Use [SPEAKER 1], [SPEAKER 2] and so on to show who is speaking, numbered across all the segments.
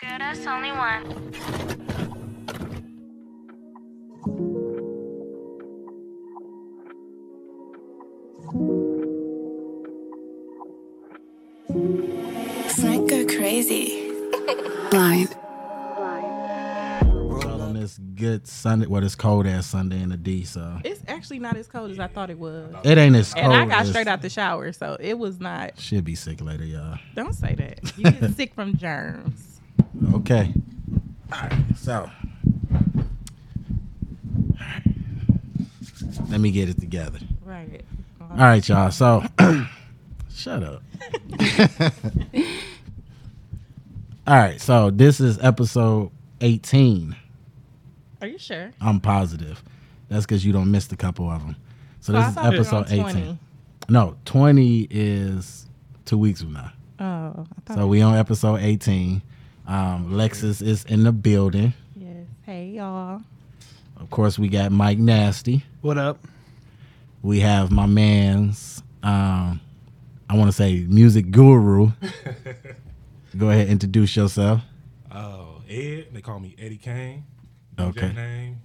[SPEAKER 1] Good us only one.
[SPEAKER 2] Frank go crazy. Blind.
[SPEAKER 3] Out on this good Sunday. Well, it's cold ass Sunday in the D, so
[SPEAKER 4] It's actually not as cold as I thought it was.
[SPEAKER 3] it ain't as cold.
[SPEAKER 4] And I got
[SPEAKER 3] as-
[SPEAKER 4] straight out the shower, so it was not.
[SPEAKER 3] She'll be sick later, y'all.
[SPEAKER 4] Don't say that. You get sick from germs.
[SPEAKER 3] Okay. All right. So let me get it together.
[SPEAKER 4] Right.
[SPEAKER 3] All right, y'all. So shut up. All right. So this is episode 18.
[SPEAKER 4] Are you sure?
[SPEAKER 3] I'm positive. That's because you don't miss a couple of them. So this
[SPEAKER 4] Well, I
[SPEAKER 3] is
[SPEAKER 4] thought we were
[SPEAKER 3] episode
[SPEAKER 4] on
[SPEAKER 3] 18.
[SPEAKER 4] 20.
[SPEAKER 3] No, 20 is two weeks from now.
[SPEAKER 4] Oh, I thought.
[SPEAKER 3] So we on episode 18. Um, Lexus is in the building.
[SPEAKER 4] yes. Hey y'all.
[SPEAKER 3] Of course, we got Mike Nasty.
[SPEAKER 5] What up?
[SPEAKER 3] We have my man's, um, I want to say, music guru. Go ahead, introduce yourself.
[SPEAKER 6] Oh, Ed. They call me Eddie Kane.
[SPEAKER 3] Okay.
[SPEAKER 6] Okay. Name.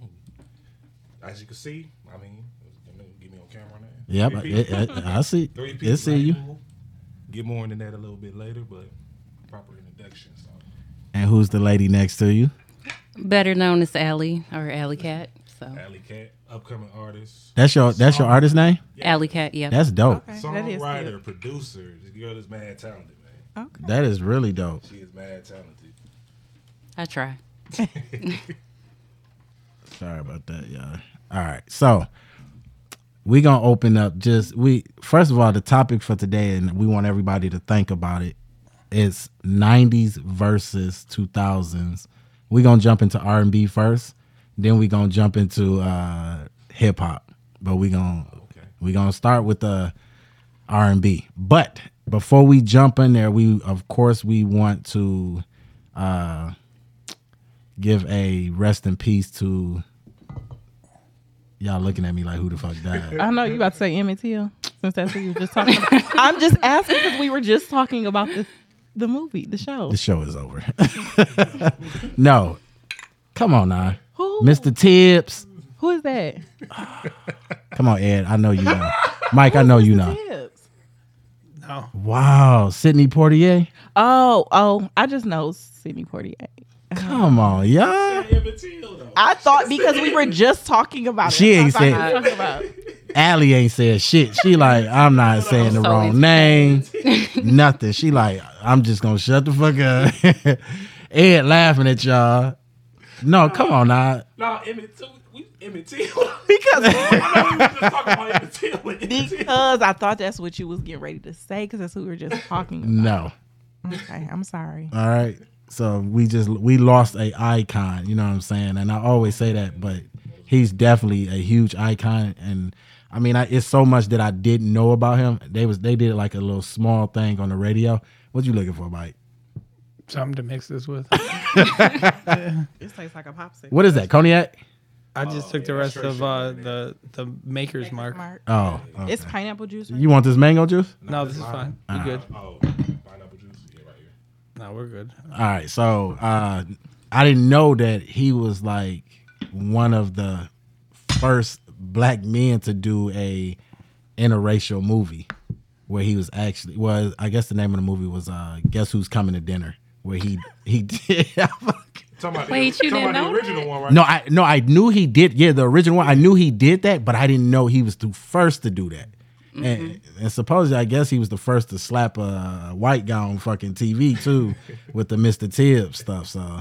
[SPEAKER 6] As you can see, I mean, give me on camera now.
[SPEAKER 3] Yep,
[SPEAKER 6] Three
[SPEAKER 3] I,
[SPEAKER 6] people.
[SPEAKER 3] I- I see.
[SPEAKER 6] Three people.
[SPEAKER 3] I see you.
[SPEAKER 6] labeled. Get more into that a little bit later, but proper introduction. So.
[SPEAKER 3] And who's the lady next to you?
[SPEAKER 7] Better known as Alley or Alley Cat. So
[SPEAKER 6] Alley Cat, upcoming artist,
[SPEAKER 3] That's your that's your artist name.
[SPEAKER 7] Alley Cat, yeah.
[SPEAKER 3] That's dope.
[SPEAKER 4] Okay. That is
[SPEAKER 6] songwriter, producer. This girl is mad talented, man.
[SPEAKER 4] Okay.
[SPEAKER 3] That is really dope.
[SPEAKER 6] She is mad talented.
[SPEAKER 7] I try.
[SPEAKER 3] Sorry about that, y'all. All right, so we gonna open up. Just we first of all, the topic for today, and we want everybody to think about it. It's '90s versus 2000s. We gonna jump into R and B first, then we gonna jump into uh, hip hop. But we gonna
[SPEAKER 6] Okay.
[SPEAKER 3] we gonna start with the R and B. But before we jump in there, we of course we want to uh, give a rest in peace to y'all looking at me like who the fuck died.
[SPEAKER 4] I know you about to say Emmett Till since that's what you were just talking about. I'm just asking because we were just talking about the the movie, the show.
[SPEAKER 3] the show is over. no, come on now,
[SPEAKER 4] Who?
[SPEAKER 3] Mr. Tibbs.
[SPEAKER 4] Who is that?
[SPEAKER 3] Come on, Ed. I know Oh, you know. Mike, I know you know.
[SPEAKER 4] Tibbs.
[SPEAKER 5] No.
[SPEAKER 3] Wow, Sydney Portier.
[SPEAKER 4] Oh, oh, I just know Sidney Portier.
[SPEAKER 3] Come on, y'all.
[SPEAKER 6] Emmett Till, though.
[SPEAKER 4] I thought because we were just talking about it.
[SPEAKER 3] She ain't
[SPEAKER 4] That's what I
[SPEAKER 3] said-
[SPEAKER 4] was talking about.
[SPEAKER 3] Allie ain't said shit. She like, I'm not saying the
[SPEAKER 7] So
[SPEAKER 3] wrong name. Nothing. She like, I'm just gonna shut the fuck up. Ed laughing at y'all. No, come on now.
[SPEAKER 6] No, Emmett Till. We Emmett Till.
[SPEAKER 4] Because
[SPEAKER 6] I know we were just talking about Emmett Till. Emmett Till.
[SPEAKER 4] because I thought that's what you was getting ready to say because that's who we were just talking about.
[SPEAKER 3] No. Uh,
[SPEAKER 4] Okay, I'm sorry.
[SPEAKER 3] All right. So we just we lost a icon, you know what I'm saying? And I always say that, but he's definitely a huge icon and I mean, I, it's so much that I didn't know about him. They was they did like a little small thing on the radio. What you looking for, Mike?
[SPEAKER 5] Something to mix this with.
[SPEAKER 4] This tastes like a popsicle.
[SPEAKER 3] What is that? Cognac?
[SPEAKER 5] I
[SPEAKER 6] Oh,
[SPEAKER 5] just took the rest of uh, the the maker's mark.
[SPEAKER 4] Mark.
[SPEAKER 3] Oh. okay.
[SPEAKER 4] It's pineapple juice. Right?
[SPEAKER 3] You want this mango juice?
[SPEAKER 5] No, this is fine.
[SPEAKER 3] Ah.
[SPEAKER 5] You good?
[SPEAKER 6] Oh, pineapple juice. Yeah, right here.
[SPEAKER 5] No, we're good.
[SPEAKER 3] All right. So uh, I didn't know that he was like one of the first black men to do a interracial movie where he was actually well, I guess the name of the movie was uh, Guess Who's Coming to Dinner where he he did
[SPEAKER 6] Talking about
[SPEAKER 7] Wait,
[SPEAKER 6] the,
[SPEAKER 7] you
[SPEAKER 6] talking
[SPEAKER 7] didn't
[SPEAKER 6] about
[SPEAKER 7] know
[SPEAKER 6] the original one, right?
[SPEAKER 3] No, I no, I knew he did. Yeah, the original one. I knew he did that, but I didn't know he was the first to do that. And,
[SPEAKER 6] Mm-hmm.
[SPEAKER 3] and supposedly, I guess he was the first to slap a white guy on fucking TV too with the Mr. Tibbs stuff. So,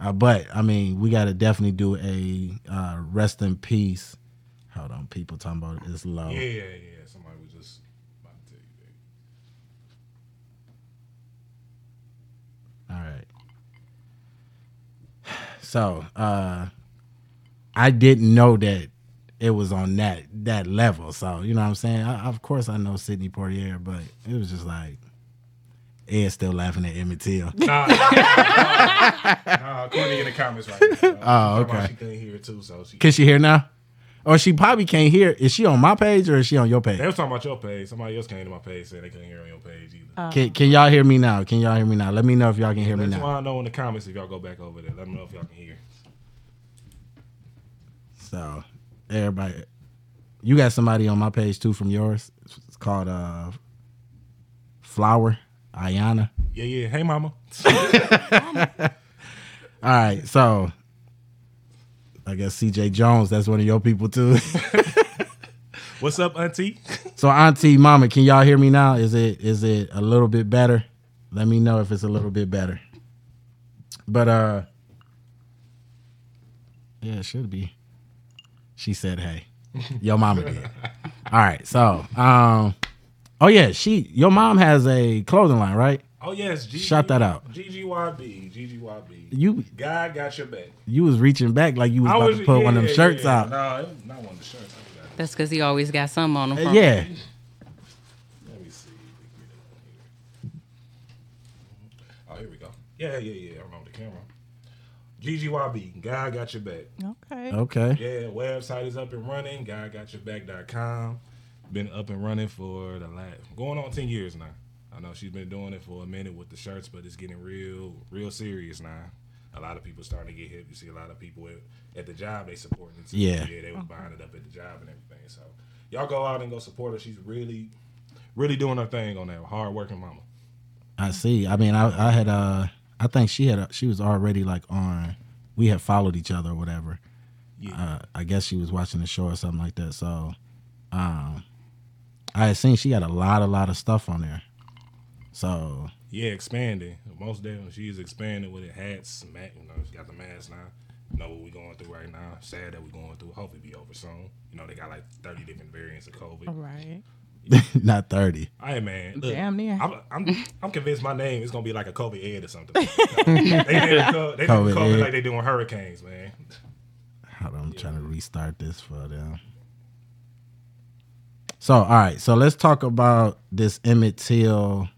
[SPEAKER 3] uh, but I mean, we got to definitely do a uh, rest in peace. Hold on, people talking about it's low.
[SPEAKER 6] Yeah, yeah, yeah. Somebody was just about to tell you that.
[SPEAKER 3] All right. So, uh I didn't know that it was on that that level. So, you know what I'm saying? I, of course I know Sidney Portier, but it was just like Ed's still laughing at Emmett Till.
[SPEAKER 6] Nah, nah, nah, Courtney in the comments right now.
[SPEAKER 3] Oh,
[SPEAKER 6] Talking about
[SPEAKER 3] okay.
[SPEAKER 6] She couldn't hear it too, so she.
[SPEAKER 3] Can she hear now? or she probably can't hear. Is she on my page or is she on your page?
[SPEAKER 6] They was talking about your page. Somebody else came to my page saying they couldn't hear on your page either.
[SPEAKER 3] Can, can y'all hear me now? Can y'all hear me now? Let me know if y'all can hear me
[SPEAKER 6] That's
[SPEAKER 3] now.
[SPEAKER 6] why I know in the comments if y'all go back over there. Let me know if y'all can hear.
[SPEAKER 3] So everybody, you got somebody on my page too from yours. It's called uh, Flower Ayana.
[SPEAKER 6] Yeah, yeah. Hey, mama.
[SPEAKER 3] All right, so I guess CJ Jones. That's one of your people too.
[SPEAKER 6] What's up, auntie?
[SPEAKER 3] so Auntie Mama, can y'all hear me now? Is it is it a little bit better? Let me know if it's a little bit better. But uh, yeah, it should be. She said, "Hey, your mama did." All right, so um, oh yeah, she your mom has a clothing line, right?
[SPEAKER 6] Oh, yes. G-
[SPEAKER 3] Shout that out.
[SPEAKER 6] GGYB. GGYB.
[SPEAKER 3] You
[SPEAKER 6] God got your back.
[SPEAKER 3] you was reaching back like you was about to put one of them shirts out.
[SPEAKER 6] No, it was not one of the shirts. I forgot.
[SPEAKER 7] That's because he always got some on him.
[SPEAKER 3] Uh,
[SPEAKER 7] from-
[SPEAKER 3] Yeah,
[SPEAKER 6] Let me see. Oh, here we go. Yeah, yeah, yeah. I remember the camera. GGYB, God got your back.
[SPEAKER 4] Okay.
[SPEAKER 3] okay.
[SPEAKER 6] Yeah, website is up and running. GodGotYourBack.com. Been up and running for the last going on ten years now. I know she's been doing it for a minute with the shirts, but it's getting real, real serious now. A lot of people starting to get hip. You see a lot of people at, at the job they supporting it. too.
[SPEAKER 3] Yeah.
[SPEAKER 6] yeah,
[SPEAKER 4] Uh-huh.
[SPEAKER 6] they was buying it up at the job and everything. So y'all go out and go support her. She's really, really doing her thing on that hard working mama.
[SPEAKER 3] I see. I mean, I, I had uh, I think she had she was already like on. We had followed each other or whatever.
[SPEAKER 6] Yeah.
[SPEAKER 3] Uh, I guess she was watching the show or something like that. So, um, I had seen she got a lot, a lot of stuff on there. So
[SPEAKER 6] Yeah, expanding. Most definitely, she's expanding with it. Hats, ma you know, she got the mask now. You know what we're going through right now. Sad that we're going through. Hopefully, be over soon. You know, they got like thirty different variants of
[SPEAKER 4] All
[SPEAKER 6] COVID.
[SPEAKER 4] right.
[SPEAKER 3] not thirty.
[SPEAKER 6] Hey man, look,
[SPEAKER 4] Damn near.
[SPEAKER 6] I'm, I'm I'm convinced my name is gonna be like a COVID Ed or something. they doing co- they doing
[SPEAKER 3] COVID
[SPEAKER 6] COVID,
[SPEAKER 3] Ed.
[SPEAKER 6] like they doing hurricanes, man.
[SPEAKER 3] Hold on, I'm trying to restart this for them. So, all right. So let's talk about this Emmett Till.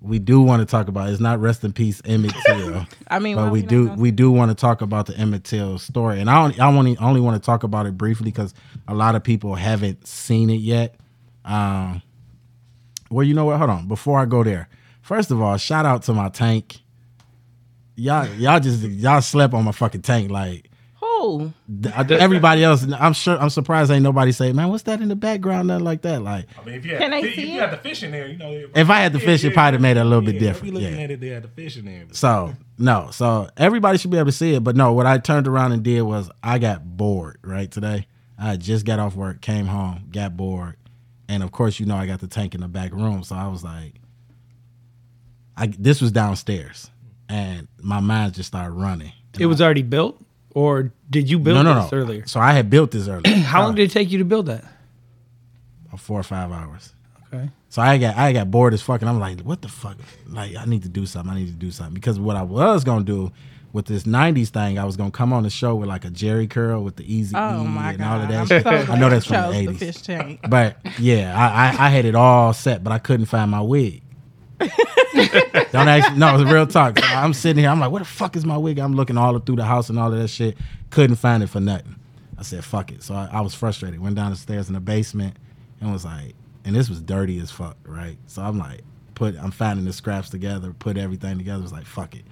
[SPEAKER 3] We do want to talk about. It's not rest in peace, Emmett Till.
[SPEAKER 4] I mean, why
[SPEAKER 3] but we
[SPEAKER 4] not
[SPEAKER 3] do
[SPEAKER 4] gonna-
[SPEAKER 3] we do want to talk about the Emmett Till story, and I only, I only only want to talk about it briefly because a lot of people haven't seen it yet. Um, well, you know what? Hold on. Before I go there, first of all, shout out to my tank. Y'all, y'all just y'all slept on my fucking tank. Like
[SPEAKER 4] Who?
[SPEAKER 3] th- everybody else, I'm sure. I'm surprised ain't nobody say, "Man, what's that in the background?" Nothing like that. Like
[SPEAKER 6] I mean, if you had,
[SPEAKER 4] Can they
[SPEAKER 6] if
[SPEAKER 4] see
[SPEAKER 6] you
[SPEAKER 4] it?
[SPEAKER 6] had the fish in there, you know.
[SPEAKER 3] if I had the fish, it probably made it a little bit
[SPEAKER 6] We
[SPEAKER 3] different.
[SPEAKER 6] looking
[SPEAKER 3] Yeah.
[SPEAKER 6] at it, they had the fish in there.
[SPEAKER 3] So no, so everybody should be able to see it. But no, what I turned around and did was I got bored right today. I had just got off work, came home, got bored, and of course, you know, I got the tank in the back room. So I was like, I this was downstairs, and my mind just started running.
[SPEAKER 5] It was already built, or did you build
[SPEAKER 3] No, no,
[SPEAKER 5] this
[SPEAKER 3] no.
[SPEAKER 5] earlier?
[SPEAKER 3] So I had built this earlier. Oh.
[SPEAKER 5] How long did it take you to build that?
[SPEAKER 3] Four or five hours.
[SPEAKER 5] Okay.
[SPEAKER 3] So I got I got bored as fuck, and I'm like, what the fuck? Like I need to do something. I need to do something because what I was gonna do with this '90s thing, I was gonna come on the show with like a Jerry curl with the easy
[SPEAKER 4] Oh
[SPEAKER 3] E
[SPEAKER 4] my
[SPEAKER 3] and
[SPEAKER 4] god!
[SPEAKER 3] all of that.
[SPEAKER 4] I'm
[SPEAKER 3] shit.
[SPEAKER 4] so
[SPEAKER 3] I
[SPEAKER 4] glad
[SPEAKER 3] know that's
[SPEAKER 4] you
[SPEAKER 3] from the
[SPEAKER 4] chose the
[SPEAKER 3] '80s,
[SPEAKER 4] fish tank.
[SPEAKER 3] but yeah, I, I I had it all set, but I couldn't find my wig. Don't ask. No, it's real talk. So I'm sitting here. I'm like, where the fuck is my wig? I'm looking all through the house and all of that shit. Couldn't find it for nothing. I said, fuck it. So I, I was frustrated. Went down the stairs in the basement and was like, and this was dirty as fuck, right? So I'm like, put. I'm finding the scraps together. Put everything together. Was like, fuck it.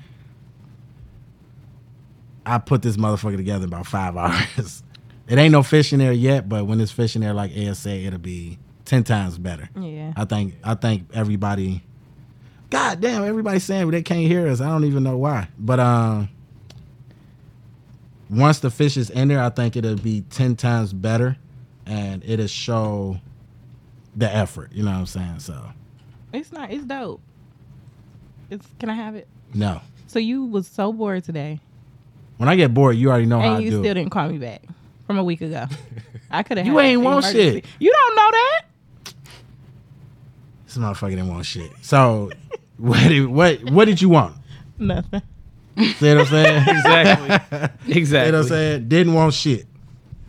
[SPEAKER 3] I put this motherfucker together in about five hours. It ain't no fish in there yet, but when it's fish in there, like ASA, it'll be ten times better.
[SPEAKER 4] Yeah.
[SPEAKER 3] I think I think everybody God damn, everybody's saying they can't hear us. I don't even know why. But um once the fish is in there, I think it'll be ten times better and it'll show the effort. You know what I'm saying? So
[SPEAKER 4] It's not. It's dope. It's. Can I have it?
[SPEAKER 3] no.
[SPEAKER 4] So you was so bored today,
[SPEAKER 3] When I get bored, you already know how
[SPEAKER 4] and
[SPEAKER 3] I
[SPEAKER 4] you
[SPEAKER 3] do.
[SPEAKER 4] still didn't call me back from a week ago. I could have.
[SPEAKER 3] You ain't want shit.
[SPEAKER 4] You don't know that.
[SPEAKER 3] This motherfucker didn't want shit. So what did what what did you want?
[SPEAKER 4] Nothing.
[SPEAKER 3] See what I'm saying?
[SPEAKER 5] Exactly.
[SPEAKER 3] You know what I'm
[SPEAKER 5] exactly.
[SPEAKER 3] saying? Didn't want shit.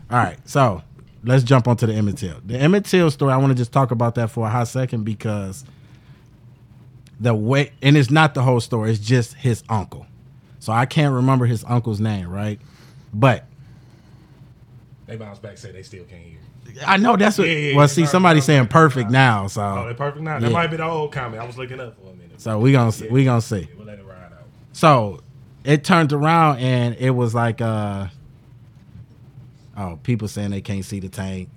[SPEAKER 3] All right, so let's jump onto the Emmett Till. The Emmett Till story, I want to just talk about that for a hot second because the way, and it's not the whole story, it's just his uncle. So I can't remember his uncle's name, right? But
[SPEAKER 6] They bounce back, say they still can't hear.
[SPEAKER 3] I know that's what.
[SPEAKER 6] Yeah, yeah, yeah.
[SPEAKER 3] well, see,
[SPEAKER 6] No,
[SPEAKER 3] somebody's
[SPEAKER 6] no,
[SPEAKER 3] saying
[SPEAKER 6] no.
[SPEAKER 3] perfect now, so
[SPEAKER 6] Oh, they perfect now.
[SPEAKER 3] Yeah.
[SPEAKER 6] That might be the old comment. I was looking up for a minute.
[SPEAKER 3] so we gonna we gonna see.
[SPEAKER 6] we'll let it ride out.
[SPEAKER 3] So it turned around and it was like, uh, oh, people saying they can't see the tank.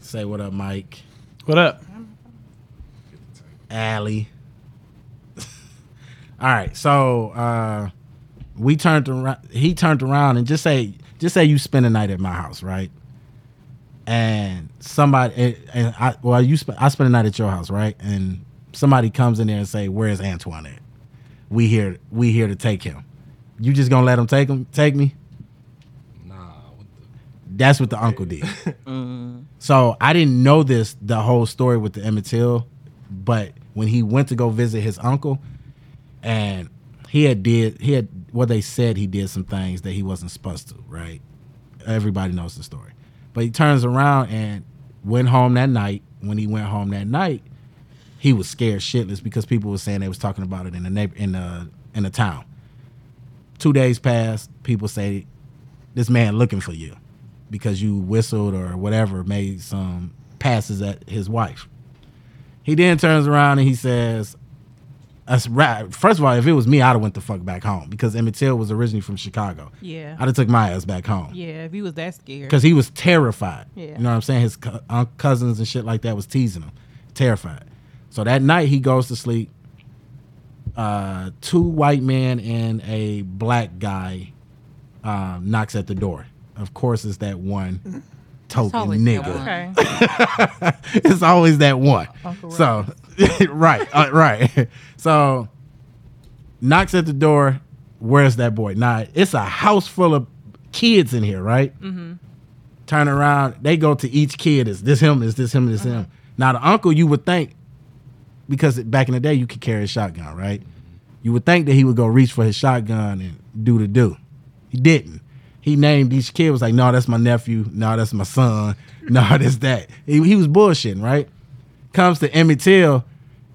[SPEAKER 3] Say what up, Mike,
[SPEAKER 5] What up?
[SPEAKER 3] Allie. All right, so uh, we turned around. He turned around and just say, just say you spend a night at my house, right? And somebody and, and I well, you sp- I spend a night at your house, right? And somebody comes in there and say, "Where's Antoine at? We here, we here to take him. You just gonna let him take him, take me?"
[SPEAKER 6] Nah, what the?
[SPEAKER 3] That's what the uncle did. So I didn't know this the whole story with the Emmett Till, but when he went to go visit his uncle, and he had did he had well they said he did some things that he wasn't supposed to. Right? Everybody knows the story, but he turns around and went home that night. When he went home that night, he was scared shitless because people were saying they was talking about it in the neighbor in the in the town. Two days passed. People say this man looking for you because you whistled or whatever, made some passes at his wife. He then turns around and he says, "That's right." First of all, if it was me, I'd have went the fuck back home because Emmett Till was originally from Chicago.
[SPEAKER 4] Yeah.
[SPEAKER 3] I'd have took my ass back home
[SPEAKER 4] Yeah, if he was that scared.
[SPEAKER 3] because he was terrified.
[SPEAKER 4] Yeah.
[SPEAKER 3] You know what I'm saying? His co- uh, cousins and shit like that was teasing him, terrified. So that night he goes to sleep. Uh, two white men and a black guy um, knocks at the door. Of course, it's that one token
[SPEAKER 7] always that
[SPEAKER 3] nigga.
[SPEAKER 7] one.
[SPEAKER 4] Okay.
[SPEAKER 3] it's always that one.
[SPEAKER 4] Uncle
[SPEAKER 3] so, right, uh, right. So, knocks at the door. Where's that boy? Nah, it's a house full of kids in here, right? Mm-hmm. Turn around. They go to each kid. Is this him? Is this him? Is this him? Now, the uncle, you would think, because back in the day, you could carry a shotgun, right? You would think that he would go reach for his shotgun and do the do. He didn't. He named each kid was like, no, that's my nephew. No, that's my son. No, that's that. He, he was bullshitting, right? Comes to Emmett Till,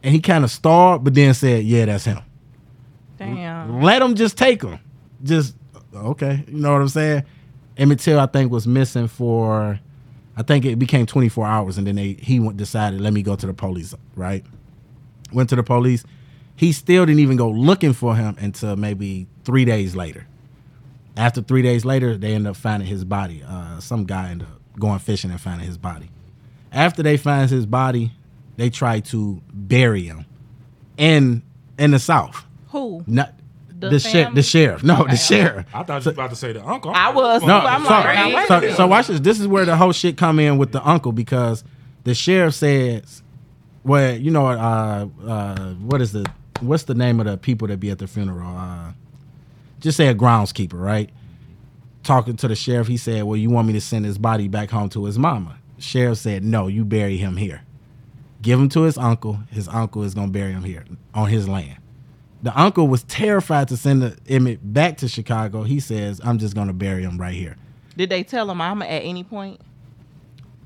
[SPEAKER 3] and he kind of stalled, but then said, yeah, that's him.
[SPEAKER 4] Damn.
[SPEAKER 3] Let him just take him. Just okay, you know what I'm saying? Emmett Till, I think, was missing for, I think it became 24 hours, and then they he went, decided let me go to the police. Right, went to the police. He still didn't even go looking for him until maybe three days later. After three days later, they end up finding his body. Uh, some guy ended up going fishing and finding his body. After they find his body, they try to bury him in in the south.
[SPEAKER 4] Who?
[SPEAKER 3] Not the,
[SPEAKER 4] The
[SPEAKER 3] sheriff.
[SPEAKER 4] family? Oh,
[SPEAKER 3] The sheriff. No,
[SPEAKER 4] Okay,
[SPEAKER 3] Oh, the
[SPEAKER 4] okay.
[SPEAKER 3] sheriff.
[SPEAKER 6] I thought you was about to say the uncle.
[SPEAKER 4] I was.
[SPEAKER 3] No,
[SPEAKER 4] Well, I'm like,
[SPEAKER 3] sorry.
[SPEAKER 4] now wait a
[SPEAKER 3] so,
[SPEAKER 4] minute.
[SPEAKER 3] so watch this. This is where the whole shit come in with the uncle because the sheriff says, "Well, you know, uh, uh, what is the what's the name of the people that be at the funeral? Uh, just say a groundskeeper, right?" Talking to the sheriff, he said, "Well, you want me to send his body back home to his mama?" Sheriff said, "No, you bury him here. Give him to his uncle. His uncle is gonna bury him here on his land." The uncle was terrified to send the Emmett back to Chicago. He says, "I'm just gonna bury him right here."
[SPEAKER 4] Did they tell him I'm at any point?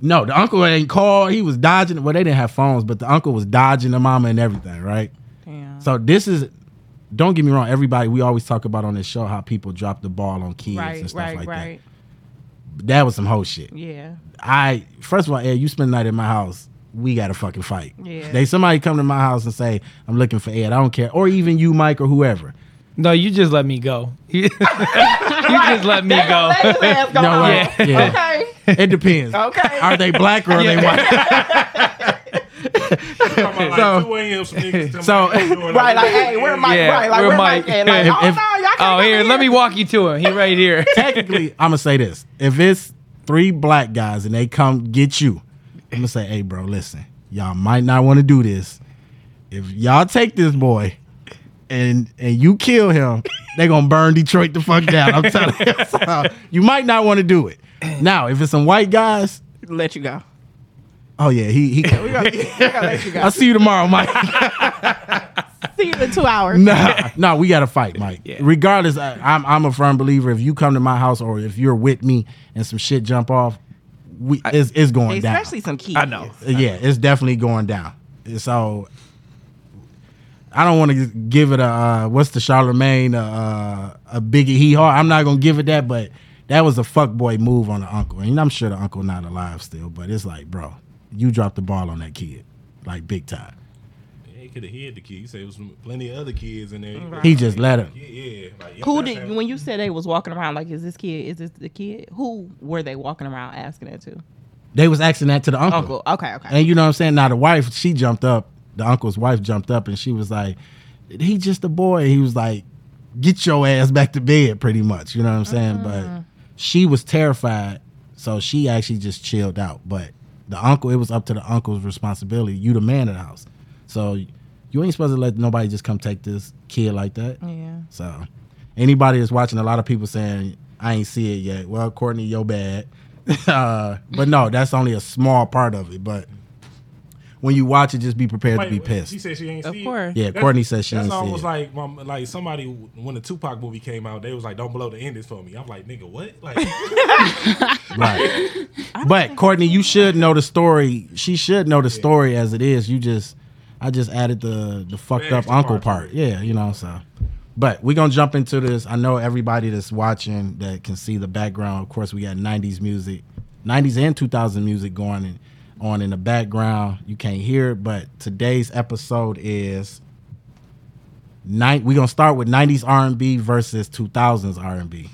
[SPEAKER 3] No, the uncle ain't called. He was dodging. Well, they didn't have phones, but the uncle was dodging the mama and everything, right?
[SPEAKER 4] Damn.
[SPEAKER 3] So this is. Don't get me wrong. Everybody, we always talk about on this show how people drop the ball on kids
[SPEAKER 4] right,
[SPEAKER 3] and stuff
[SPEAKER 4] right,
[SPEAKER 3] like
[SPEAKER 4] right.
[SPEAKER 3] that. That was some whole shit.
[SPEAKER 4] Yeah.
[SPEAKER 3] I first of all, Ed, you spend the night at my house. We got to fucking fight.
[SPEAKER 4] Yeah.
[SPEAKER 3] They somebody come to my house and say I'm looking for Ed. I don't care, or even you, Mike, or whoever.
[SPEAKER 5] No, you just let me go. you just let me go.
[SPEAKER 4] Let his ass go
[SPEAKER 3] You know
[SPEAKER 4] home.
[SPEAKER 3] what? Yeah.
[SPEAKER 4] Okay.
[SPEAKER 3] It depends.
[SPEAKER 4] Okay.
[SPEAKER 3] Are they black or are they white?
[SPEAKER 6] talking about like 2 a.m. Some niggas come
[SPEAKER 3] So-
[SPEAKER 6] out the door and
[SPEAKER 4] Right,
[SPEAKER 6] I'm
[SPEAKER 4] like, hey, where Mike?
[SPEAKER 5] Yeah,
[SPEAKER 4] right, like,
[SPEAKER 5] where
[SPEAKER 4] where Mike?
[SPEAKER 5] Mike?
[SPEAKER 4] at? Like, oh,
[SPEAKER 3] If-
[SPEAKER 4] no, y'all can't
[SPEAKER 5] Oh,
[SPEAKER 4] come
[SPEAKER 5] here, let me walk you to him. He right here.
[SPEAKER 3] technically, I'm gonna say this: if it's three black guys and they come get you, I'm gonna say, "Hey, bro, listen, y'all might not want to do this. If y'all take this boy and and you kill him, they gonna burn Detroit the fuck down. I'm telling you, So, you might not want to do it. Now, if it's some white guys,
[SPEAKER 4] Let you go.
[SPEAKER 3] oh yeah, he he.
[SPEAKER 4] Let you go.
[SPEAKER 3] I'll see you tomorrow, Mike.
[SPEAKER 4] See you in two hours.
[SPEAKER 3] Nah, nah, we gotta fight, Mike.
[SPEAKER 5] Yeah.
[SPEAKER 3] Regardless, I, I'm I'm a firm believer. If you come to my house or if you're with me and some shit jump off, we it's, it's going down. Uh,
[SPEAKER 4] Especially some kids.
[SPEAKER 5] I know.
[SPEAKER 3] yeah, it's definitely going down. So I don't want to give it a uh, what's the Charlemagne uh, a biggie hee haw. I'm not gonna give it that, but that was a fuckboy move on the uncle, and I'm sure the uncle not alive still. But it's like, bro, you dropped the ball on that kid, like big time.
[SPEAKER 6] Yeah, he could have hid the kid. You said it was plenty of other kids in there.
[SPEAKER 3] He just let him.
[SPEAKER 6] Yeah, yeah. Like, yeah,
[SPEAKER 4] Who
[SPEAKER 6] that's
[SPEAKER 4] did
[SPEAKER 6] how-
[SPEAKER 4] when you said they was walking around like is this kid is this the kid who were they walking around asking that to
[SPEAKER 3] They was asking that to the uncle.
[SPEAKER 4] uncle okay okay
[SPEAKER 3] And you know what I'm saying? Now the wife, she jumped up. The uncle's wife jumped up and she was like, "He just a boy." And he was like, "Get your ass back to bed," pretty much. You know what I'm saying?
[SPEAKER 4] Mm-hmm.
[SPEAKER 3] But she was terrified, so she actually just chilled out. But the uncle, it was up to the uncle's responsibility. You the man of the house, so you ain't supposed to let nobody just come take this kid like that.
[SPEAKER 4] yeah
[SPEAKER 3] So anybody that's watching, a lot of people saying, I ain't see it yet. Well, Courtney, your bad. uh, but no, that's only a small part of it. But when you watch it, just be prepared
[SPEAKER 6] Wait,
[SPEAKER 3] to be
[SPEAKER 6] wait, She
[SPEAKER 3] pissed.
[SPEAKER 6] said she ain't
[SPEAKER 4] Of
[SPEAKER 6] see it?
[SPEAKER 4] course.
[SPEAKER 3] Yeah,
[SPEAKER 6] That's-
[SPEAKER 3] Courtney said she
[SPEAKER 6] That's
[SPEAKER 3] ain't see
[SPEAKER 6] almost
[SPEAKER 3] it.
[SPEAKER 6] like my, like somebody when the Tupac movie came out, they was like, "Don't blow the endings for me." I'm like, "Nigga, what?" Like,
[SPEAKER 3] Right. but Courtney, you should know the story. She should know the story as it is. You just I just added the the fucked
[SPEAKER 6] The
[SPEAKER 3] up
[SPEAKER 6] extra
[SPEAKER 3] uncle
[SPEAKER 6] part.
[SPEAKER 3] part. Yeah, you know, so but we're gonna jump into this. I know everybody that's watching that can see the background. Of course, we got nineties music, nineties and two thousand music going in, on in the background. You can't hear it, but today's episode is night we're gonna start with nineties R and B versus two thousands R and B.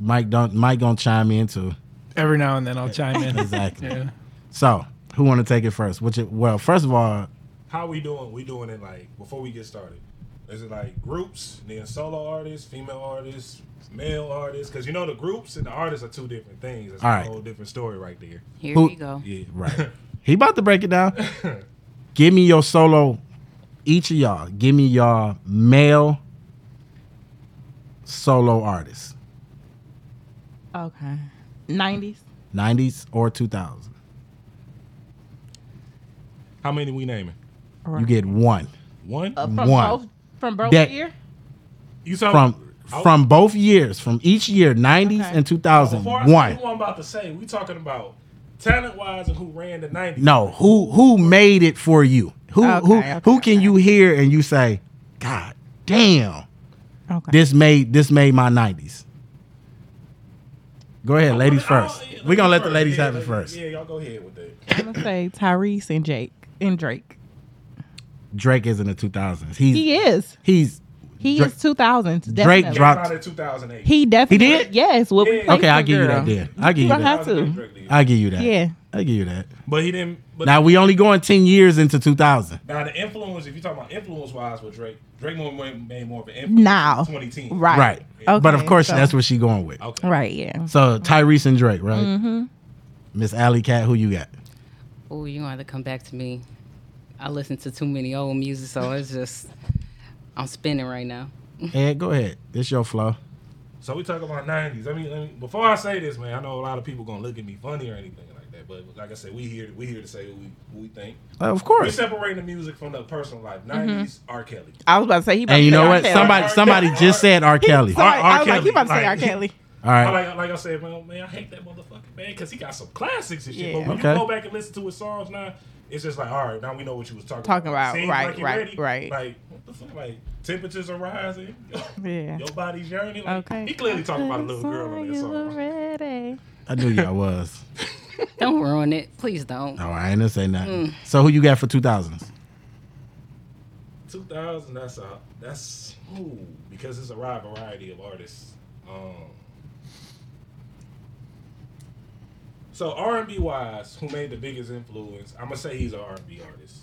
[SPEAKER 3] Mike don't Mike gonna chime in too.
[SPEAKER 5] Every now and then I'll chime in.
[SPEAKER 3] Exactly.
[SPEAKER 5] Yeah.
[SPEAKER 3] So, who want to take it first? Which, it- well, first of all,
[SPEAKER 6] how we doing? We doing it like before we get started. Is it like groups, then solo artists, female artists, male artists? Because you know the groups and the artists are two different things. That's
[SPEAKER 3] All
[SPEAKER 6] a
[SPEAKER 3] right.
[SPEAKER 6] whole different story right there.
[SPEAKER 7] Here
[SPEAKER 3] Who-
[SPEAKER 7] we go.
[SPEAKER 6] Yeah,
[SPEAKER 3] right, he about to break it down. Give me your solo, each of y'all. Give me y'all male solo artists,
[SPEAKER 4] okay 90s
[SPEAKER 3] nineties or two thousand.
[SPEAKER 6] How many we naming?
[SPEAKER 3] You get one
[SPEAKER 6] One.
[SPEAKER 4] Uh, from
[SPEAKER 3] one.
[SPEAKER 4] both from both
[SPEAKER 3] That-
[SPEAKER 4] year
[SPEAKER 6] you talking
[SPEAKER 3] from
[SPEAKER 6] I-
[SPEAKER 3] from both years, from each year, nineties
[SPEAKER 4] Okay.
[SPEAKER 3] and two thousand.
[SPEAKER 6] Before I
[SPEAKER 3] One.
[SPEAKER 6] say who I'm about to say, we talking about talent wise and who ran the '90s.
[SPEAKER 3] No, who who made it for you? Who who
[SPEAKER 4] Okay, okay,
[SPEAKER 3] who can you hear and you say, God damn,
[SPEAKER 4] okay
[SPEAKER 3] this made this made my nineties. Go ahead, ladies
[SPEAKER 6] I don't-
[SPEAKER 3] first.
[SPEAKER 6] yeah,
[SPEAKER 3] We're gonna let the
[SPEAKER 6] first.
[SPEAKER 3] ladies
[SPEAKER 6] Yeah,
[SPEAKER 3] have it
[SPEAKER 6] ladies-
[SPEAKER 3] first.
[SPEAKER 6] Yeah, y'all go ahead with that.
[SPEAKER 4] I'm gonna say Tyrese and Jake and Drake
[SPEAKER 3] Drake is in the two thousands. He's
[SPEAKER 4] he is
[SPEAKER 3] he's
[SPEAKER 4] he
[SPEAKER 3] Dra-
[SPEAKER 4] is 2000s
[SPEAKER 3] Drake
[SPEAKER 4] definitely.
[SPEAKER 3] dropped-
[SPEAKER 6] Out in 2008.
[SPEAKER 4] he definitely
[SPEAKER 3] He did?
[SPEAKER 4] yes what we
[SPEAKER 6] Yeah.
[SPEAKER 4] played
[SPEAKER 3] okay. I
[SPEAKER 4] for,
[SPEAKER 3] give you that.
[SPEAKER 4] girl.
[SPEAKER 3] Then I give
[SPEAKER 4] you
[SPEAKER 3] you
[SPEAKER 4] don't
[SPEAKER 3] that.
[SPEAKER 4] have to
[SPEAKER 3] I give you that.
[SPEAKER 4] yeah
[SPEAKER 3] I give you that.
[SPEAKER 6] But he didn't. But now,
[SPEAKER 3] Now we only going ten years into two thousand.
[SPEAKER 6] the influence, if you're talking about influence wise with Drake, Drake more made made more of an influence.
[SPEAKER 4] now
[SPEAKER 6] 2010.
[SPEAKER 4] right
[SPEAKER 3] Right.
[SPEAKER 4] okay,
[SPEAKER 3] but of course
[SPEAKER 4] so-
[SPEAKER 3] that's what she going with.
[SPEAKER 6] Okay.
[SPEAKER 4] right yeah Mm-hmm.
[SPEAKER 3] So Tyrese and Drake, right? Miss Alley Cat, who you got?
[SPEAKER 7] Oh, you gonna have to come back to me. I listen to too many old music, so it's just I'm spinning right now.
[SPEAKER 3] Ed, go ahead. It's your flow.
[SPEAKER 6] So we talk about 90s. I mean, I mean, before I say this, man, I know a lot of people gonna look at me funny or anything like that. But like I said, we here. We here to say what we, what we think.
[SPEAKER 4] Uh,
[SPEAKER 3] of
[SPEAKER 6] We
[SPEAKER 3] course.
[SPEAKER 6] separating the music from the personal life. 90s R. Kelly.
[SPEAKER 4] Mm-hmm. I was about to say he about
[SPEAKER 3] And
[SPEAKER 4] to
[SPEAKER 3] you
[SPEAKER 4] say
[SPEAKER 3] know
[SPEAKER 4] R.
[SPEAKER 3] what?
[SPEAKER 4] Kelly.
[SPEAKER 3] Somebody somebody just said R. Kelly. All
[SPEAKER 4] Sorry,
[SPEAKER 6] R- R.
[SPEAKER 4] I was like
[SPEAKER 6] Kelly,
[SPEAKER 4] he about to say
[SPEAKER 6] like-
[SPEAKER 4] R. Kelly
[SPEAKER 6] I
[SPEAKER 3] right.
[SPEAKER 6] Like, like I said, man, man, I hate that motherfucker, man, because he got some classics and shit.
[SPEAKER 4] Yeah.
[SPEAKER 6] But when
[SPEAKER 3] Okay.
[SPEAKER 6] you go back and listen to his songs now, it's just like, all right, now we know what you was talking,
[SPEAKER 4] Talking about,
[SPEAKER 6] Seems
[SPEAKER 4] right,
[SPEAKER 6] like you
[SPEAKER 4] right,
[SPEAKER 6] ready.
[SPEAKER 4] right.
[SPEAKER 6] Like, what the fuck? Like, temperatures are rising.
[SPEAKER 4] Yeah.
[SPEAKER 6] Your body's yearning. Like,
[SPEAKER 4] Okay.
[SPEAKER 6] He clearly talking about a little girl on that song.
[SPEAKER 3] I knew y'all was.
[SPEAKER 7] Don't ruin it, please don't. Mm.
[SPEAKER 3] No, I ain't gonna say nothing.
[SPEAKER 4] Mm.
[SPEAKER 3] So who you got for two thousands?
[SPEAKER 6] 2000, that's a, that's, ooh, because it's a wide variety of artists. Um, so R&B wise, who made the biggest influence? I'm gonna say he's an R&B artist.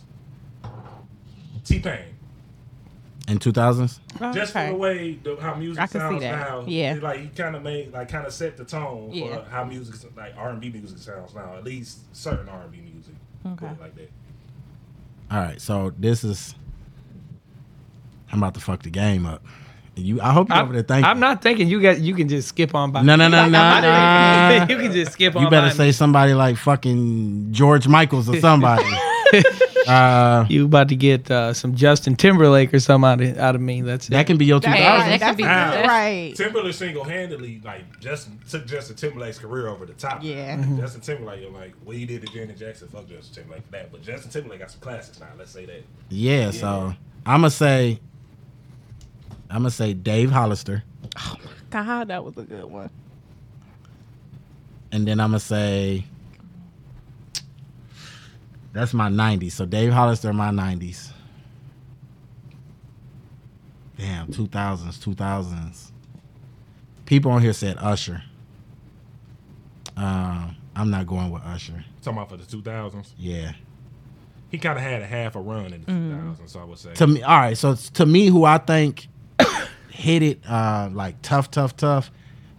[SPEAKER 6] T-Pain.
[SPEAKER 3] In two thousands?
[SPEAKER 6] just
[SPEAKER 4] Oh, Okay.
[SPEAKER 6] from the way the, how music
[SPEAKER 4] I can see
[SPEAKER 6] sounds
[SPEAKER 4] that.
[SPEAKER 6] now.
[SPEAKER 4] Yeah.
[SPEAKER 6] it, like he kind of made like kind of set the tone
[SPEAKER 4] Yeah.
[SPEAKER 6] for how music like R and B music sounds now. At least certain R and B music, put it
[SPEAKER 4] Okay.
[SPEAKER 6] like that.
[SPEAKER 3] All right. So this is. I'm about to fuck the game up. You. I hope you
[SPEAKER 5] I'm,
[SPEAKER 3] over there thinking.
[SPEAKER 5] I'm not thinking you got you can just skip on by.
[SPEAKER 3] No, no, no, no, no.
[SPEAKER 5] you can just skip on
[SPEAKER 3] You better
[SPEAKER 5] by
[SPEAKER 3] say somebody like fucking George Michaels or somebody. Uh,
[SPEAKER 5] You about to get uh, some Justin Timberlake or something out of, out of me. That's it.
[SPEAKER 3] that can be your two
[SPEAKER 7] That-
[SPEAKER 3] thousand.
[SPEAKER 7] that could be that's-
[SPEAKER 4] right.
[SPEAKER 6] Timberlake single handedly like Justin took Justin Timberlake's career over the top.
[SPEAKER 4] Yeah.
[SPEAKER 3] Mm-hmm.
[SPEAKER 6] Justin Timberlake like well he did to Janet Jackson. Fuck Justin Timberlake for that, but Justin Timberlake got some classics now. Let's say that.
[SPEAKER 3] Yeah, so I'ma say I'ma say Dave Hollister.
[SPEAKER 4] God, that was a good one.
[SPEAKER 3] And then I'ma say that's my nineties. So Dave Hollister, my nineties. Damn, two thousands, two thousands. People on here said Usher. Um, I'm not going with Usher.
[SPEAKER 6] Talking about for the two thousands,
[SPEAKER 3] Yeah.
[SPEAKER 6] he kind of had a half a run in the
[SPEAKER 4] Mm-hmm.
[SPEAKER 6] two thousands. So I would say
[SPEAKER 3] to me all right so it's- to me who i think hit it uh like tough tough tough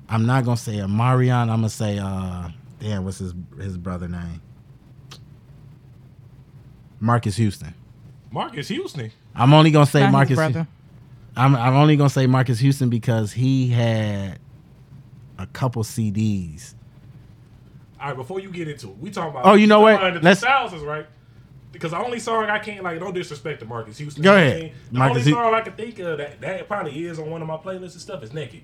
[SPEAKER 3] i'm not gonna say a marion i'm gonna say uh damn what's his his brother name marcus houston
[SPEAKER 6] Marcus Houston.
[SPEAKER 3] i'm only gonna say
[SPEAKER 4] Not his
[SPEAKER 3] marcus
[SPEAKER 4] brother.
[SPEAKER 3] I'm, I'm only gonna say marcus houston because he had a couple cds
[SPEAKER 6] All right, before you get into it, we talking about
[SPEAKER 3] Oh, you know
[SPEAKER 6] we
[SPEAKER 3] what?
[SPEAKER 6] talking about
[SPEAKER 3] Let's-
[SPEAKER 6] The 2000s, right? Because the only song I can't like, don't disrespect to Marcus Houston.
[SPEAKER 3] Go
[SPEAKER 6] I
[SPEAKER 3] ahead.
[SPEAKER 6] mean, The
[SPEAKER 3] Marcus
[SPEAKER 6] only
[SPEAKER 3] Hu-
[SPEAKER 6] song I can think of that that probably is on one of my playlists and stuff is Naked.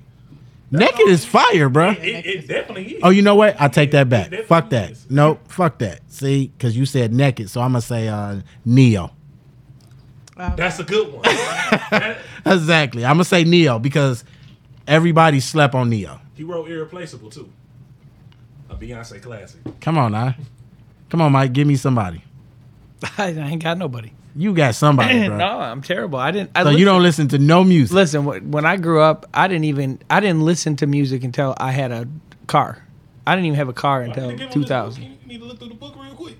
[SPEAKER 3] naked is fire bruh
[SPEAKER 6] It, it definitely is.
[SPEAKER 3] Oh, you know what? I take that back.
[SPEAKER 6] It definitely
[SPEAKER 3] Fuck that.
[SPEAKER 6] is.
[SPEAKER 3] Nope. Fuck that. See, because you said naked, so I'm gonna say uh, Neo.
[SPEAKER 6] That's a good one. That-
[SPEAKER 3] Exactly. I'm gonna say Neo because everybody slept on Neo.
[SPEAKER 6] he wrote Irreplaceable too, a Beyonce classic. Uh,
[SPEAKER 3] Come on now. Come on, Mike. Give me somebody.
[SPEAKER 5] I ain't got nobody.
[SPEAKER 3] You got somebody, bro.
[SPEAKER 5] no, I'm terrible. I didn't. I
[SPEAKER 3] so you don't listen to no music.
[SPEAKER 5] listen. wh- When I grew up, I didn't even. I didn't listen to music until I had a car. I didn't even have a car
[SPEAKER 6] I need to
[SPEAKER 5] until
[SPEAKER 6] give him this
[SPEAKER 5] 2000.
[SPEAKER 6] book. You need to look through the book real quick.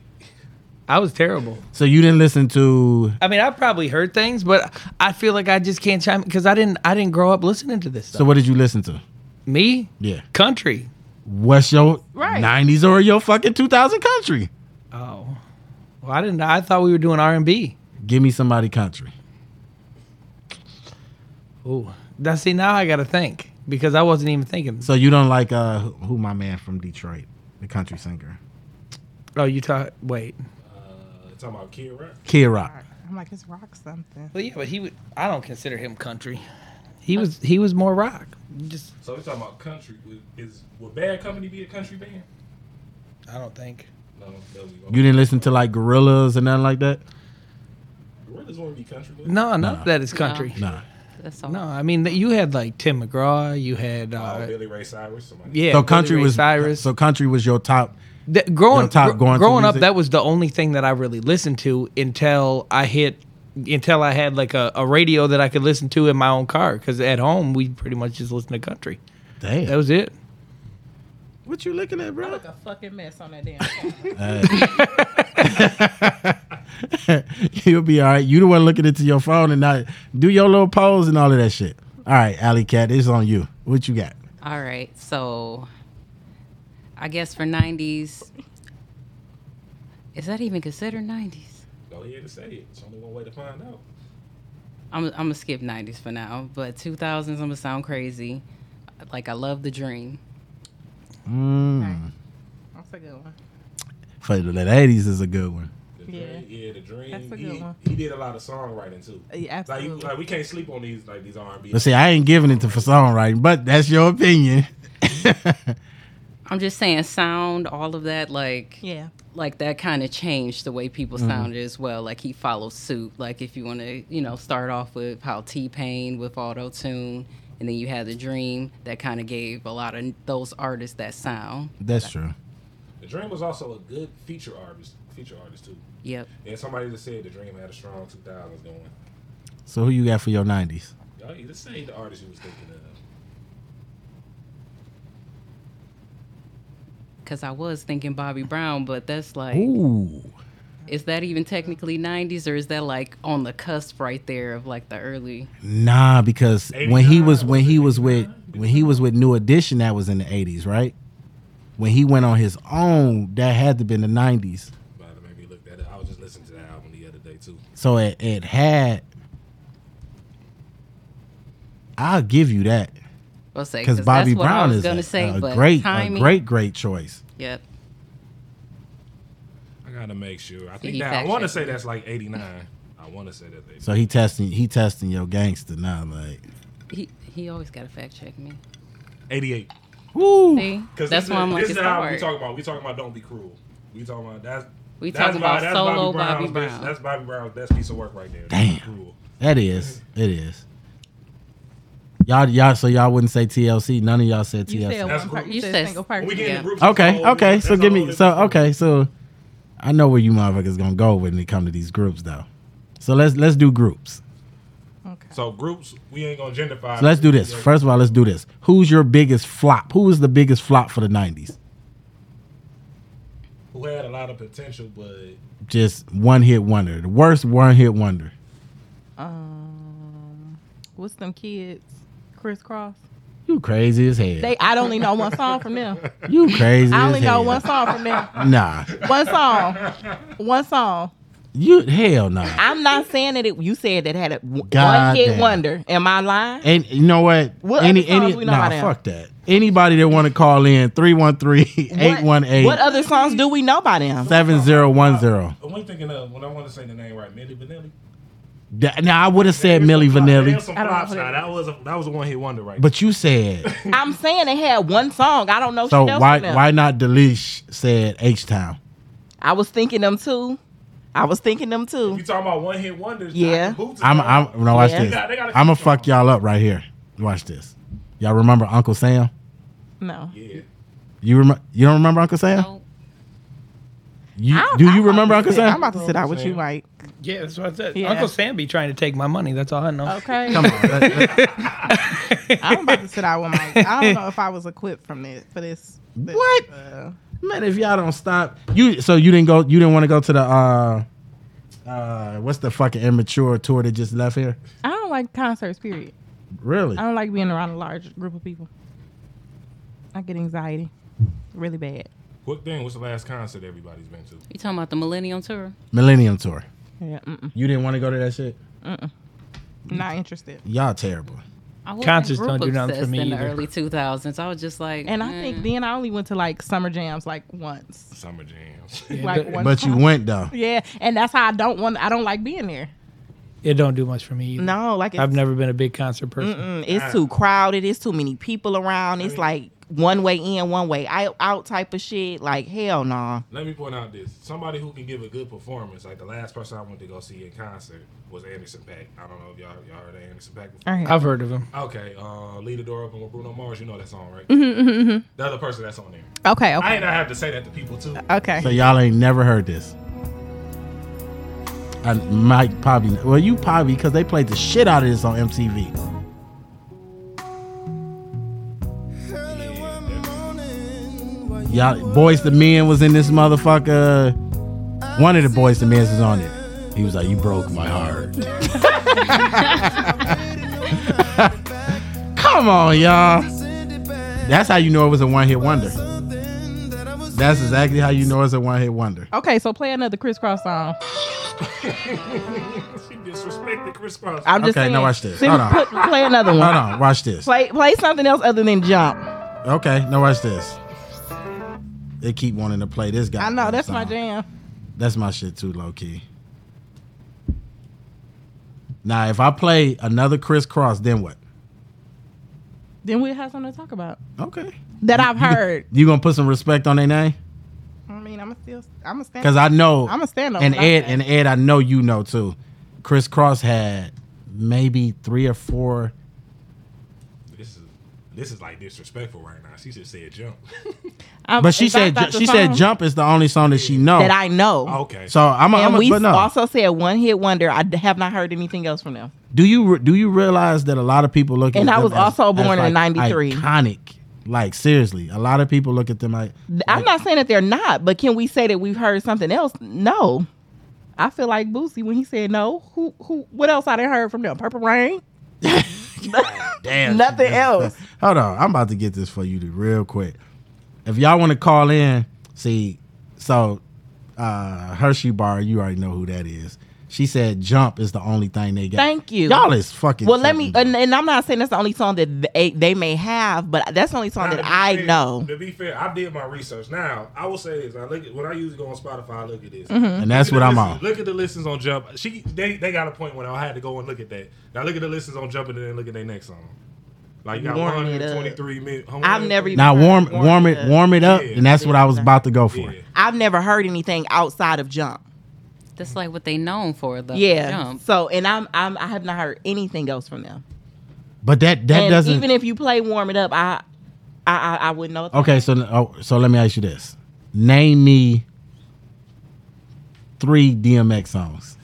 [SPEAKER 5] I was terrible.
[SPEAKER 3] so you didn't listen to.
[SPEAKER 5] I mean, I probably heard things, but I feel like I just can't chime because I didn't. I didn't grow up listening to this stuff.
[SPEAKER 3] So what did you listen to?
[SPEAKER 5] me,
[SPEAKER 3] Yeah.
[SPEAKER 5] country.
[SPEAKER 3] What's your
[SPEAKER 4] Right.
[SPEAKER 3] 90s or your fucking 2000 country?
[SPEAKER 5] Oh, well, I didn't. I thought we were doing R and B.
[SPEAKER 3] Give me somebody country.
[SPEAKER 5] Oh, now see, now I gotta think because I wasn't even thinking.
[SPEAKER 3] So you don't like uh who, who my man from Detroit, the country singer,
[SPEAKER 5] Oh, you talk. Wait.
[SPEAKER 6] Uh, talking about Kid Rock.
[SPEAKER 3] Kid Rock.
[SPEAKER 4] I'm like, it's rock something.
[SPEAKER 5] Well, yeah, but he. Would, I don't consider him country. He was. He was more rock. Just.
[SPEAKER 6] So we talking about country. Would- Is would Bad Company be a country band?
[SPEAKER 5] I don't think.
[SPEAKER 6] No, that we
[SPEAKER 3] You didn't listen to like Gorillas and nothing like that.
[SPEAKER 6] Gorillas won't be country. would it?
[SPEAKER 5] No, none of that is country. No.
[SPEAKER 3] Nah.
[SPEAKER 7] That's all.
[SPEAKER 5] I mean th- you had like Tim McGraw. You had. Uh,
[SPEAKER 6] Oh, Billy Ray Cyrus. Somebody.
[SPEAKER 5] yeah.
[SPEAKER 3] so
[SPEAKER 5] Billy
[SPEAKER 3] country
[SPEAKER 5] Ray
[SPEAKER 3] was
[SPEAKER 5] Cyrus.
[SPEAKER 3] So country was your top.
[SPEAKER 5] That- growing
[SPEAKER 3] Your top
[SPEAKER 5] gr-
[SPEAKER 3] going to
[SPEAKER 5] growing up,
[SPEAKER 3] music?
[SPEAKER 5] that was the only thing that I really listened to until I hit until I had like a, a radio that I could listen to in my own car because at home we pretty much just listened to country.
[SPEAKER 3] Damn.
[SPEAKER 5] That was it.
[SPEAKER 3] what you looking at, bro?
[SPEAKER 4] A fucking mess on that damn.
[SPEAKER 3] You'll be all right. You the one looking into your phone and not do your little pose and all of that shit. All right, Alley Cat, it's on you. What you got?
[SPEAKER 7] All right, so I guess for '90s, is that even considered '90s?
[SPEAKER 6] Go ahead and say it. It's only one way to find out.
[SPEAKER 7] I'm, I'm gonna skip '90s for now, but 2000s, I'm gonna sound crazy. Like I love the dream.
[SPEAKER 4] That's a good one.
[SPEAKER 3] Mm. For the ladies is a good one.
[SPEAKER 6] The
[SPEAKER 4] Yeah.
[SPEAKER 6] dream, yeah, the dream.
[SPEAKER 4] That's a
[SPEAKER 6] he,
[SPEAKER 4] good one.
[SPEAKER 6] he did a lot of songwriting too.
[SPEAKER 4] Yeah,
[SPEAKER 6] Like, you,
[SPEAKER 4] absolutely.
[SPEAKER 6] like we can't sleep on these like these R and B.
[SPEAKER 3] But see, I ain't giving it to for songwriting, but that's your opinion.
[SPEAKER 7] I'm just saying, sound, all of that, like
[SPEAKER 4] yeah.
[SPEAKER 7] like that kind of changed the way people sounded as well. Like he followed suit. Like if you want to, you know, start off with how T Pain with auto tune, and then you had the Dream that kind of gave a lot of those artists that sound.
[SPEAKER 3] That's true.
[SPEAKER 6] The dream was also a good feature artist. Feature artist too.
[SPEAKER 7] Yep.
[SPEAKER 6] And somebody just said the dream had a strong 2000s going.
[SPEAKER 3] So who you got for your nineties?
[SPEAKER 6] Y'all either say the artist you was thinking of.
[SPEAKER 7] Because I was thinking Bobby Brown, but that's like,
[SPEAKER 3] Ooh.
[SPEAKER 7] is that even technically 90s or is that like on the cusp right there of like the early?
[SPEAKER 3] Nah, because when he
[SPEAKER 6] 89,
[SPEAKER 3] was when
[SPEAKER 6] was
[SPEAKER 3] he
[SPEAKER 6] it
[SPEAKER 3] was with when he was with New Edition, that was in the eighties, right? When he went on his own, that had to been the nineties.
[SPEAKER 6] About to make me look that up. I was just listening to that album the other day too.
[SPEAKER 3] So it, it had. I'll give you that
[SPEAKER 7] I'll say,
[SPEAKER 3] because Bobby
[SPEAKER 7] that's what
[SPEAKER 3] Brown
[SPEAKER 7] I was
[SPEAKER 3] is
[SPEAKER 7] going
[SPEAKER 3] a,
[SPEAKER 7] to say,
[SPEAKER 3] a
[SPEAKER 7] but
[SPEAKER 3] great, a
[SPEAKER 7] timing,
[SPEAKER 3] great, great choice.
[SPEAKER 7] Yep.
[SPEAKER 5] I
[SPEAKER 6] gotta make sure. I think
[SPEAKER 7] he
[SPEAKER 6] that I
[SPEAKER 7] fact
[SPEAKER 6] want to
[SPEAKER 7] checked
[SPEAKER 6] say that's like eighty nine. I want to say that. 89.
[SPEAKER 3] So he testing he testing your gangster now, like
[SPEAKER 7] He he always got to fact check me.
[SPEAKER 6] 88.
[SPEAKER 3] woo.
[SPEAKER 7] See,
[SPEAKER 6] Because
[SPEAKER 7] that's
[SPEAKER 6] this
[SPEAKER 7] why
[SPEAKER 6] is-
[SPEAKER 7] I'm like
[SPEAKER 6] this
[SPEAKER 7] it's
[SPEAKER 6] is how we
[SPEAKER 7] hard.
[SPEAKER 6] talking about. We talking about don't be cruel. We talking about that's.
[SPEAKER 7] We
[SPEAKER 6] that's
[SPEAKER 7] talking
[SPEAKER 6] Bob-
[SPEAKER 7] about
[SPEAKER 6] that's
[SPEAKER 7] solo Bobby
[SPEAKER 6] Brown's
[SPEAKER 7] Brown.
[SPEAKER 6] Best, that's Bobby Brown's best piece of work right there.
[SPEAKER 3] Damn.
[SPEAKER 6] Don't be Cruel.
[SPEAKER 3] That is it is. Y'all y'all so y'all wouldn't say TLC. None of y'all said
[SPEAKER 4] You
[SPEAKER 3] TLC.
[SPEAKER 4] said
[SPEAKER 6] That's
[SPEAKER 4] one part.
[SPEAKER 6] cool.
[SPEAKER 4] You
[SPEAKER 7] You
[SPEAKER 4] said
[SPEAKER 7] said-
[SPEAKER 4] single
[SPEAKER 6] When
[SPEAKER 4] person.
[SPEAKER 6] we get in
[SPEAKER 7] Yeah.
[SPEAKER 6] the groups,
[SPEAKER 3] Okay,
[SPEAKER 6] it's a whole
[SPEAKER 3] okay.
[SPEAKER 6] different-
[SPEAKER 3] So
[SPEAKER 6] that's a
[SPEAKER 3] give
[SPEAKER 6] whole
[SPEAKER 3] me so
[SPEAKER 6] different story.
[SPEAKER 3] okay, so I know where you motherfuckers gonna go when it come to these groups though. So let's let's do groups.
[SPEAKER 4] Okay.
[SPEAKER 6] So groups, we ain't gonna genderify.
[SPEAKER 3] So let's do this.
[SPEAKER 6] Yeah.
[SPEAKER 3] First of all, let's do this. Who's your biggest flop? Who was the biggest flop for the nineties?
[SPEAKER 6] Who had a lot of potential, but
[SPEAKER 3] Just one hit wonder. The worst one hit wonder.
[SPEAKER 4] Um, what's them kids? Crisscross.
[SPEAKER 3] You crazy as hell.
[SPEAKER 4] They. I don't even know one song from them.
[SPEAKER 3] you crazy.
[SPEAKER 4] I
[SPEAKER 3] as
[SPEAKER 4] only know
[SPEAKER 3] hell.
[SPEAKER 4] one song from them.
[SPEAKER 3] Nah,
[SPEAKER 4] One song. One song.
[SPEAKER 3] you hell no. Nah.
[SPEAKER 4] I'm not saying that it. You said that had a w- one
[SPEAKER 3] God
[SPEAKER 4] hit
[SPEAKER 3] damn.
[SPEAKER 4] wonder. Am I lying?
[SPEAKER 3] And you know what?
[SPEAKER 4] What
[SPEAKER 3] any
[SPEAKER 4] other songs
[SPEAKER 3] any
[SPEAKER 4] we know
[SPEAKER 3] nah,
[SPEAKER 4] by now?
[SPEAKER 3] fuck that. Anybody that want to call in 313-818-7010.
[SPEAKER 4] What, what other songs do we know by them?
[SPEAKER 6] I'm only thinking of when I want to say the name right, Millie Vanilli.
[SPEAKER 3] Da- Now I would have said
[SPEAKER 6] There's
[SPEAKER 3] Millie
[SPEAKER 6] some- there's
[SPEAKER 3] Vanilli,
[SPEAKER 6] some
[SPEAKER 4] I don't know
[SPEAKER 6] flops
[SPEAKER 4] who
[SPEAKER 6] now.
[SPEAKER 4] that
[SPEAKER 6] That was a, that was a one hit wonder right
[SPEAKER 3] but you said
[SPEAKER 4] I'm saying they had one song. Oh, I don't know.
[SPEAKER 3] so.
[SPEAKER 4] shit else
[SPEAKER 3] Why
[SPEAKER 4] from them.
[SPEAKER 3] why not Delish said H Town?
[SPEAKER 4] I was thinking them too. I was thinking them
[SPEAKER 6] there.
[SPEAKER 4] too.
[SPEAKER 6] You talking about one hit wonders?
[SPEAKER 4] Yeah.
[SPEAKER 6] Dr. Boots is
[SPEAKER 3] I'm
[SPEAKER 6] one.
[SPEAKER 3] I'm no watch
[SPEAKER 4] Yeah.
[SPEAKER 3] this.
[SPEAKER 6] They gotta- they gotta
[SPEAKER 3] I'm gonna
[SPEAKER 6] keep
[SPEAKER 3] fuck y'all up right here. Watch this. Y'all remember Uncle Sam?
[SPEAKER 4] No.
[SPEAKER 6] Yeah.
[SPEAKER 3] You remember? You don't remember Uncle Sam?
[SPEAKER 7] Nope.
[SPEAKER 3] You,
[SPEAKER 4] I-
[SPEAKER 3] do
[SPEAKER 4] I'm
[SPEAKER 3] you
[SPEAKER 4] about
[SPEAKER 3] remember
[SPEAKER 4] to
[SPEAKER 3] Uncle
[SPEAKER 4] sit-
[SPEAKER 3] Sam?
[SPEAKER 4] I'm about to sit out with you, Mike.
[SPEAKER 5] Yeah, that's what I said.
[SPEAKER 4] Yeah.
[SPEAKER 5] Uncle Sam be trying to take my money. That's all I know.
[SPEAKER 4] Okay.
[SPEAKER 3] Come on, let- let-
[SPEAKER 4] I'm about to sit out with Mike. I don't know if I was equipped from this for this. this,
[SPEAKER 3] What?
[SPEAKER 4] uh,
[SPEAKER 3] man. If y'all don't stop, you so you didn't go. You didn't want to go to the uh, uh, what's the fucking immature tour that just left here?
[SPEAKER 4] I don't like concerts. Period.
[SPEAKER 3] Really?
[SPEAKER 4] I don't like being around a large group of people. I get anxiety,
[SPEAKER 6] Hmm.
[SPEAKER 4] really bad.
[SPEAKER 6] Quick thing. What's the last concert everybody's been to?
[SPEAKER 7] You talking about the Millennium Tour?
[SPEAKER 3] Millennium tour.
[SPEAKER 4] Yeah. Mm-mm.
[SPEAKER 3] You didn't want to go to that shit.
[SPEAKER 4] Not interested.
[SPEAKER 3] Y'all terrible.
[SPEAKER 7] I wasn't
[SPEAKER 5] Concerts
[SPEAKER 7] group
[SPEAKER 5] don't do nothing for
[SPEAKER 7] obsessed
[SPEAKER 5] me
[SPEAKER 7] In the
[SPEAKER 5] either.
[SPEAKER 7] early 2000s, I was just like,
[SPEAKER 4] And I
[SPEAKER 7] eh.
[SPEAKER 4] think then I only went to like summer jams like once.
[SPEAKER 6] Summer jams.
[SPEAKER 4] Like once.
[SPEAKER 3] But you went though.
[SPEAKER 4] Yeah, and that's how I don't want. I don't like being there.
[SPEAKER 5] It don't do much for me either.
[SPEAKER 4] No, like it's,
[SPEAKER 5] I've never been a big concert person.
[SPEAKER 4] Mm, it's too crowded. It's too many people around. It's like one way in, one way out, out type of shit. Like hell no.
[SPEAKER 6] Let me point out this: somebody who can give a good performance, like the last person I went to go see in concert was Anderson Pack. I don't know if y'all y'all heard of Anderson Pack. Before.
[SPEAKER 5] I've heard of him.
[SPEAKER 6] Okay, uh, leave the door open with Bruno Mars. You know that song, right? The other person that's on there.
[SPEAKER 4] Mm-hmm, Okay.
[SPEAKER 6] I
[SPEAKER 4] Okay.
[SPEAKER 6] ain't not have to say that to people too.
[SPEAKER 4] Okay.
[SPEAKER 3] So y'all ain't never heard this. I Mike probably. Well, you probably because they played the shit out of this on MTV. Y'all, boys the men was in this motherfucker. One of the boys the men was on it. He was like, "You broke my heart." Come on, y'all. That's how you know it was a one hit wonder. That's exactly how you know it's a one hit wonder.
[SPEAKER 4] Okay. So play another crisscross song.
[SPEAKER 6] she disrespected Chris Cross.
[SPEAKER 4] I'm just
[SPEAKER 3] Okay,
[SPEAKER 4] saying.
[SPEAKER 3] now watch this.
[SPEAKER 4] Sing-
[SPEAKER 3] Hold on.
[SPEAKER 4] put- play another one.
[SPEAKER 3] Hold on, watch this.
[SPEAKER 4] Play play something else other than jump.
[SPEAKER 3] Okay, now watch this. They keep wanting to play this guy.
[SPEAKER 4] I know that's my jam.
[SPEAKER 3] That's my shit too, low key. Now, if I play another crisscross, then what?
[SPEAKER 4] Then we have something to talk about
[SPEAKER 3] Okay.
[SPEAKER 4] that I've heard.
[SPEAKER 3] You gonna put some respect on their name?
[SPEAKER 4] I mean, I'm still I'm a stand.
[SPEAKER 3] Cause I know
[SPEAKER 4] I'm a stand up.
[SPEAKER 3] and Ed and Ed, I know you know too. Crisscross had maybe three or four.
[SPEAKER 6] This is this is like disrespectful right now. She should say jump.
[SPEAKER 3] But she said she said jump is the only song that she knows.
[SPEAKER 4] that I know.
[SPEAKER 6] okay.
[SPEAKER 3] Oh, so I'm a,
[SPEAKER 4] And
[SPEAKER 3] I'm a
[SPEAKER 4] we
[SPEAKER 3] but no.
[SPEAKER 4] also said one hit wonder. I d- have not heard anything else from them.
[SPEAKER 3] Do you re- do you realize that a lot of people look at
[SPEAKER 4] And I
[SPEAKER 3] them
[SPEAKER 4] was
[SPEAKER 3] as-
[SPEAKER 4] also
[SPEAKER 3] as,
[SPEAKER 4] born in
[SPEAKER 3] like,
[SPEAKER 4] 93.
[SPEAKER 3] Iconic. Like seriously, a lot of people look at them like
[SPEAKER 4] I'm not saying that they're not, but can we say that we've heard something else? No. I feel like Boosie when he said no. Who who? What else I done heard from them? Purple Rain.
[SPEAKER 3] damn
[SPEAKER 4] Nothing else.
[SPEAKER 3] Hold on, I'm about to get this for you to real quick. If y'all want to call in, see, so uh Hershey Bar, you already know who that is. She said "Jump" is the only thing they got.
[SPEAKER 4] Thank you.
[SPEAKER 3] Y'all is fucking.
[SPEAKER 4] Well, let me,
[SPEAKER 3] tripping.
[SPEAKER 4] and, and I'm not saying that's the only song that they, they may have, but that's the only song that
[SPEAKER 6] Nah, to be
[SPEAKER 4] I
[SPEAKER 6] fair-
[SPEAKER 4] know.
[SPEAKER 6] To be fair, I did my research. Now I will say this: I look at, when I usually go on Spotify, I look at this,
[SPEAKER 4] Mm-hmm.
[SPEAKER 3] and that's what
[SPEAKER 6] Look at
[SPEAKER 3] I'm
[SPEAKER 6] the
[SPEAKER 3] on.
[SPEAKER 6] listens- Look at the listens on Jump. She they, they got a point when I had to go and look at that. Now look at the listens on Jump and then look at their next song. Like you got
[SPEAKER 4] Warm it up.
[SPEAKER 6] 123 minutes.
[SPEAKER 4] I've never even-
[SPEAKER 3] Now warm,
[SPEAKER 4] Warm
[SPEAKER 3] warm
[SPEAKER 4] it
[SPEAKER 3] it,
[SPEAKER 4] up.
[SPEAKER 3] warm it up,
[SPEAKER 6] Yeah.
[SPEAKER 3] and that's what I was about to go for.
[SPEAKER 6] Yeah.
[SPEAKER 4] I've never heard anything outside of Jump.
[SPEAKER 7] That's like what they known for, though.
[SPEAKER 4] yeah.
[SPEAKER 7] Jump.
[SPEAKER 4] So, and I'm, I'm I have not heard anything else from them.
[SPEAKER 3] But that that
[SPEAKER 4] and
[SPEAKER 3] doesn't.
[SPEAKER 4] even if you play "Warm It Up," I, I, I, I wouldn't know.
[SPEAKER 3] okay, so oh, so let me ask you this: Name me three DMX songs.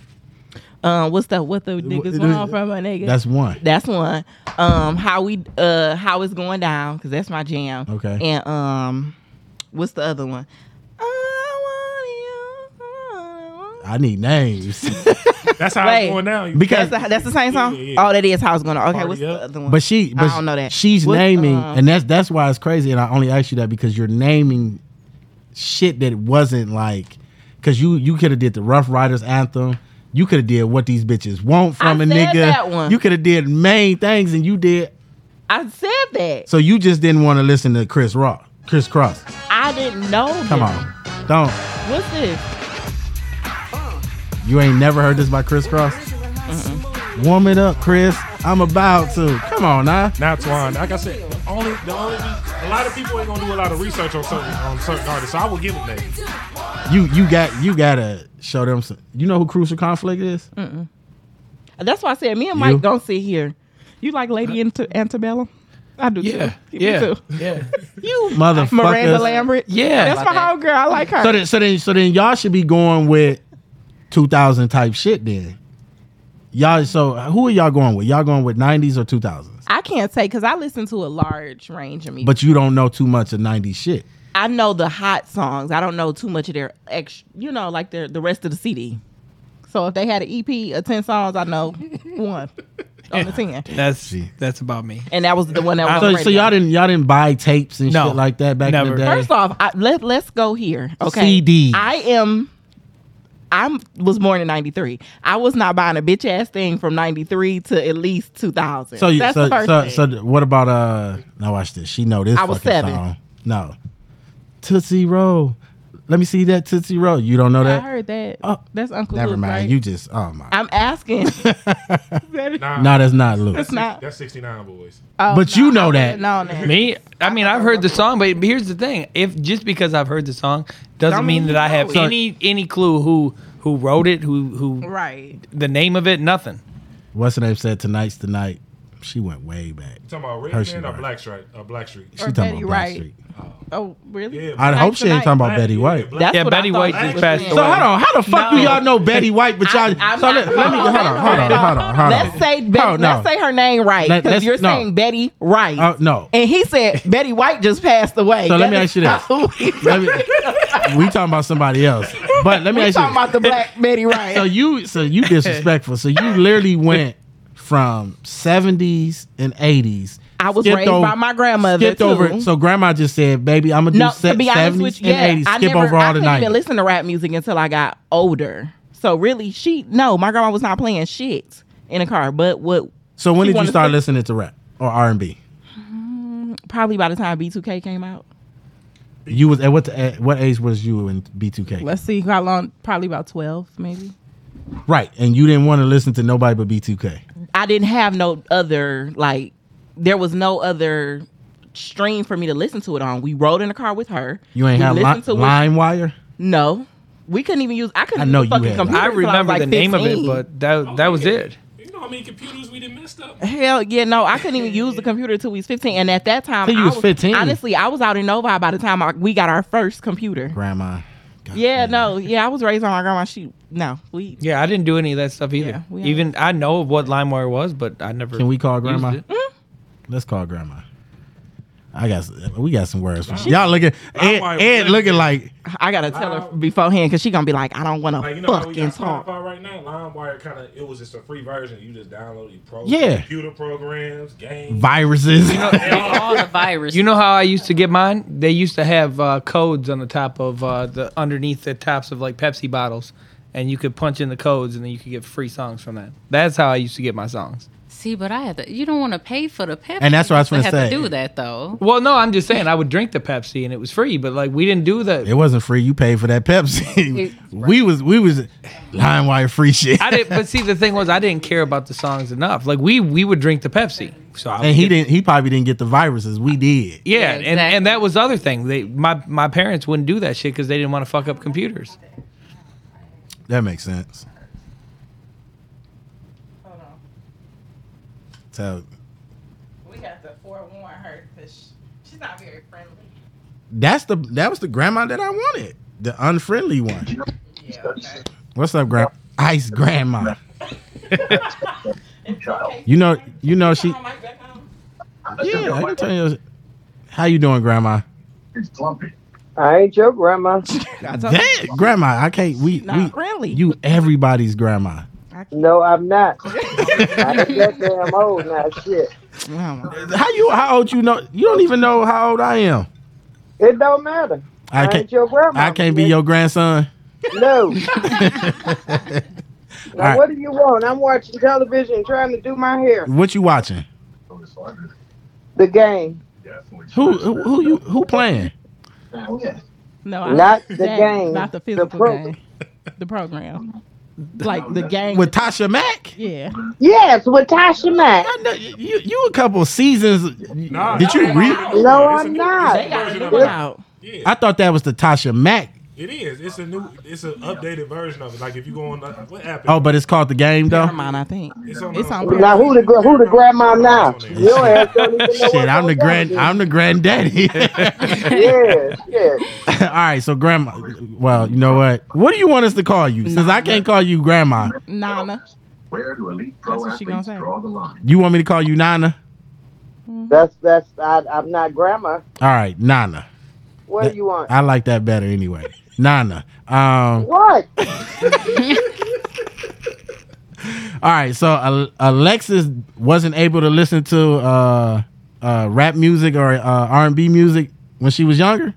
[SPEAKER 4] Um, what's the what the niggas want from my nigga?
[SPEAKER 3] That's one.
[SPEAKER 4] That's one. Um, how we uh how it's going down because that's my jam.
[SPEAKER 3] Okay.
[SPEAKER 4] And um, what's the other one? I want you.
[SPEAKER 3] I need names.
[SPEAKER 6] That's how
[SPEAKER 4] Wait.
[SPEAKER 6] it's going now.
[SPEAKER 3] Because-
[SPEAKER 4] That's the, that's the same song.
[SPEAKER 6] Yeah, yeah.
[SPEAKER 4] Oh, that is how it's going. Okay, what's the
[SPEAKER 6] Party up.
[SPEAKER 4] other one?
[SPEAKER 3] But she, but
[SPEAKER 4] don't know that.
[SPEAKER 3] She's
[SPEAKER 4] What-
[SPEAKER 3] naming,
[SPEAKER 4] um,
[SPEAKER 3] and that's that's why it's crazy. And I only asked you that because you're naming shit that it wasn't like, because you you could have did the Rough Riders anthem. You could have did what these bitches want from
[SPEAKER 4] I
[SPEAKER 3] a
[SPEAKER 4] said
[SPEAKER 3] nigga.
[SPEAKER 4] that one.
[SPEAKER 3] You could have did main things, and you did.
[SPEAKER 4] I said that.
[SPEAKER 3] So you just didn't want to listen to Chris Rock, Chris Cross.
[SPEAKER 4] I didn't know.
[SPEAKER 3] Come
[SPEAKER 4] this.
[SPEAKER 3] on, don't.
[SPEAKER 4] What's this?
[SPEAKER 3] You ain't never heard this by Chris Cross. Warm it up, Chris. I'm about to. Come on, now.
[SPEAKER 6] Now Twan, like I said, the only the only a lot of people ain't gonna do a lot of research on certain on certain artists. So I will give them that.
[SPEAKER 3] You you got you gotta show them. Some, you know who Crucial Conflict is?
[SPEAKER 4] That's why I said me and Mike
[SPEAKER 3] You? Uh,
[SPEAKER 4] don't sit here. You like Lady Ante- Antebellum? I do.
[SPEAKER 5] Yeah,
[SPEAKER 4] too. Me
[SPEAKER 5] yeah,
[SPEAKER 4] too.
[SPEAKER 5] yeah,
[SPEAKER 4] You
[SPEAKER 3] Motherfuckers.
[SPEAKER 4] Miranda Lambert.
[SPEAKER 5] Yeah.
[SPEAKER 4] that's my
[SPEAKER 7] Love
[SPEAKER 4] homegirl. I like her.
[SPEAKER 3] So then, so then, so then, y'all should be going with two thousand type shit. Then y'all. So who are y'all going with? Y'all going with nineties or two thousands?
[SPEAKER 4] I can't say because I listen to a large range of music.
[SPEAKER 3] But you don't know too much of nineties shit.
[SPEAKER 4] I know the hot songs. I don't know too much of their ex, you know, like their the rest of the CD. So if they had an EP of ten songs, I know one on the ten,
[SPEAKER 5] That's that's about me.
[SPEAKER 4] and that was the one that was. on
[SPEAKER 3] So,
[SPEAKER 4] the
[SPEAKER 3] so
[SPEAKER 4] radio.
[SPEAKER 3] y'all didn't y'all didn't buy tapes and
[SPEAKER 5] No.
[SPEAKER 3] shit like that back in
[SPEAKER 5] Never.
[SPEAKER 3] the day.
[SPEAKER 4] First off, I, let let's go here. Okay,
[SPEAKER 3] CDs.
[SPEAKER 4] I am. I was born in '93. I was not buying a bitch ass thing from '93 to at least 2000.
[SPEAKER 3] so you,
[SPEAKER 4] that's
[SPEAKER 3] so
[SPEAKER 4] the first
[SPEAKER 3] so,
[SPEAKER 4] thing.
[SPEAKER 3] so what about uh? Now watch this. She know this.
[SPEAKER 4] I was
[SPEAKER 3] fucking
[SPEAKER 4] seven.
[SPEAKER 3] Song. No, Tootsie Roll. Let me see that Tootsie Roll. You don't know
[SPEAKER 4] I
[SPEAKER 3] that?
[SPEAKER 4] heard that.
[SPEAKER 3] Oh,
[SPEAKER 4] that's Uncle.
[SPEAKER 3] Never
[SPEAKER 4] Luke,
[SPEAKER 3] mind.
[SPEAKER 4] right?
[SPEAKER 3] You just oh my.
[SPEAKER 4] I'm asking.
[SPEAKER 6] Nah,
[SPEAKER 3] no, that's not Luke.
[SPEAKER 4] That's not.
[SPEAKER 6] that's 69 boys.
[SPEAKER 4] oh,
[SPEAKER 3] but you know that.
[SPEAKER 4] No, no.
[SPEAKER 5] Me, I mean, I've heard the song, but here's the thing: if just because I've heard the song doesn't
[SPEAKER 4] Don't mean
[SPEAKER 5] mean that I
[SPEAKER 4] you
[SPEAKER 5] have
[SPEAKER 4] know it.
[SPEAKER 5] any any clue who who wrote it, who who
[SPEAKER 4] Right.
[SPEAKER 5] the name of it, nothing.
[SPEAKER 3] What's her name said tonight's the night. She went way back.
[SPEAKER 6] You talking about Red
[SPEAKER 3] Hershey
[SPEAKER 6] Man or
[SPEAKER 3] Brown.
[SPEAKER 6] Black Street? Or Black Street?
[SPEAKER 3] She
[SPEAKER 4] Or
[SPEAKER 3] talking
[SPEAKER 4] Betty
[SPEAKER 3] about
[SPEAKER 4] Wright.
[SPEAKER 3] Black Street.
[SPEAKER 4] Oh, really?
[SPEAKER 6] Yeah,
[SPEAKER 3] I
[SPEAKER 6] Black-
[SPEAKER 3] hope she ain't
[SPEAKER 4] tonight.
[SPEAKER 3] talking about
[SPEAKER 6] Black-
[SPEAKER 3] Betty
[SPEAKER 6] yeah,
[SPEAKER 3] White.
[SPEAKER 6] Black-
[SPEAKER 4] That's
[SPEAKER 5] Yeah,
[SPEAKER 4] what I
[SPEAKER 5] Betty
[SPEAKER 4] thought.
[SPEAKER 5] White
[SPEAKER 4] I
[SPEAKER 5] just
[SPEAKER 4] was
[SPEAKER 5] passed
[SPEAKER 4] saying.
[SPEAKER 5] away.
[SPEAKER 3] So hold on, how the fuck do
[SPEAKER 4] No.
[SPEAKER 3] y'all know Betty White? But y'all,
[SPEAKER 4] I'm
[SPEAKER 3] so
[SPEAKER 4] not-
[SPEAKER 3] let, let me
[SPEAKER 4] hold
[SPEAKER 3] hold
[SPEAKER 4] on,
[SPEAKER 3] on, hold on, hold on, hold on.
[SPEAKER 4] Let's say Betty,
[SPEAKER 3] Oh, no.
[SPEAKER 4] let's say her name right
[SPEAKER 3] Let-
[SPEAKER 4] because
[SPEAKER 3] let's-
[SPEAKER 4] you're
[SPEAKER 3] no.
[SPEAKER 4] saying Betty Wright.
[SPEAKER 3] Uh, no.
[SPEAKER 4] and he said Betty White just passed away.
[SPEAKER 3] So let me
[SPEAKER 4] That
[SPEAKER 3] ask you
[SPEAKER 4] is
[SPEAKER 3] this.
[SPEAKER 4] not who we-
[SPEAKER 3] Let me, we talking about somebody else, but let me
[SPEAKER 4] we
[SPEAKER 3] ask
[SPEAKER 4] talking
[SPEAKER 3] you.
[SPEAKER 4] about the black Betty Wright.
[SPEAKER 3] So you, so you disrespectful. So you literally went from seventies and eighties.
[SPEAKER 4] I was raised by my grandmother,
[SPEAKER 3] Skipped
[SPEAKER 4] too.
[SPEAKER 3] over. So grandma just said, "Baby, I'm gonna
[SPEAKER 4] no,
[SPEAKER 3] do
[SPEAKER 4] to be honest
[SPEAKER 3] seventies
[SPEAKER 4] with
[SPEAKER 3] and
[SPEAKER 4] you, yeah,
[SPEAKER 3] eighties.
[SPEAKER 4] I
[SPEAKER 3] Skip
[SPEAKER 4] never
[SPEAKER 3] over all
[SPEAKER 4] I
[SPEAKER 3] the
[SPEAKER 4] couldn't even
[SPEAKER 3] nineties.
[SPEAKER 4] listen to rap music until I got older. So really, she no, my grandma was not playing shit in the car. But what?
[SPEAKER 3] So when
[SPEAKER 4] she
[SPEAKER 3] did you
[SPEAKER 4] wanted
[SPEAKER 3] start
[SPEAKER 4] to-
[SPEAKER 3] listening to rap or R and B?
[SPEAKER 4] Probably by the time B2K came out.
[SPEAKER 3] You was at what at what age was you in B two K?
[SPEAKER 4] Let's see how long. Probably about twelve, maybe.
[SPEAKER 3] Right, and you didn't want to listen to nobody but B two K.
[SPEAKER 4] I didn't have no other like there was no other stream for me to listen to it on. We rode in the car with her.
[SPEAKER 3] You ain't
[SPEAKER 4] we
[SPEAKER 3] have
[SPEAKER 4] listened
[SPEAKER 3] li-
[SPEAKER 4] to it.
[SPEAKER 3] line wire.
[SPEAKER 4] No. We couldn't even use I couldn't
[SPEAKER 3] I
[SPEAKER 4] use
[SPEAKER 3] know
[SPEAKER 4] the
[SPEAKER 3] you
[SPEAKER 4] fucking
[SPEAKER 3] had.
[SPEAKER 4] computer.
[SPEAKER 5] I
[SPEAKER 4] till was,
[SPEAKER 5] remember
[SPEAKER 4] like,
[SPEAKER 5] the name of it,
[SPEAKER 4] 15.
[SPEAKER 5] but that that was it.
[SPEAKER 6] You know how many computers we done messed up?
[SPEAKER 4] Hell yeah, no, I couldn't even use the computer till we was fifteen. And at that time
[SPEAKER 3] Till you
[SPEAKER 4] I
[SPEAKER 3] was 15.
[SPEAKER 4] Honestly, I was out in Novi by the time I, we got our first computer.
[SPEAKER 3] Grandma. God
[SPEAKER 4] Yeah,
[SPEAKER 3] damn.
[SPEAKER 4] no, yeah, I was raised on my grandma. She no, we
[SPEAKER 5] Yeah, I didn't do any of that stuff
[SPEAKER 4] Yeah,
[SPEAKER 5] either.
[SPEAKER 4] we don't-
[SPEAKER 5] Even I know of what LimeWire was, but I never.
[SPEAKER 3] Can we call grandma? Hmm?
[SPEAKER 5] used it.
[SPEAKER 3] Let's call grandma. I got s- we got some words. for Y'all looking Ed,
[SPEAKER 6] wire-
[SPEAKER 3] Ed looking like
[SPEAKER 4] I gotta tell her beforehand because she gonna be like, I don't wanna
[SPEAKER 6] Like you know how we
[SPEAKER 4] fucking
[SPEAKER 6] got
[SPEAKER 4] talk.
[SPEAKER 6] Spotify right now, LimeWire kind of it was just a free version. You just download your pro-
[SPEAKER 3] Yeah.
[SPEAKER 6] computer programs, games.
[SPEAKER 3] viruses.
[SPEAKER 7] all the virus.
[SPEAKER 5] You know how I used to get mine? They used to have uh, codes on the top of uh, the underneath the tops of like Pepsi bottles, and you could punch in the codes, and then you could get free songs from that. That's how I used to get my songs.
[SPEAKER 7] See, but I had to. You don't want to pay for the Pepsi.
[SPEAKER 3] And that's what I was
[SPEAKER 7] You
[SPEAKER 3] gonna
[SPEAKER 7] have
[SPEAKER 3] say.
[SPEAKER 7] To do that though.
[SPEAKER 5] Well, no, I'm just saying I would drink the Pepsi, and it was free, but like we didn't do that.
[SPEAKER 3] It wasn't free. You paid for that Pepsi. we was we was line wire free shit.
[SPEAKER 5] I didn't. But see, the thing was, I didn't care about the songs enough. Like we we would drink the Pepsi. So I
[SPEAKER 3] and he didn't. He probably didn't get the viruses. We did.
[SPEAKER 5] Yeah,
[SPEAKER 7] Yeah,
[SPEAKER 5] and, and that
[SPEAKER 7] exactly.
[SPEAKER 5] was the other thing. They my my parents wouldn't do that shit because they didn't want to fuck up computers.
[SPEAKER 3] That makes sense.
[SPEAKER 4] Hold on.
[SPEAKER 3] So
[SPEAKER 4] We have to forewarn her because she's not very friendly.
[SPEAKER 3] that's the that was the grandma that I wanted. The unfriendly one.
[SPEAKER 4] Yeah, okay.
[SPEAKER 3] What's up, grandma? Ice grandma.
[SPEAKER 4] It's okay.
[SPEAKER 3] You know. You know she.
[SPEAKER 4] Turn my mic back on.
[SPEAKER 3] Yeah. I can tell you. How you doing, grandma?
[SPEAKER 1] I ain't your grandma.
[SPEAKER 4] I told her
[SPEAKER 3] That grandma. I can't. We.
[SPEAKER 4] she's not
[SPEAKER 3] we
[SPEAKER 4] friendly.
[SPEAKER 3] you everybody's grandma.
[SPEAKER 1] No, I'm not. I ain't that damn old now. Shit.
[SPEAKER 4] Oh,
[SPEAKER 3] How you? How old you know? You don't even know how old I am.
[SPEAKER 1] It don't matter.
[SPEAKER 3] I
[SPEAKER 1] I,
[SPEAKER 3] can't.
[SPEAKER 1] ain't your grandma.
[SPEAKER 3] I can't be your grandson.
[SPEAKER 1] No. now,
[SPEAKER 3] right.
[SPEAKER 1] what do you want? I'm watching television trying to do my hair.
[SPEAKER 3] What you watching?
[SPEAKER 1] The game.
[SPEAKER 3] Who who, who you who playing?
[SPEAKER 4] No, I-
[SPEAKER 1] Not the
[SPEAKER 4] that-
[SPEAKER 1] game,
[SPEAKER 4] Not the
[SPEAKER 1] the
[SPEAKER 4] physical
[SPEAKER 1] program.
[SPEAKER 4] game. The program. Like the game.
[SPEAKER 3] With Tasha Mack? Oh,
[SPEAKER 4] yeah.
[SPEAKER 1] Yes, with Tasha Mack.
[SPEAKER 3] I know, you you a couple seasons.
[SPEAKER 6] Nah,
[SPEAKER 3] Did you
[SPEAKER 6] it's
[SPEAKER 3] read?
[SPEAKER 6] out.
[SPEAKER 1] No,
[SPEAKER 6] It's a
[SPEAKER 1] I'm
[SPEAKER 6] new-
[SPEAKER 1] not.
[SPEAKER 4] They
[SPEAKER 6] it's a new
[SPEAKER 4] got a
[SPEAKER 6] version
[SPEAKER 4] new
[SPEAKER 6] of
[SPEAKER 4] one
[SPEAKER 6] it.
[SPEAKER 4] out.
[SPEAKER 6] Yeah,
[SPEAKER 3] I thought that was the Tasha Mack.
[SPEAKER 6] it is. It's a new. It's an updated version of it. Like if you go on, the, what app?
[SPEAKER 3] Oh, but it's called the game though.
[SPEAKER 4] Paramount, I think.
[SPEAKER 6] It's on.
[SPEAKER 4] It's on
[SPEAKER 1] Now who the gr- who the grandma now?
[SPEAKER 6] It's on there.
[SPEAKER 1] Your ass don't even know what's
[SPEAKER 3] Shit, I'm the
[SPEAKER 1] going
[SPEAKER 3] grand.
[SPEAKER 1] on.
[SPEAKER 3] I'm the granddaddy.
[SPEAKER 1] Yes, yes.
[SPEAKER 3] All right, so grandma. Well, you know what? What do you want us to call you? Since I can't call you grandma,
[SPEAKER 4] Nana.
[SPEAKER 8] Where do elite
[SPEAKER 4] That's
[SPEAKER 8] pro
[SPEAKER 4] what she
[SPEAKER 8] athletes
[SPEAKER 4] gonna say. Mm-hmm.
[SPEAKER 8] draw the line?
[SPEAKER 3] you want me to call you Nana?
[SPEAKER 1] That's that's I, I'm not grandma.
[SPEAKER 3] All right, Nana.
[SPEAKER 1] What do you want?
[SPEAKER 3] I like that better anyway. Nana. Um.
[SPEAKER 1] What?
[SPEAKER 3] All right, so Al- Alexis wasn't able to listen to uh, uh, rap music or uh, R and B music when she was younger.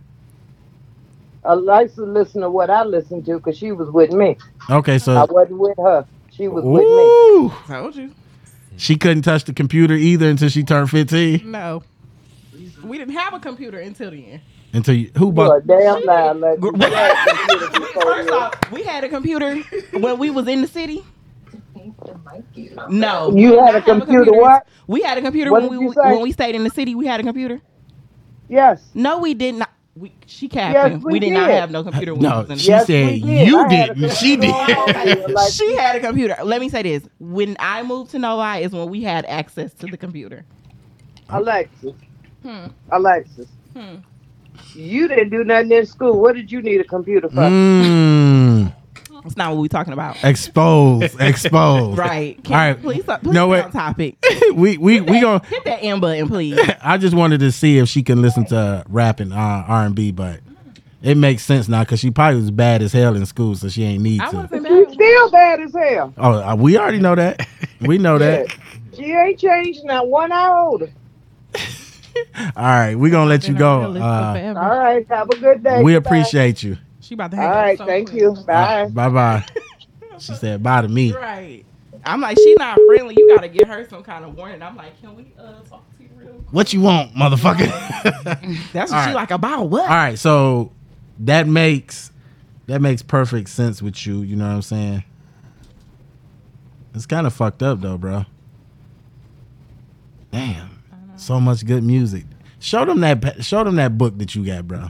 [SPEAKER 1] Alexa listen to what I listened to because she was with me.
[SPEAKER 3] Okay, so
[SPEAKER 1] I wasn't with her. She was with me.
[SPEAKER 3] Ooh.
[SPEAKER 4] Told you.
[SPEAKER 3] she couldn't touch the computer either until she turned fifteen.
[SPEAKER 4] No. We didn't have a computer until then.
[SPEAKER 3] Until you, who
[SPEAKER 1] You a
[SPEAKER 3] bought?
[SPEAKER 1] damn lie, Alexa. You had a computer before
[SPEAKER 4] First
[SPEAKER 1] you.
[SPEAKER 4] off, we had a computer when we was in the city. No,
[SPEAKER 1] You
[SPEAKER 4] we did
[SPEAKER 1] had
[SPEAKER 4] not
[SPEAKER 1] a
[SPEAKER 4] have
[SPEAKER 1] computer what?
[SPEAKER 4] We had a computer
[SPEAKER 1] What
[SPEAKER 4] when we
[SPEAKER 1] did you say?
[SPEAKER 4] when we stayed in the city. We had a computer.
[SPEAKER 1] Yes.
[SPEAKER 4] No, we did not. We, she capped.
[SPEAKER 1] Yes,
[SPEAKER 4] him.
[SPEAKER 1] we
[SPEAKER 4] we did, not
[SPEAKER 1] did.
[SPEAKER 4] have no computer. When we
[SPEAKER 3] No,
[SPEAKER 4] was in the
[SPEAKER 3] she
[SPEAKER 1] Yes,
[SPEAKER 3] said
[SPEAKER 1] we did.
[SPEAKER 3] you
[SPEAKER 1] I had a
[SPEAKER 3] didn't. She did.
[SPEAKER 1] computer on my-
[SPEAKER 4] she had a computer. Let me say this: when I moved to Novi, is when we had access to the computer.
[SPEAKER 1] Alexis.
[SPEAKER 4] Hmm.
[SPEAKER 1] Alexis. You didn't do nothing in school. What did you need a computer for?
[SPEAKER 3] Mm,
[SPEAKER 4] That's not what we're talking about,
[SPEAKER 3] expose, expose.
[SPEAKER 4] right? Can,
[SPEAKER 3] All right.
[SPEAKER 4] Please, please
[SPEAKER 3] No,
[SPEAKER 4] be
[SPEAKER 3] wait.
[SPEAKER 4] on topic.
[SPEAKER 3] we we we gonna.
[SPEAKER 4] Hit that M button, please.
[SPEAKER 3] I just wanted to see if she can listen to rap and uh, R and B, but it makes sense now because she probably was bad as hell in school, so she ain't need
[SPEAKER 4] I
[SPEAKER 3] to.
[SPEAKER 4] wasn't
[SPEAKER 1] You
[SPEAKER 4] bad.
[SPEAKER 1] still bad as hell.
[SPEAKER 3] Oh, uh, we already know that. We know that.
[SPEAKER 1] She ain't changed not one hour older.
[SPEAKER 3] All right, we're gonna let you go. Uh,
[SPEAKER 1] All right. Have a good day.
[SPEAKER 3] we
[SPEAKER 1] Bye.
[SPEAKER 3] appreciate Uh, you.
[SPEAKER 4] She about to hang
[SPEAKER 1] All
[SPEAKER 4] up
[SPEAKER 1] right.
[SPEAKER 4] so
[SPEAKER 1] Thank
[SPEAKER 4] quick.
[SPEAKER 1] you. Bye.
[SPEAKER 3] Bye bye. She said bye to me.
[SPEAKER 4] Right. I'm like, she's not friendly. You gotta give her some kind of warning. I'm like, can we uh talk to you real? quick?
[SPEAKER 3] What you want, motherfucker?
[SPEAKER 4] That's what
[SPEAKER 3] All
[SPEAKER 4] she
[SPEAKER 3] right.
[SPEAKER 4] like about what?
[SPEAKER 3] All right, so that makes that makes perfect sense with you. You know what I'm saying? It's kind of fucked up though, bro. Damn, so much good music. Show them that. pa- Show them that book that you got, bro.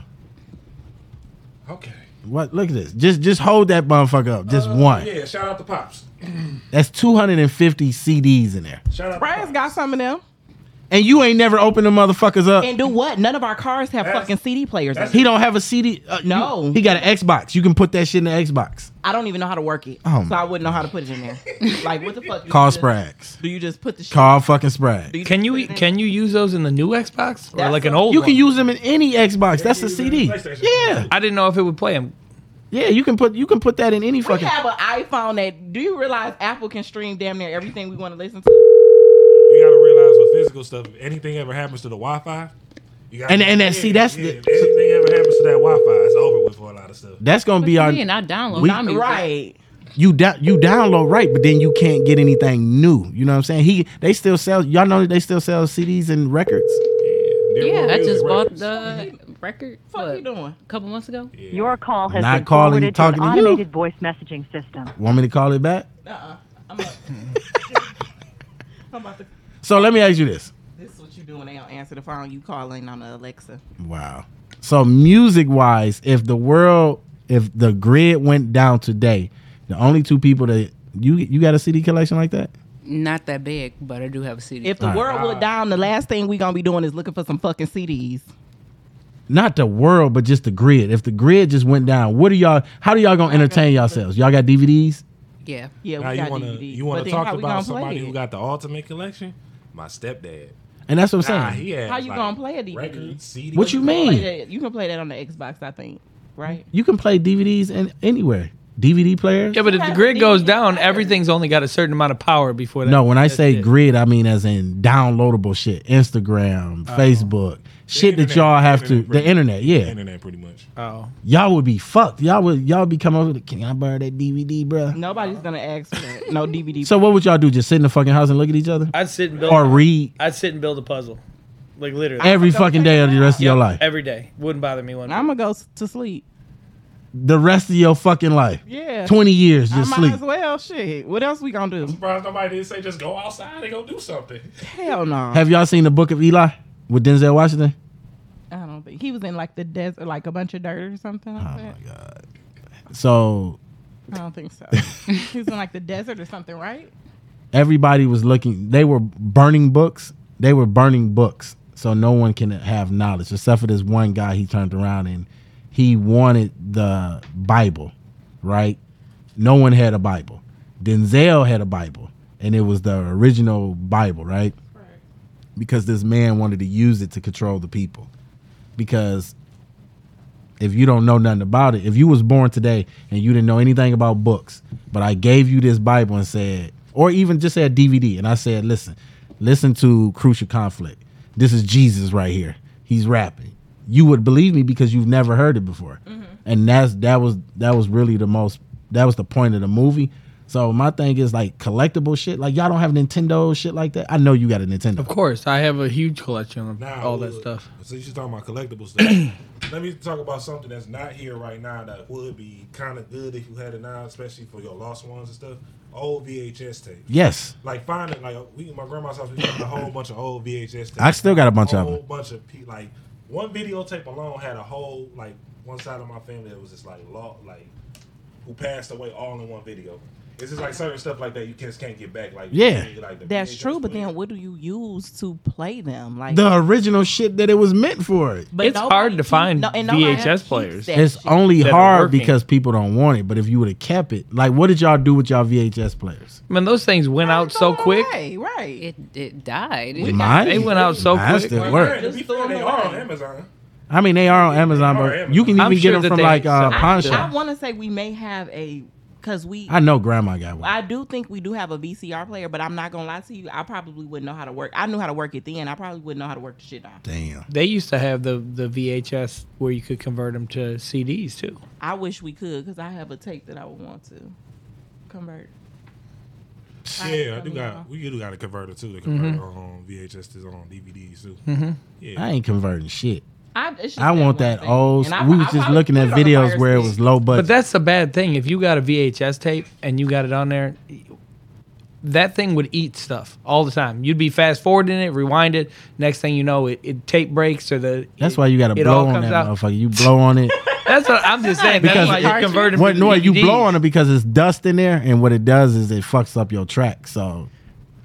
[SPEAKER 6] Okay.
[SPEAKER 3] What? Look at this. Just just hold that motherfucker up. Just one.
[SPEAKER 6] Uh, Yeah. Shout out to pops.
[SPEAKER 3] That's 250 CDs in there,
[SPEAKER 6] Shout out.
[SPEAKER 4] Brian's
[SPEAKER 6] to
[SPEAKER 4] got some of them.
[SPEAKER 3] and you ain't never opened the motherfuckers up.
[SPEAKER 4] And do what? None of our cars have
[SPEAKER 6] That's-
[SPEAKER 4] fucking CD players. in
[SPEAKER 6] that's-
[SPEAKER 4] it.
[SPEAKER 3] He don't have a CD. uh, you-
[SPEAKER 4] No.
[SPEAKER 3] he got an Xbox. You can put that shit in the Xbox.
[SPEAKER 4] I don't even know how to work it,
[SPEAKER 3] Oh
[SPEAKER 4] so
[SPEAKER 3] my
[SPEAKER 4] I wouldn't know how to put it in there. like, what the fuck? You
[SPEAKER 3] Call
[SPEAKER 4] just-
[SPEAKER 3] Sprags.
[SPEAKER 4] Do you just put the shit?
[SPEAKER 3] Call fucking Sprags.
[SPEAKER 4] do just
[SPEAKER 5] Can
[SPEAKER 4] put
[SPEAKER 5] you e-
[SPEAKER 4] it in?
[SPEAKER 5] can you use those in the new Xbox or
[SPEAKER 4] That's
[SPEAKER 5] like an
[SPEAKER 4] a-
[SPEAKER 5] old?
[SPEAKER 3] You can
[SPEAKER 5] one?
[SPEAKER 3] use them in any Xbox. That's a
[SPEAKER 6] use them in
[SPEAKER 3] CD.
[SPEAKER 6] PlayStation.
[SPEAKER 3] Yeah,
[SPEAKER 5] I didn't know if it would play them.
[SPEAKER 3] yeah. You can put you can put that in any
[SPEAKER 4] We
[SPEAKER 3] fucking.
[SPEAKER 4] have an iPhone that. Do you realize Apple can stream damn near everything we want to listen to?
[SPEAKER 6] You gotta realize with physical stuff, if anything ever happens to the Wi-Fi, you gotta
[SPEAKER 3] And- and that- see, that's the-
[SPEAKER 6] if anything ever happens to that Wi-Fi, it's over with for a lot of stuff.
[SPEAKER 3] That's gonna be
[SPEAKER 7] You
[SPEAKER 3] our.
[SPEAKER 7] mean I download
[SPEAKER 3] we-
[SPEAKER 7] our music.
[SPEAKER 4] Right.
[SPEAKER 3] you da- you download right, but then you can't get anything new. You know what I'm saying? He they still sell y'all know they still sell CDs and records.
[SPEAKER 7] Yeah,
[SPEAKER 6] Dearborn
[SPEAKER 7] I
[SPEAKER 6] Music
[SPEAKER 7] just bought
[SPEAKER 6] Records.
[SPEAKER 7] the record
[SPEAKER 4] What you
[SPEAKER 7] what, a
[SPEAKER 4] doing?
[SPEAKER 7] couple months ago.
[SPEAKER 6] Yeah.
[SPEAKER 8] Your call has
[SPEAKER 3] Not
[SPEAKER 8] been
[SPEAKER 3] calling,
[SPEAKER 8] forwarded to
[SPEAKER 3] talking
[SPEAKER 8] an
[SPEAKER 3] to you.
[SPEAKER 8] automated voice messaging system.
[SPEAKER 3] Want me to call it back?
[SPEAKER 4] Uh-uh. I'm, up. I'm about to.
[SPEAKER 3] So let me ask you this.
[SPEAKER 4] This is what you do when they don't answer the phone. You calling on the Alexa.
[SPEAKER 3] Wow. So music wise, if the world, if the grid went down today, the only two people that you you got a CD collection like that?
[SPEAKER 7] Not that big, but I do have a CD.
[SPEAKER 4] If the world were down, the last thing we gonna be doing is looking for some fucking CDs.
[SPEAKER 3] Not the world, but just the grid. If the grid just went down, what are y'all? How do y'all gonna entertain yourselves? Y'all got DVDs?
[SPEAKER 7] yeah.
[SPEAKER 4] Yeah, we
[SPEAKER 6] Now
[SPEAKER 4] got
[SPEAKER 6] you want to
[SPEAKER 4] DVDs.
[SPEAKER 6] you
[SPEAKER 4] But
[SPEAKER 6] want to
[SPEAKER 4] then
[SPEAKER 6] talk
[SPEAKER 4] how we
[SPEAKER 6] about
[SPEAKER 4] gonna
[SPEAKER 6] somebody
[SPEAKER 4] play
[SPEAKER 6] who
[SPEAKER 4] it?
[SPEAKER 6] got the ultimate collection? My stepdad.
[SPEAKER 3] And that's what I'm saying.
[SPEAKER 6] Nah, he has
[SPEAKER 4] How you
[SPEAKER 6] like,
[SPEAKER 4] gonna play a DVD?
[SPEAKER 6] Records, CDs.
[SPEAKER 3] What you mean?
[SPEAKER 4] Play that- You can play that on the Xbox, I think. Right?
[SPEAKER 3] you can play DVDs in, anywhere. DVD player?
[SPEAKER 5] Yeah, but if the grid goes down, everything's only got a certain amount of power before that.
[SPEAKER 3] No, when I say
[SPEAKER 5] it.
[SPEAKER 3] grid, I mean as in downloadable shit, Instagram, Facebook, shit that
[SPEAKER 6] internet.
[SPEAKER 3] y'all have to.
[SPEAKER 6] Internet,
[SPEAKER 3] The
[SPEAKER 6] pretty-
[SPEAKER 3] internet, yeah.
[SPEAKER 6] Internet, pretty much.
[SPEAKER 5] Oh,
[SPEAKER 3] y'all would be fucked. Y'all would y'all be coming over. To, Can I borrow that DVD, bruh?
[SPEAKER 4] Nobody's gonna ask for that. no DVD.
[SPEAKER 3] So what would y'all do? Just sit in the fucking house and look at each other,
[SPEAKER 5] I'd sit and build.
[SPEAKER 3] or read
[SPEAKER 5] I'd sit and build a puzzle, like literally
[SPEAKER 3] every fucking day of the rest of your life.
[SPEAKER 5] every day. Wouldn't bother me one.
[SPEAKER 4] I'm gonna go s- to sleep.
[SPEAKER 3] The rest of your fucking life.
[SPEAKER 4] Yeah.
[SPEAKER 3] Twenty years
[SPEAKER 4] I
[SPEAKER 3] just
[SPEAKER 4] might
[SPEAKER 3] sleep.
[SPEAKER 4] as well. Shit. What else we gonna do?
[SPEAKER 6] Surprised nobody didn't say just go outside and go do something.
[SPEAKER 4] Hell no.
[SPEAKER 3] Have y'all seen the Book of Eli with Denzel Washington?
[SPEAKER 4] I don't think he was in like the desert, like a bunch of dirt or something. Like that.
[SPEAKER 3] Oh God. So
[SPEAKER 4] I don't think so. he was in like the desert or something, right?
[SPEAKER 3] everybody was looking. They were burning books. They were burning books. So no one can have knowledge except for this one guy. He turned around and he wanted the Bible, right? No one had a Bible. Denzel had a Bible, and it was the original Bible, right? Because this man wanted to use it to control the people. Because if you don't know nothing about it, if you was born today and you didn't know anything about books, but I gave you this Bible and said, or even just said DVD, and I said, listen, listen to Crucial Conflict. This is Jesus right here. He's rapping. You would believe me because you've never heard it before, and that's that was that was really the most that was the point of the movie. So my thing is like collectible shit. Like y'all don't have Nintendo shit like that. I know you got a Nintendo.
[SPEAKER 5] Of course, I have a huge collection of
[SPEAKER 6] Now,
[SPEAKER 5] all that
[SPEAKER 6] look,
[SPEAKER 5] stuff.
[SPEAKER 6] Since you're talking about collectible stuff, let me talk about something that's not here right now that would be kind of good if you had it now, especially for your lost ones and stuff. Old VHS tapes.
[SPEAKER 3] Yes,
[SPEAKER 6] Like finding like we my grandma's house, we found a whole bunch of old VHS tapes.
[SPEAKER 3] I still got a bunch
[SPEAKER 6] whole
[SPEAKER 3] of them.
[SPEAKER 6] bunch of pe- like one videotape alone had a whole like one side of my family that was just like law like who passed away all in one video. It's just like certain stuff like that you just can't get back. Like
[SPEAKER 3] Yeah.
[SPEAKER 6] like the
[SPEAKER 4] That's
[SPEAKER 6] VHS
[SPEAKER 4] true. But
[SPEAKER 6] player.
[SPEAKER 4] then, what do you use to play them? Like
[SPEAKER 3] The original shit that it was meant for.
[SPEAKER 4] But
[SPEAKER 5] It's
[SPEAKER 4] nobody
[SPEAKER 5] hard to
[SPEAKER 4] keep-
[SPEAKER 5] find
[SPEAKER 4] and nobody
[SPEAKER 5] VHS
[SPEAKER 4] keeps
[SPEAKER 5] players.
[SPEAKER 4] that
[SPEAKER 3] It's
[SPEAKER 4] shit.
[SPEAKER 3] only
[SPEAKER 5] that are
[SPEAKER 3] hard
[SPEAKER 5] working.
[SPEAKER 3] because people don't want it. But if you would have kept it, like, what did y'all do with y'all VHS players?
[SPEAKER 5] Man, those things went out so quick.
[SPEAKER 4] Right, right.
[SPEAKER 7] It it died. It
[SPEAKER 3] Mine?
[SPEAKER 5] They went out so
[SPEAKER 3] Mine
[SPEAKER 5] quick.
[SPEAKER 3] still
[SPEAKER 6] Like,
[SPEAKER 3] work.
[SPEAKER 6] man, to be
[SPEAKER 4] Just
[SPEAKER 6] fair,
[SPEAKER 4] throw
[SPEAKER 6] they
[SPEAKER 4] them
[SPEAKER 6] are on
[SPEAKER 4] away.
[SPEAKER 6] Amazon.
[SPEAKER 3] I mean, they are on Amazon,
[SPEAKER 6] They are
[SPEAKER 3] but
[SPEAKER 6] Amazon.
[SPEAKER 3] you can even
[SPEAKER 5] I'm
[SPEAKER 3] get
[SPEAKER 5] sure
[SPEAKER 3] them
[SPEAKER 5] that
[SPEAKER 3] from
[SPEAKER 5] they
[SPEAKER 3] like uh,
[SPEAKER 5] sell-
[SPEAKER 3] pawn
[SPEAKER 5] Yeah.
[SPEAKER 4] I
[SPEAKER 3] shop.
[SPEAKER 4] want to say we may have a because we.
[SPEAKER 3] I know grandma got one.
[SPEAKER 4] I do think we do have a VCR player, but I'm not gonna lie to you. I probably wouldn't know how to work. I knew how to work it then. I probably wouldn't know how to work the shit now.
[SPEAKER 3] Damn.
[SPEAKER 5] They used to have the the VHS where you could convert them to CDs too.
[SPEAKER 4] I wish we could because I have a tape that I would want to convert.
[SPEAKER 6] Yeah, I do
[SPEAKER 4] from y'all.
[SPEAKER 6] got. We do got a converter too. um, The converter on VHS is on DVDs too.
[SPEAKER 3] Mm-hmm. I ain't converting shit.
[SPEAKER 4] I, it's just
[SPEAKER 3] I want
[SPEAKER 4] one
[SPEAKER 3] that
[SPEAKER 4] thing.
[SPEAKER 3] old.
[SPEAKER 4] And I-
[SPEAKER 3] we
[SPEAKER 4] I
[SPEAKER 3] was just
[SPEAKER 4] probably
[SPEAKER 3] looking
[SPEAKER 4] put
[SPEAKER 3] at
[SPEAKER 4] it on the
[SPEAKER 3] videos
[SPEAKER 4] Fire
[SPEAKER 3] where it
[SPEAKER 4] Stick.
[SPEAKER 3] was low
[SPEAKER 5] But
[SPEAKER 3] budget.
[SPEAKER 5] that's the bad thing. If you got a VHS tape and you got it on there, that thing would eat stuff all the time. You'd be fast forwarding it, rewind it. Next thing you know, it, it tape breaks or the.
[SPEAKER 3] That's
[SPEAKER 5] it-
[SPEAKER 3] why you got to
[SPEAKER 5] it
[SPEAKER 3] blow
[SPEAKER 5] all
[SPEAKER 3] on
[SPEAKER 5] comes
[SPEAKER 3] that
[SPEAKER 5] out.
[SPEAKER 3] motherfucker. You blow on it.
[SPEAKER 5] That's what I'm just saying.
[SPEAKER 3] Because
[SPEAKER 5] That's why you
[SPEAKER 3] it-
[SPEAKER 5] convert them.
[SPEAKER 3] what,
[SPEAKER 5] to E
[SPEAKER 3] no, you
[SPEAKER 5] DVDs.
[SPEAKER 3] blow on it because it's dust in there, and what it does is it fucks up your track. So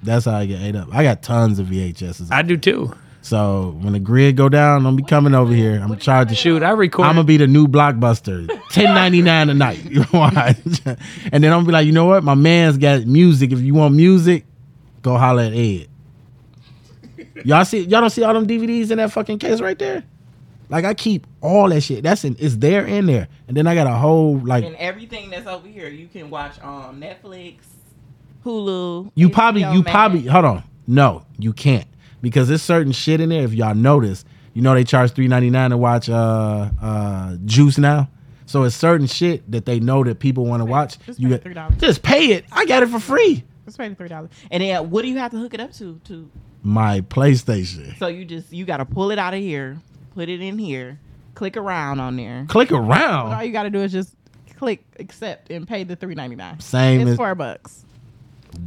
[SPEAKER 3] that's how I get ate up. I got tons of VHSs.
[SPEAKER 5] I do too.
[SPEAKER 3] so when the grid go down, don't be coming over here. I'm charging.
[SPEAKER 5] Shoot, I record.
[SPEAKER 3] I'm gonna be the new blockbuster, ten ninety nine a night. Watch. and then I'm gonna be like, you know what? My man's got music. If you want music, go holler at Ed. Y'all see? Y'all don't see all them DVDs in that fucking case right there? Like I keep all that shit. That's in. It's there in there. And then I got a whole
[SPEAKER 4] And
[SPEAKER 3] like.
[SPEAKER 4] everything that's over here, you can watch on Netflix, Hulu.
[SPEAKER 3] You
[SPEAKER 4] HBO
[SPEAKER 3] probably. You
[SPEAKER 4] Max.
[SPEAKER 3] probably. Hold on. No, you can't because there's certain shit in there. If y'all notice, you know they charge three ninety nine to watch uh uh Juice now. So it's certain shit that they know that people want to watch.
[SPEAKER 4] Just
[SPEAKER 3] You
[SPEAKER 4] pay
[SPEAKER 3] got-
[SPEAKER 4] $3.
[SPEAKER 3] just pay it. I got it for free.
[SPEAKER 4] It's paying three dollars. And then what do you have to hook it up to? To
[SPEAKER 3] My PlayStation.
[SPEAKER 4] so you just you gotta pull it out of here, put it in here, click around on there.
[SPEAKER 3] Click
[SPEAKER 4] All
[SPEAKER 3] around.
[SPEAKER 4] you gotta do is just click accept and pay the three ninety nine.
[SPEAKER 3] Same
[SPEAKER 4] It's
[SPEAKER 3] as-
[SPEAKER 4] four bucks.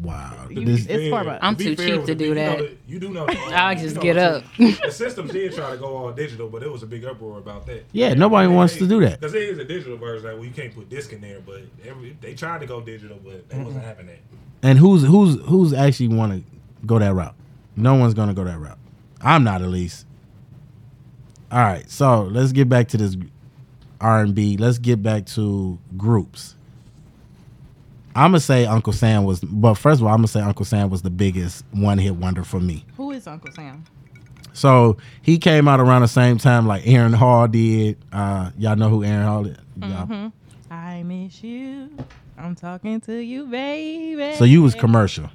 [SPEAKER 3] Wow.
[SPEAKER 4] You-
[SPEAKER 3] This-
[SPEAKER 4] it's four bucks.
[SPEAKER 7] I'm
[SPEAKER 6] be
[SPEAKER 7] too
[SPEAKER 6] fair
[SPEAKER 7] cheap
[SPEAKER 6] with
[SPEAKER 7] to
[SPEAKER 6] the-
[SPEAKER 7] do
[SPEAKER 6] you know
[SPEAKER 7] that.
[SPEAKER 6] the- You do know. the-
[SPEAKER 7] I'll
[SPEAKER 6] you
[SPEAKER 7] just
[SPEAKER 6] know
[SPEAKER 7] get
[SPEAKER 6] the-
[SPEAKER 7] up.
[SPEAKER 6] The system did try to go all digital, but it was a big uproar about that.
[SPEAKER 3] Yeah, nobody wants to do that.
[SPEAKER 6] Because it is a digital version, like well, you can't put disc in there. But every, they tried to go digital, but they wasn't having that.
[SPEAKER 3] And who's who's who's actually want to go that route? No one's gonna go that route. I'm not at least. All right, so let's get back to this R and B. Let's get back to groups. I'm gonna say Uncle Sam was, but first of all, I'm gonna say Uncle Sam was the biggest one hit wonder for me.
[SPEAKER 4] Who is Uncle Sam?
[SPEAKER 3] So he came out around the same time like Aaron Hall did. Uh, y'all know who Aaron Hall is. Y'all-
[SPEAKER 4] Mm-hmm. I miss you. I'm talking to you, baby.
[SPEAKER 3] So you was commercial.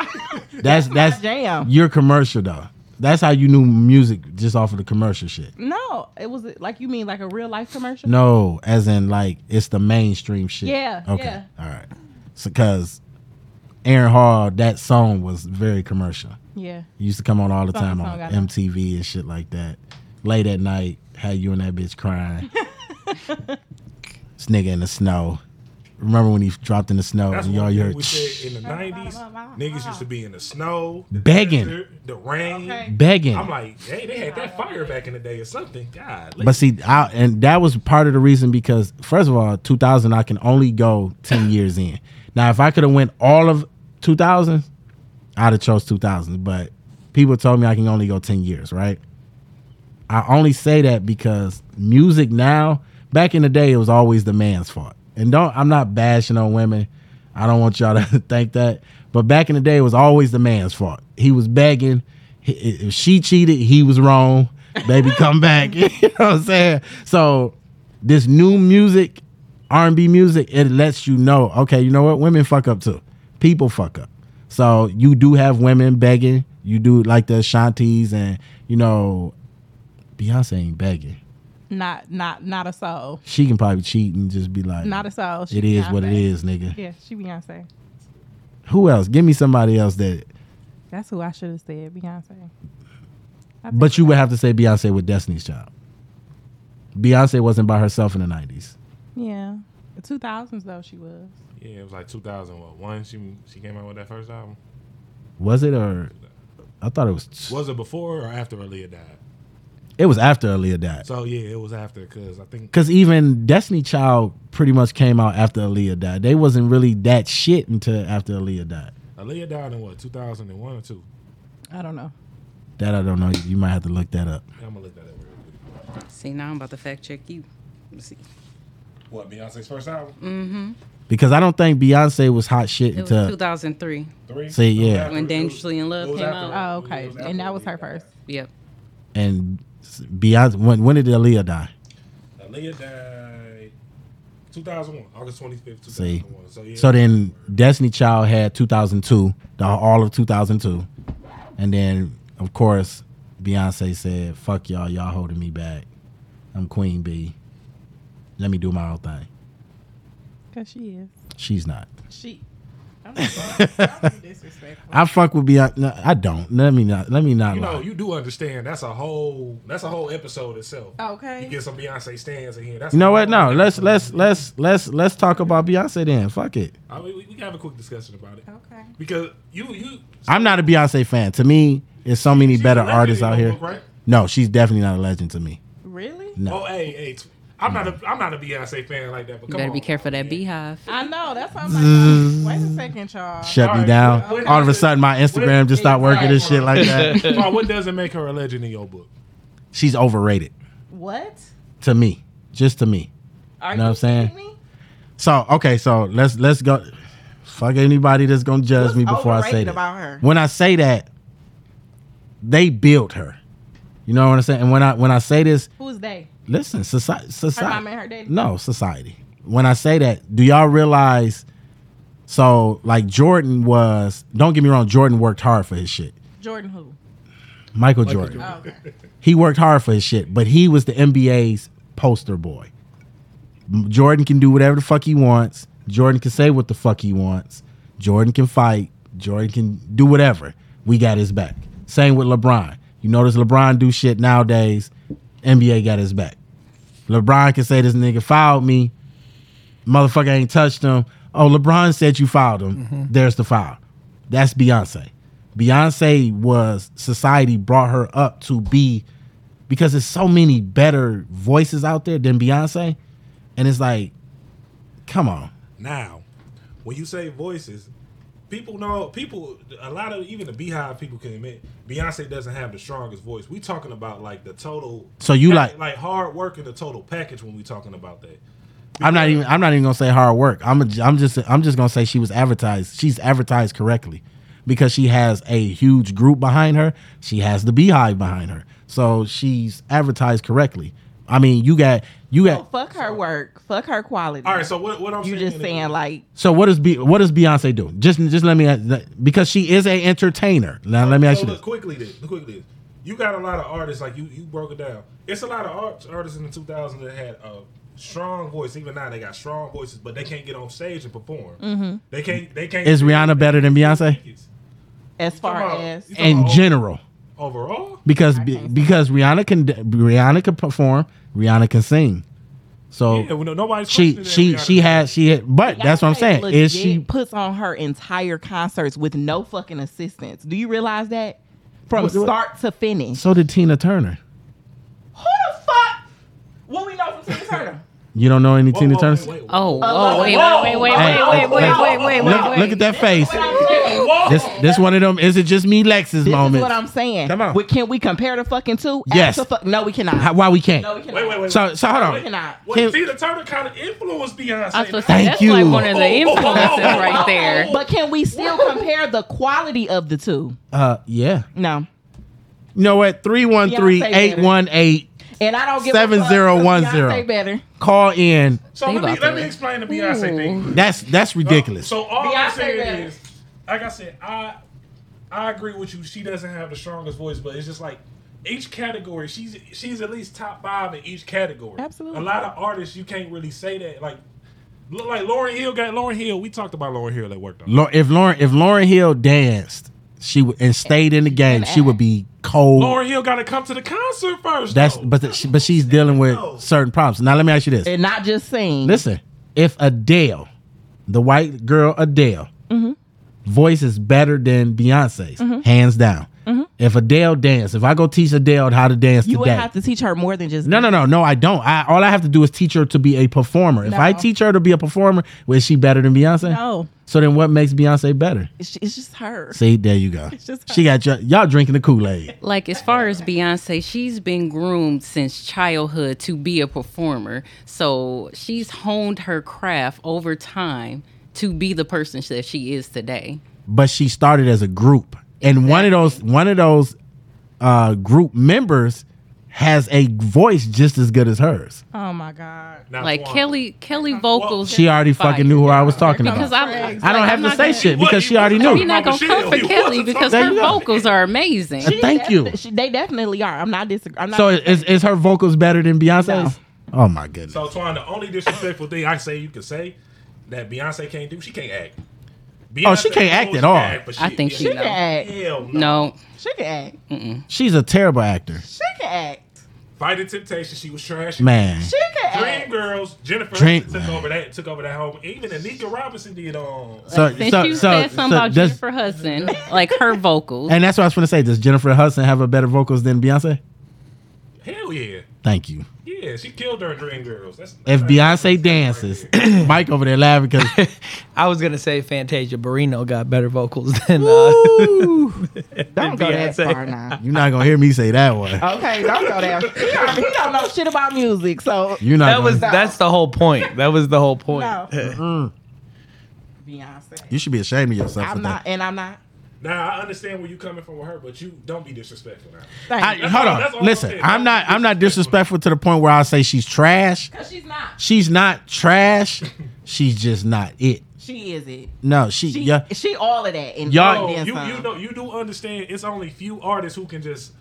[SPEAKER 3] that's that's
[SPEAKER 4] jam.
[SPEAKER 3] Your commercial though. That's how you knew music just off of the commercial shit.
[SPEAKER 4] No, it was like you mean like a real life commercial.
[SPEAKER 3] No, as in like it's the mainstream shit.
[SPEAKER 4] Yeah,
[SPEAKER 3] Okay.
[SPEAKER 4] yeah.
[SPEAKER 3] All right. So cause Aaron Hall, that song was very commercial.
[SPEAKER 4] Yeah.
[SPEAKER 3] It used to come on all the
[SPEAKER 4] Song-
[SPEAKER 3] time
[SPEAKER 4] song
[SPEAKER 3] on
[SPEAKER 4] got-
[SPEAKER 3] MTV and shit like that. Late at night, had you and that bitch crying. this nigga in the snow. Remember when he dropped in the snow
[SPEAKER 6] That's
[SPEAKER 3] and Oh, y'all
[SPEAKER 6] one thing
[SPEAKER 3] heard
[SPEAKER 6] we said in the '90s. Niggas used to be in the snow, the
[SPEAKER 3] Begging.
[SPEAKER 6] desert, the rain.
[SPEAKER 3] begging.
[SPEAKER 6] I'm like, hey, they had that fire back in the day or something. God,
[SPEAKER 3] But see, I, and that was part of the reason because first of all, 2000 I can only go 10 years in. Now, if I could have went all of 2000, I'd have chose 2000. But people told me I can only go 10 years, right? I only say that because music now, back in the day, it was always the man's fault. And don't I'm not bashing on women. I don't want y'all to think that. But back in the day, it was always the man's fault. He was begging. He- If she cheated, he was wrong. Baby, come back. You know what I'm saying? So this new music, R&B music, it lets you know, okay, you know what? Women fuck up too. People fuck up. So you do have women begging. You do like the Shanties and you know Beyonce ain't begging.
[SPEAKER 4] Not not not a soul.
[SPEAKER 3] She can probably cheat and just be like,
[SPEAKER 4] Not a soul. She
[SPEAKER 3] it is what it
[SPEAKER 4] Beyonce.
[SPEAKER 3] is, nigga.
[SPEAKER 4] Yeah, she Beyonce.
[SPEAKER 3] Who else? Give me somebody else that.
[SPEAKER 4] That's who I should have said, Beyonce. I think
[SPEAKER 3] But you would have to say Beyonce with Destiny's Child. Beyonce wasn't by herself in the nineties.
[SPEAKER 4] Yeah. The 2000s, though, she was.
[SPEAKER 6] yeah, it was like 2001. She she came out with that first album.
[SPEAKER 3] Was it or? I thought it was.
[SPEAKER 6] Was it before or after Aaliyah died?
[SPEAKER 3] It was after Aaliyah died.
[SPEAKER 6] So yeah, it was after because I think
[SPEAKER 3] Cause even Destiny Child pretty much came out after Aaliyah died. They wasn't really that shit until after Aaliyah died.
[SPEAKER 6] Aaliyah died in what 2001 or two.
[SPEAKER 4] I don't know.
[SPEAKER 3] That I don't know. You might have to look that up.
[SPEAKER 6] I'm gonna look that up. real quick.
[SPEAKER 7] See, now I'm about to fact check you. Let's see. Mm-hmm.
[SPEAKER 6] What Beyonce's first album?
[SPEAKER 3] Because I don't think Beyonce was hot shit
[SPEAKER 7] It was
[SPEAKER 3] until
[SPEAKER 7] 2003.
[SPEAKER 6] Three.
[SPEAKER 3] See,
[SPEAKER 6] It was
[SPEAKER 3] yeah.
[SPEAKER 6] after-
[SPEAKER 7] When
[SPEAKER 6] it was-
[SPEAKER 7] Dangerously in Love
[SPEAKER 6] it was
[SPEAKER 7] came
[SPEAKER 6] after-
[SPEAKER 4] Oh,
[SPEAKER 7] out.
[SPEAKER 6] it
[SPEAKER 4] okay.
[SPEAKER 6] was after
[SPEAKER 4] And that was her
[SPEAKER 6] Aaliyah died.
[SPEAKER 4] first.
[SPEAKER 7] Yep.
[SPEAKER 3] and Beyonce. When when did Aaliyah die?
[SPEAKER 6] Aaliyah died 2001, August 25th, 2001.
[SPEAKER 3] See.
[SPEAKER 6] So, yeah.
[SPEAKER 3] So then Destiny Child had 2002, the, all of 2002. And then, of course, Beyonce said, fuck y'all, y'all holding me back. I'm Queen B. Let me do my own thing.
[SPEAKER 4] Because she is.
[SPEAKER 3] She's not.
[SPEAKER 4] She. I'm disrespectful.
[SPEAKER 3] I fuck with Beyonce. No, I don't. Let me not. Let me not
[SPEAKER 6] you
[SPEAKER 3] lie.
[SPEAKER 6] know, you do understand. That's a whole that's a whole episode itself.
[SPEAKER 4] Okay.
[SPEAKER 6] You get some Beyonce stands in here. That's
[SPEAKER 3] you know
[SPEAKER 6] a
[SPEAKER 3] what? No.
[SPEAKER 6] whole
[SPEAKER 3] Let's let's let's let's let's talk about Beyonce then. Fuck it.
[SPEAKER 6] I mean, we, we can have a quick discussion about it
[SPEAKER 4] Okay.
[SPEAKER 6] because you you
[SPEAKER 3] I'm not a Beyonce fan. To me, there's so many
[SPEAKER 6] She's
[SPEAKER 3] better
[SPEAKER 6] a legend
[SPEAKER 3] artists
[SPEAKER 6] in
[SPEAKER 3] out
[SPEAKER 6] your
[SPEAKER 3] here.
[SPEAKER 6] book, right?
[SPEAKER 3] No, she's definitely not a legend to me.
[SPEAKER 4] Really?
[SPEAKER 3] No.
[SPEAKER 6] oh hey hey. T- I'm not a I'm not a Beyonce fan like that. But
[SPEAKER 7] You
[SPEAKER 6] come
[SPEAKER 7] better be
[SPEAKER 6] on,
[SPEAKER 7] careful of that
[SPEAKER 6] man.
[SPEAKER 7] beehive.
[SPEAKER 4] I know. That's why I'm like, wait a second, y'all. uh,
[SPEAKER 3] Shut
[SPEAKER 6] All
[SPEAKER 3] me
[SPEAKER 6] right,
[SPEAKER 3] down.
[SPEAKER 6] what- what
[SPEAKER 3] All of a
[SPEAKER 6] does it-
[SPEAKER 3] sudden, my Instagram just stopped working and
[SPEAKER 6] Exactly.
[SPEAKER 3] shit like that.
[SPEAKER 6] Why, what doesn't make her a legend in your book?
[SPEAKER 3] She's overrated
[SPEAKER 4] What?
[SPEAKER 3] to me, just to me.
[SPEAKER 4] Are
[SPEAKER 3] Know what I'm saying?
[SPEAKER 4] kidding me?
[SPEAKER 3] So okay, so let's let's go. Fuck anybody that's gonna judge
[SPEAKER 4] What's
[SPEAKER 3] me before I say
[SPEAKER 4] overrated
[SPEAKER 3] that.
[SPEAKER 4] about her?
[SPEAKER 3] When I say that, they built her. You know what I'm saying? And when I when I say this,
[SPEAKER 4] Who's they?
[SPEAKER 3] listen, society, society.
[SPEAKER 4] mama and her daddy?
[SPEAKER 3] No, society. When I say that, do y'all realize? So like Jordan was. Don't get me wrong. Jordan worked hard for his shit.
[SPEAKER 4] Jordan who?
[SPEAKER 3] Michael, Jordan.
[SPEAKER 4] Oh, okay.
[SPEAKER 3] He worked hard for his shit, but he was the NBA's poster boy. Jordan can do whatever the fuck he wants. Jordan can say what the fuck he wants. Jordan can fight. Jordan can do whatever. We got his back. Same with LeBron. You notice LeBron do shit nowadays. NBA got his back. LeBron can say this nigga fouled me. Motherfucker ain't touched him. Oh, LeBron said you fouled him. There's the foul. That's Beyonce. Beyonce was society brought her up to be because there's so many better voices out there than Beyonce. And it's like, come on.
[SPEAKER 6] Now, when you say voices, people know people. A lot of even the Beehive people can admit Beyonce doesn't have the strongest voice. We talking about like the total.
[SPEAKER 3] So you
[SPEAKER 6] pack-
[SPEAKER 3] like-
[SPEAKER 6] like hard work and the total package when we talking about that.
[SPEAKER 3] I'm not even I'm not even gonna say hard work. I'm a, I'm just I'm just gonna say she was advertised. She's advertised correctly because she has a huge group behind her. She has the beehive behind her, so she's advertised correctly. I mean, you got you
[SPEAKER 4] Oh,
[SPEAKER 3] got.
[SPEAKER 4] fuck her work. Fuck her quality.
[SPEAKER 6] All right, so what what I'm
[SPEAKER 4] you
[SPEAKER 6] saying
[SPEAKER 4] just
[SPEAKER 6] is-
[SPEAKER 4] saying like
[SPEAKER 3] So what does be what does Beyonce do? Just just let me ask- because she is a entertainer. Now let me ask
[SPEAKER 6] So
[SPEAKER 3] you
[SPEAKER 6] look,
[SPEAKER 3] this.
[SPEAKER 6] quickly this. Quickly this. You got a lot of artists like you. You broke it down. It's a lot of art, artists in the 2000s that had a strong voice. Even now they got strong voices, but they can't get on stage and perform.
[SPEAKER 7] Mm-hmm.
[SPEAKER 6] They can't. They can't.
[SPEAKER 3] Is Rihanna better than Beyonce
[SPEAKER 4] as far
[SPEAKER 6] about-
[SPEAKER 4] as
[SPEAKER 6] you
[SPEAKER 3] in
[SPEAKER 6] Overall.
[SPEAKER 3] general?
[SPEAKER 6] overall?
[SPEAKER 3] Because because Rihanna can Rihanna can perform. Rihanna can sing. So
[SPEAKER 6] Yeah, well, no, nobody's
[SPEAKER 3] she
[SPEAKER 6] questioning that
[SPEAKER 3] she
[SPEAKER 6] Rihanna.
[SPEAKER 3] she had she had but that's what I'm
[SPEAKER 4] Beyonce
[SPEAKER 3] saying. Is she
[SPEAKER 4] legit puts on her entire concerts with no fucking assistance? Do you realize that from
[SPEAKER 3] What- what-
[SPEAKER 4] start to finish?
[SPEAKER 3] so did Tina Turner.
[SPEAKER 4] Who the fuck? What we know from Tina Turner?
[SPEAKER 3] You don't know any
[SPEAKER 6] Whoa,
[SPEAKER 3] Tina
[SPEAKER 6] whoa,
[SPEAKER 3] Turner?
[SPEAKER 6] wait, wait, wait.
[SPEAKER 7] Oh, whoa, wait, wait, wait, wait,
[SPEAKER 3] Hey,
[SPEAKER 7] wait, wait,
[SPEAKER 3] hey,
[SPEAKER 7] wait,
[SPEAKER 3] hey,
[SPEAKER 7] wait, wait,
[SPEAKER 3] look,
[SPEAKER 7] wait,
[SPEAKER 3] look at that face. This this one of them is it just me Lex's
[SPEAKER 4] This
[SPEAKER 3] moment.
[SPEAKER 4] is what I'm saying.
[SPEAKER 3] Come on.
[SPEAKER 4] We- can we compare the fucking two?
[SPEAKER 3] Yes.
[SPEAKER 4] Abso- fuck- no, we cannot.
[SPEAKER 3] How- why we can't.
[SPEAKER 4] no, we cannot.
[SPEAKER 6] Wait, wait, wait.
[SPEAKER 3] So so hold on.
[SPEAKER 6] wait.
[SPEAKER 4] cannot.
[SPEAKER 6] Wait,
[SPEAKER 3] Can-
[SPEAKER 6] Tina Turner kind of influenced Beyonce.
[SPEAKER 7] I was supposed to
[SPEAKER 6] now.
[SPEAKER 7] say,
[SPEAKER 3] Thank
[SPEAKER 7] that's
[SPEAKER 3] you.
[SPEAKER 7] like one of the
[SPEAKER 6] Oh, oh, oh,
[SPEAKER 7] influences
[SPEAKER 6] oh,
[SPEAKER 7] right there.
[SPEAKER 4] But can we still compare the quality of the two?
[SPEAKER 3] Uh yeah.
[SPEAKER 4] No.
[SPEAKER 3] You know what? 313-818
[SPEAKER 4] And I don't give a fuck.
[SPEAKER 3] 7010.
[SPEAKER 4] Beyonce better.
[SPEAKER 3] call in.
[SPEAKER 6] so
[SPEAKER 7] They
[SPEAKER 6] let me
[SPEAKER 7] about
[SPEAKER 6] let
[SPEAKER 7] to-
[SPEAKER 6] me explain the Beyonce thing.
[SPEAKER 3] That's that's ridiculous.
[SPEAKER 6] So all
[SPEAKER 4] Beyonce
[SPEAKER 6] I'm saying
[SPEAKER 4] better.
[SPEAKER 6] is, like I said, I I agree with you. She doesn't have the strongest voice, but it's just like each category, she's she's at least top five in each category.
[SPEAKER 4] Absolutely.
[SPEAKER 6] A lot of artists, you can't really say that. Like look like Lauren Hill got Lauren Hill. We talked about Lauren Hill at work though.
[SPEAKER 3] Lau- if Lauren if Lauren Hill danced, she would and stayed in the game, she would be cold.
[SPEAKER 6] Lauren Hill got to come to the concert first.
[SPEAKER 3] that's
[SPEAKER 6] though.
[SPEAKER 3] but the, she- but she's dealing with certain problems. Now let me ask you this.
[SPEAKER 4] And not just saying.
[SPEAKER 3] Listen, if Adele, the white girl Adele,
[SPEAKER 4] Mm-hmm,
[SPEAKER 3] voice is better than Beyonce's, hands down. If Adele dance, if I go teach Adele how to dance
[SPEAKER 4] mm-hmm. you would
[SPEAKER 3] today.
[SPEAKER 4] have to teach her more than just
[SPEAKER 3] no, no, no, no. I don't. I all I have to do is teach her to be a performer. If I
[SPEAKER 4] No.
[SPEAKER 3] teach her to be a performer, well, is she better than Beyonce?
[SPEAKER 4] No.
[SPEAKER 3] So then, what makes Beyonce better?
[SPEAKER 4] It's, it's just her.
[SPEAKER 3] See, there you go.
[SPEAKER 4] just
[SPEAKER 3] She got y- y'all drinking the Kool Aid.
[SPEAKER 7] Like as far as Beyonce, she's been groomed since childhood to be a performer. So she's honed her craft over time to be the person that she is today.
[SPEAKER 3] but she started as a group and one of those one of those uh group members has a voice just as good as hers
[SPEAKER 4] Oh my God.
[SPEAKER 6] Not
[SPEAKER 7] Like
[SPEAKER 6] Juan.
[SPEAKER 7] Kelly, Kelly vocals.
[SPEAKER 3] she already
[SPEAKER 7] fire.
[SPEAKER 3] fucking knew who i was talking
[SPEAKER 7] Because
[SPEAKER 3] about
[SPEAKER 7] I'm,
[SPEAKER 3] i
[SPEAKER 7] like,
[SPEAKER 3] don't have
[SPEAKER 7] I'm
[SPEAKER 3] to
[SPEAKER 7] not
[SPEAKER 3] say
[SPEAKER 7] gonna-
[SPEAKER 3] shit
[SPEAKER 6] What
[SPEAKER 3] because
[SPEAKER 6] you
[SPEAKER 3] she already
[SPEAKER 6] talking
[SPEAKER 7] You're
[SPEAKER 3] knew
[SPEAKER 7] not gonna
[SPEAKER 6] Michelle,
[SPEAKER 7] come for
[SPEAKER 6] you
[SPEAKER 7] Kelly
[SPEAKER 6] wasn't
[SPEAKER 7] because
[SPEAKER 6] talking
[SPEAKER 7] her
[SPEAKER 3] about me.
[SPEAKER 7] vocals are amazing.
[SPEAKER 3] Uh, thank you
[SPEAKER 4] She- they definitely are. I'm not disagreeing. I'm not.
[SPEAKER 3] so is, is her vocals better than beyonce's oh my goodness
[SPEAKER 6] So Twan, the only disrespectful thing I say you could say that Beyonce can't do, she can't act.
[SPEAKER 3] Oh, she can't act at all.
[SPEAKER 6] but
[SPEAKER 7] I think
[SPEAKER 6] yeah,
[SPEAKER 7] she
[SPEAKER 4] she can act.
[SPEAKER 6] Hell no.
[SPEAKER 7] No,
[SPEAKER 4] She can act.
[SPEAKER 3] she's a terrible actor
[SPEAKER 4] She can act.
[SPEAKER 6] Fighting Temptation, she was trash.
[SPEAKER 3] man
[SPEAKER 4] She can
[SPEAKER 6] Dream
[SPEAKER 4] act.
[SPEAKER 6] Girls, Jennifer
[SPEAKER 3] Dream-
[SPEAKER 6] Hudson took over that took over that home. Even Anika Robinson did um, on.
[SPEAKER 3] so,
[SPEAKER 7] since
[SPEAKER 3] so,
[SPEAKER 7] you
[SPEAKER 3] so-
[SPEAKER 7] said something
[SPEAKER 3] so
[SPEAKER 7] about
[SPEAKER 3] does-
[SPEAKER 7] Jennifer Hudson, like her vocals,
[SPEAKER 3] and that's what i was going to say does jennifer hudson have a better vocals than beyonce
[SPEAKER 6] Hell yeah,
[SPEAKER 3] thank you
[SPEAKER 6] yeah, she killed her in Dream Girls. That's,
[SPEAKER 3] if
[SPEAKER 6] that's-
[SPEAKER 3] beyonce dances mike over there laughing because
[SPEAKER 5] I was gonna say Fantasia Barrino got better vocals than uh,
[SPEAKER 3] Ooh,
[SPEAKER 4] Don't go that
[SPEAKER 5] Beyonce.
[SPEAKER 4] far now.
[SPEAKER 3] you're not going to hear me say that one
[SPEAKER 4] Okay, don't go there. He don't, he don't know shit about music, so
[SPEAKER 3] you're not
[SPEAKER 5] that
[SPEAKER 3] gonna-
[SPEAKER 5] was that's the whole point. That was the whole point.
[SPEAKER 4] No. Beyonce.
[SPEAKER 3] You should be ashamed of yourself. for
[SPEAKER 4] I'm
[SPEAKER 3] that.
[SPEAKER 4] not, and I'm not.
[SPEAKER 6] Now I understand where you coming from with her, but you don't be disrespectful now.
[SPEAKER 3] I,
[SPEAKER 4] Thank you.
[SPEAKER 3] hold
[SPEAKER 6] all- that's all
[SPEAKER 3] on.
[SPEAKER 6] I'm
[SPEAKER 3] Listen,
[SPEAKER 6] saying.
[SPEAKER 3] I'm not. I'm not disrespectful to the point where I say she's trash.
[SPEAKER 4] Cause she's not.
[SPEAKER 3] She's not trash. she's just not it.
[SPEAKER 4] She is it.
[SPEAKER 3] No, she.
[SPEAKER 4] She,
[SPEAKER 3] yeah.
[SPEAKER 4] she all of that. And
[SPEAKER 3] Y'all-
[SPEAKER 6] Oh,
[SPEAKER 4] then
[SPEAKER 6] you
[SPEAKER 4] some.
[SPEAKER 6] you know you do understand. It's only few artists who can just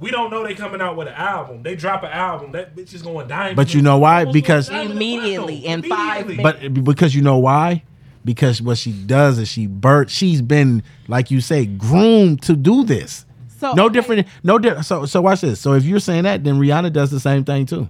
[SPEAKER 6] We don't know they coming out with an album. They drop an album. That bitch is going diamond.
[SPEAKER 3] But you know why? Because-
[SPEAKER 4] Immediately, in five
[SPEAKER 3] But because you know why? Because what she does is she birth. She's been like you say groomed to do this.
[SPEAKER 4] So-
[SPEAKER 3] no different. No different. So so watch this. So if you're saying that, then Rihanna does the same thing too.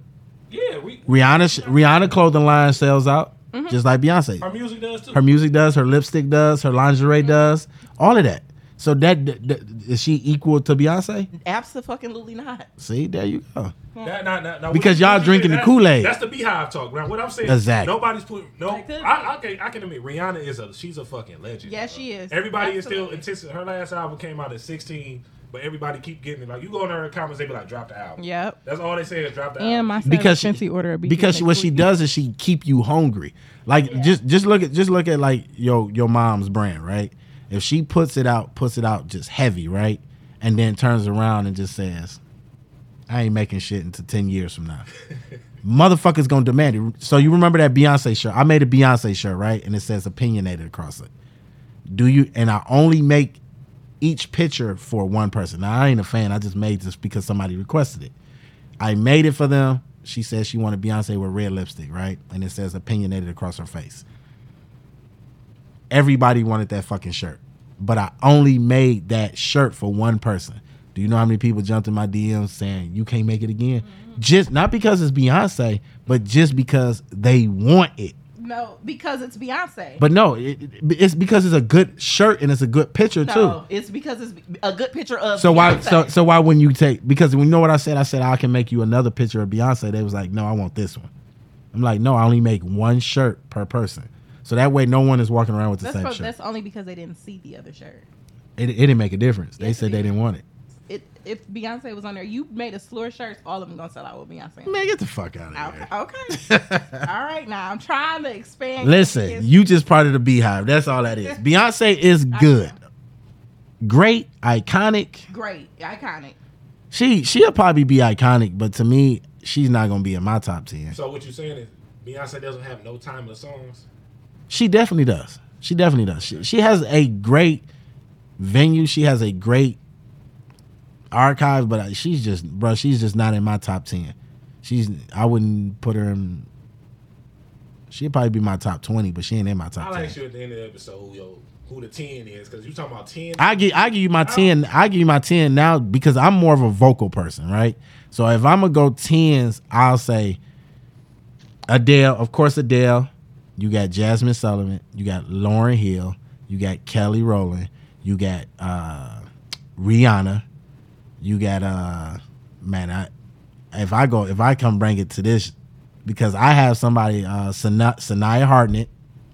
[SPEAKER 6] yeah, we,
[SPEAKER 3] Rihanna sh- Rihanna clothing line sells out just like Beyonce.
[SPEAKER 6] our music does too.
[SPEAKER 3] Her music does. Her lipstick does. Her lingerie does. All of that. So that, that, that is she equal to Beyonce?
[SPEAKER 4] Absolutely not.
[SPEAKER 3] See, there you go.
[SPEAKER 6] That- nah, nah, nah,
[SPEAKER 3] Because
[SPEAKER 6] what you-
[SPEAKER 3] y'all
[SPEAKER 6] what you
[SPEAKER 3] drinking
[SPEAKER 6] mean?
[SPEAKER 3] the
[SPEAKER 6] That's-
[SPEAKER 3] Kool-Aid.
[SPEAKER 6] That's the beehive talk. Now, what I'm saying,
[SPEAKER 3] Exactly.
[SPEAKER 6] Nobody's putting no.
[SPEAKER 4] They could
[SPEAKER 6] I, I can I can admit Rihanna is a she's a fucking legend.
[SPEAKER 4] Yes,
[SPEAKER 6] bro.
[SPEAKER 4] she is.
[SPEAKER 6] Everybody is still
[SPEAKER 4] Absolutely.
[SPEAKER 6] anticipating. Her last album came out at 16, but everybody keep getting it. Like you go in her comments, they be like, drop the album.
[SPEAKER 4] Yep.
[SPEAKER 6] That's all they say is drop the
[SPEAKER 4] And
[SPEAKER 6] album.
[SPEAKER 4] my
[SPEAKER 3] because she,
[SPEAKER 4] fancy order of BK
[SPEAKER 3] because she, what
[SPEAKER 4] next
[SPEAKER 3] she
[SPEAKER 4] week.
[SPEAKER 3] does is she keep you hungry. Like just just look at just look at like your your mom's brand, right? If she puts it out, puts it out just heavy, right? And then turns around and just says, "I ain't making shit until ten years from now." Motherfuckers gonna demand it. So you remember that Beyonce shirt? I made a Beyonce shirt, right? And it says opinionated across it. Do you? And I only make each picture for one person. Now I ain't a fan. I just made this because somebody requested it. I made it for them. She says she wanted Beyonce with red lipstick, right? And it says opinionated across her face. Everybody wanted that fucking shirt. But I only made that shirt for one person. Do you know how many people jumped in my DMs saying, you can't make it again? Just not because it's Beyonce, but just because they want it.
[SPEAKER 4] No, because it's Beyonce.
[SPEAKER 3] But no, it, it- it's because it's a good shirt and it's a good picture too.
[SPEAKER 4] no, it's because it's a good picture of.
[SPEAKER 3] So why
[SPEAKER 4] Beyonce.
[SPEAKER 3] so so why wouldn't you take because we know what I said? I said I can make you another picture of Beyonce. They was like, No, I want this one. I'm like, no, I only make one shirt per person. So that way no one is walking around with the
[SPEAKER 4] that's,
[SPEAKER 3] same
[SPEAKER 4] pro-
[SPEAKER 3] shirt.
[SPEAKER 4] that's only because they didn't see the other shirt.
[SPEAKER 3] It, it didn't make a difference. They
[SPEAKER 4] Yes, it
[SPEAKER 3] said they
[SPEAKER 4] did.
[SPEAKER 3] didn't want it.
[SPEAKER 4] It, if Beyonce was on there, you made a slur shirts. All of them gonna sell out with Beyonce.
[SPEAKER 3] Man, get the fuck out of
[SPEAKER 4] Okay.
[SPEAKER 3] here.
[SPEAKER 4] okay. all right. Now I'm trying to expand.
[SPEAKER 3] Listen,
[SPEAKER 4] Yes.
[SPEAKER 3] you just part of the beehive. That's all that is. Beyonce is good. Great, iconic.
[SPEAKER 4] great, iconic.
[SPEAKER 3] She she'll probably be iconic, but to me, she's not gonna be in my top ten.
[SPEAKER 6] So what you saying is Beyonce doesn't have no timeless songs.
[SPEAKER 3] She definitely does. She definitely does. She, she has a great venue. She has a great archive, but she's just, bro, she's just not in my top 10. She's, I wouldn't put her in, she'd probably be my top 20, but she ain't in my top
[SPEAKER 6] I'll
[SPEAKER 3] 10.
[SPEAKER 6] ask you at the end of the episode, yo, who the ten is, because you talking about ten.
[SPEAKER 3] I give I give you my ten. I give you my ten now because I'm more of a vocal person, right? So if I'm gonna go tens, I'll say Adele. Of course, Adele. You got Jasmine Sullivan. You got Lauren Hill. You got Kelly Rowland. You got uh, Rihanna. You got uh, man. I if I go if I come bring it to this because I have somebody uh, Sana- Sanaya Hartnett.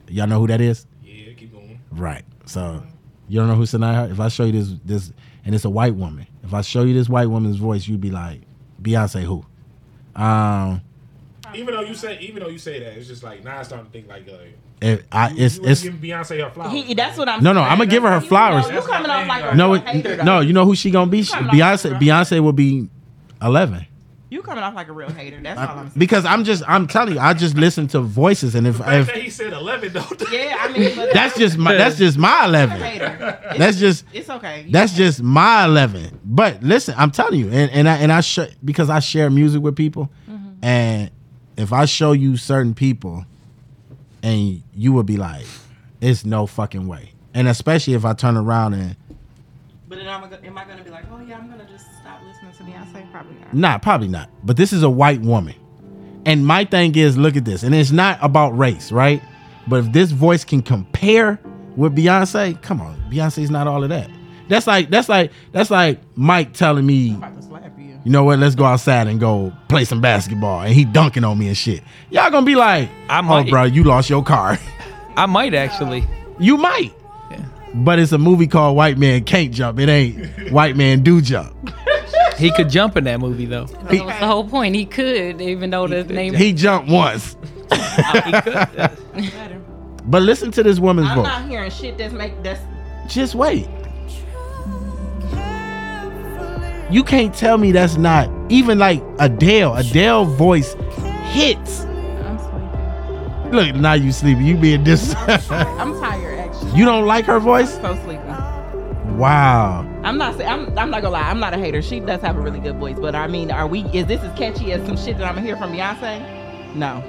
[SPEAKER 3] Y'all know who that is.
[SPEAKER 6] yeah, keep going.
[SPEAKER 3] Right. So you don't know who Sanaa. Hart- If I show you this, this, and it's a white woman. If I show you this white woman's voice, you'd be like, Beyonce who? Um,
[SPEAKER 6] Even though you say, even though you say that, it's just like now I'm starting to think like, uh,
[SPEAKER 3] it, I,
[SPEAKER 6] you,
[SPEAKER 3] it's,
[SPEAKER 6] you ain't
[SPEAKER 3] it's
[SPEAKER 6] giving Beyonce her flowers.
[SPEAKER 4] He,
[SPEAKER 6] man.
[SPEAKER 4] that's what I'm.
[SPEAKER 3] no, no.
[SPEAKER 4] saying.
[SPEAKER 3] I'm gonna give her her
[SPEAKER 4] You
[SPEAKER 3] flowers.
[SPEAKER 4] know, You coming off like a
[SPEAKER 3] No,
[SPEAKER 4] real
[SPEAKER 3] it-
[SPEAKER 4] hater? though.
[SPEAKER 3] no. You know who she gonna be? She,
[SPEAKER 4] coming off
[SPEAKER 3] Beyonce.
[SPEAKER 4] like a-
[SPEAKER 3] Beyonce will be eleven.
[SPEAKER 4] You coming off like a real hater. That's all I'm saying.
[SPEAKER 3] Because I'm just, I'm telling you, I just listen to voices, and if,
[SPEAKER 6] The fact that
[SPEAKER 3] if
[SPEAKER 6] he said eleven though.
[SPEAKER 4] Yeah, I mean, but
[SPEAKER 3] that's just my, that's just my
[SPEAKER 4] a
[SPEAKER 3] eleven.
[SPEAKER 4] hater. It's,
[SPEAKER 3] That's just
[SPEAKER 4] it's okay. You
[SPEAKER 3] That's
[SPEAKER 4] can-
[SPEAKER 3] just my eleven. But listen, I'm telling you, and, and I and I sh- because I share music with people,
[SPEAKER 4] Mm-hmm.
[SPEAKER 3] and if I show you certain people, and you would be like, "It's no fucking way." And especially if I turn around and
[SPEAKER 4] But then I'm, gonna- am I gonna be like, oh yeah, I'm gonna just stop listening to Beyonce? Probably not.
[SPEAKER 3] Nah, probably not. But this is a white woman. And my thing is, look at this. And it's not about race, right? But if this voice can compare with Beyonce, come on, Beyonce's not all of that. That's like that's like that's like Mike telling me,
[SPEAKER 4] I'm about to slap you.
[SPEAKER 3] you know what, let's go outside and go play some basketball. And he dunking on me and shit. Y'all gonna be like,
[SPEAKER 5] I
[SPEAKER 3] oh
[SPEAKER 5] might.
[SPEAKER 3] bro, you lost your car.
[SPEAKER 5] I might actually.
[SPEAKER 3] you might. But it's a movie called White Man Can't Jump. It ain't White Man Do Jump.
[SPEAKER 5] He could jump in that movie though.
[SPEAKER 7] That was the whole point. He could, even though the name.
[SPEAKER 3] He jumped once.
[SPEAKER 5] Oh, He could.
[SPEAKER 4] Better.
[SPEAKER 3] But listen to this woman's
[SPEAKER 4] I'm
[SPEAKER 3] voice.
[SPEAKER 4] not hearing shit that's make that's.
[SPEAKER 3] just wait. You can't tell me that's not even like Adele. Adele voice hits.
[SPEAKER 4] I'm sleepy.
[SPEAKER 3] Look, now you sleepy. You being dis.
[SPEAKER 4] I'm tired actually.
[SPEAKER 3] you don't like her voice?
[SPEAKER 4] So sleepy.
[SPEAKER 3] Wow.
[SPEAKER 4] I'm not. say- I'm. I'm not gonna lie. I'm not a hater. She does have a really good voice, but I mean, are we? Is this as catchy as some shit that I'm gonna hear from Beyonce? No.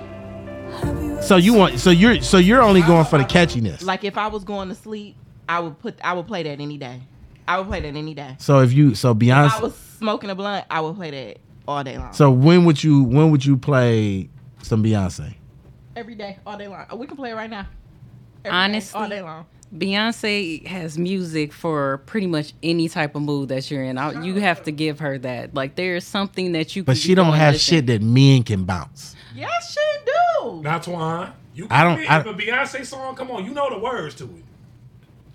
[SPEAKER 3] So you want? So you're? So you're only going for the catchiness.
[SPEAKER 4] Like if I was going to sleep, I would put. I would play that any day. I would play that any day.
[SPEAKER 3] so if you, so
[SPEAKER 4] If I
[SPEAKER 3] Beyonce.
[SPEAKER 4] was smoking a blunt, I would play that all day long.
[SPEAKER 3] So when would you? When would you play some Beyonce?
[SPEAKER 4] every day, all day long. We can play it right now. Every day,
[SPEAKER 7] Honestly,
[SPEAKER 4] all day long.
[SPEAKER 7] Beyonce has music for pretty much any type of mood that you're in. I, you have to give her that. Like there is something that you.
[SPEAKER 3] But
[SPEAKER 7] can
[SPEAKER 3] she
[SPEAKER 7] be
[SPEAKER 3] don't
[SPEAKER 7] doing
[SPEAKER 3] have
[SPEAKER 7] listening-
[SPEAKER 3] shit that men can bounce.
[SPEAKER 4] Yes, she do.
[SPEAKER 6] Not Twan. You
[SPEAKER 3] I don't-
[SPEAKER 6] can
[SPEAKER 3] I-
[SPEAKER 6] pick a Beyonce song. Come on, you know the words to it.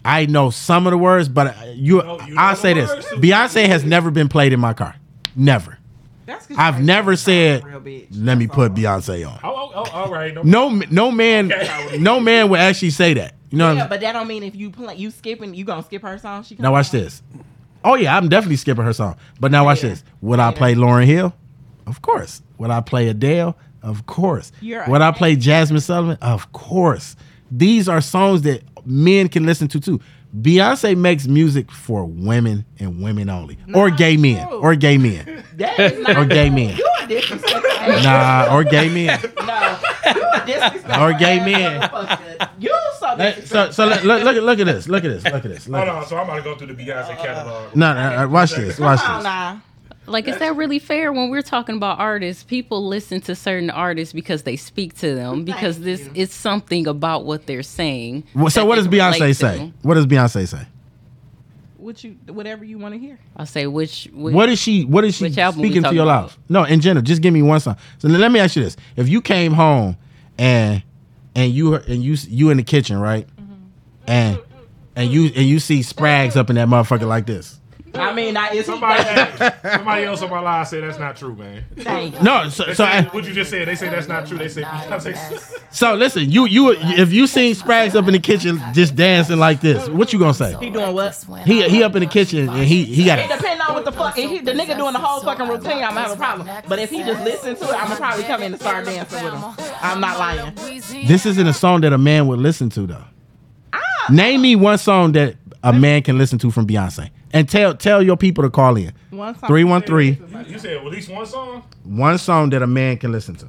[SPEAKER 3] I know some of the words, but uh, you.
[SPEAKER 6] know- you know
[SPEAKER 3] I'll
[SPEAKER 6] the
[SPEAKER 3] say this:
[SPEAKER 6] words.
[SPEAKER 3] Beyonce has never been played in my car. Never.
[SPEAKER 4] That's 'cause you
[SPEAKER 3] I've
[SPEAKER 4] ain't
[SPEAKER 3] never
[SPEAKER 4] been
[SPEAKER 3] said.
[SPEAKER 4] real bitch.
[SPEAKER 3] Let me put Beyonce on.
[SPEAKER 6] Oh, oh, oh all right. No,
[SPEAKER 3] No, no man, no man would actually say that. You know what
[SPEAKER 4] Yeah,
[SPEAKER 3] I'm
[SPEAKER 4] but that don't mean if you play, you skipping, you gonna skip her song. She can
[SPEAKER 3] Now watch this. Oh yeah, I'm definitely skipping her song. But now watch
[SPEAKER 4] Yeah.
[SPEAKER 3] this. Would I play Lauren Hill? Of course. Would I play Adele? Of course.
[SPEAKER 4] You're
[SPEAKER 3] Would I
[SPEAKER 4] okay.
[SPEAKER 3] play Jasmine Sullivan? Of course. These are songs that men can listen to too. Beyonce makes music for women and women only, or gay men,
[SPEAKER 4] true.
[SPEAKER 3] or gay men,
[SPEAKER 4] That is not
[SPEAKER 3] or gay men.
[SPEAKER 4] you a disrespectful.
[SPEAKER 3] Nah, or gay men,
[SPEAKER 4] No, you a disrespectful.
[SPEAKER 3] or gay
[SPEAKER 4] ass
[SPEAKER 3] men.
[SPEAKER 4] motherfucker. You so
[SPEAKER 3] Let-
[SPEAKER 4] disrespectful.
[SPEAKER 3] So, so look, look, look, look at this. Look at this. Look at this. Look
[SPEAKER 6] hold
[SPEAKER 3] at
[SPEAKER 6] on.
[SPEAKER 3] this.
[SPEAKER 6] So I'm about to go through the Beyonce
[SPEAKER 4] Uh,
[SPEAKER 6] catalog.
[SPEAKER 3] No, no, no, watch this. Watch
[SPEAKER 4] Come on
[SPEAKER 3] this.
[SPEAKER 4] now.
[SPEAKER 7] Like, is that really fair when we're talking about artists? People listen to certain artists because they speak to them because this is something about what they're saying.
[SPEAKER 3] Well, So,
[SPEAKER 7] that
[SPEAKER 3] what
[SPEAKER 7] they
[SPEAKER 3] does
[SPEAKER 7] relate
[SPEAKER 3] Beyonce
[SPEAKER 7] to.
[SPEAKER 3] say? What does Beyonce say?
[SPEAKER 4] What you, whatever you want to hear.
[SPEAKER 7] I'll say which. which
[SPEAKER 3] What is she? What is she
[SPEAKER 7] Which album we
[SPEAKER 3] speaking to
[SPEAKER 7] talking
[SPEAKER 3] your
[SPEAKER 7] about?
[SPEAKER 3] life? No, in general, just give me one song. So le- let me ask you this: If you came home and and you and you you in the kitchen, right?
[SPEAKER 7] Mm-hmm.
[SPEAKER 3] And and you and you see Sprags up in that motherfucker like this.
[SPEAKER 4] I mean, I, is he
[SPEAKER 6] Somebody, hey, somebody else on my line said that's not true, man.
[SPEAKER 4] Thank you.
[SPEAKER 3] No, so so,
[SPEAKER 6] They
[SPEAKER 3] uh,
[SPEAKER 6] said what you just said, they say that's not true. They say Beyonce.
[SPEAKER 3] so listen, you you if you seen Sprags up in the kitchen just dancing like this, what you gonna
[SPEAKER 4] He
[SPEAKER 3] say?
[SPEAKER 4] doing what?
[SPEAKER 3] He he up in the kitchen and he he got
[SPEAKER 4] It
[SPEAKER 3] it.
[SPEAKER 4] depends on what the fuck. If he, the nigga doing the whole fucking routine, I'm gonna have a problem. But if he just listen to it, I'm gonna probably come in and start dancing with him. I'm not lying.
[SPEAKER 3] This isn't a song that a man would listen to though. Name me one song that a man can listen to from Beyonce. And tell tell your people to call in.
[SPEAKER 4] One song.
[SPEAKER 3] 313
[SPEAKER 6] You said at least one song.
[SPEAKER 3] one song that a man can listen to.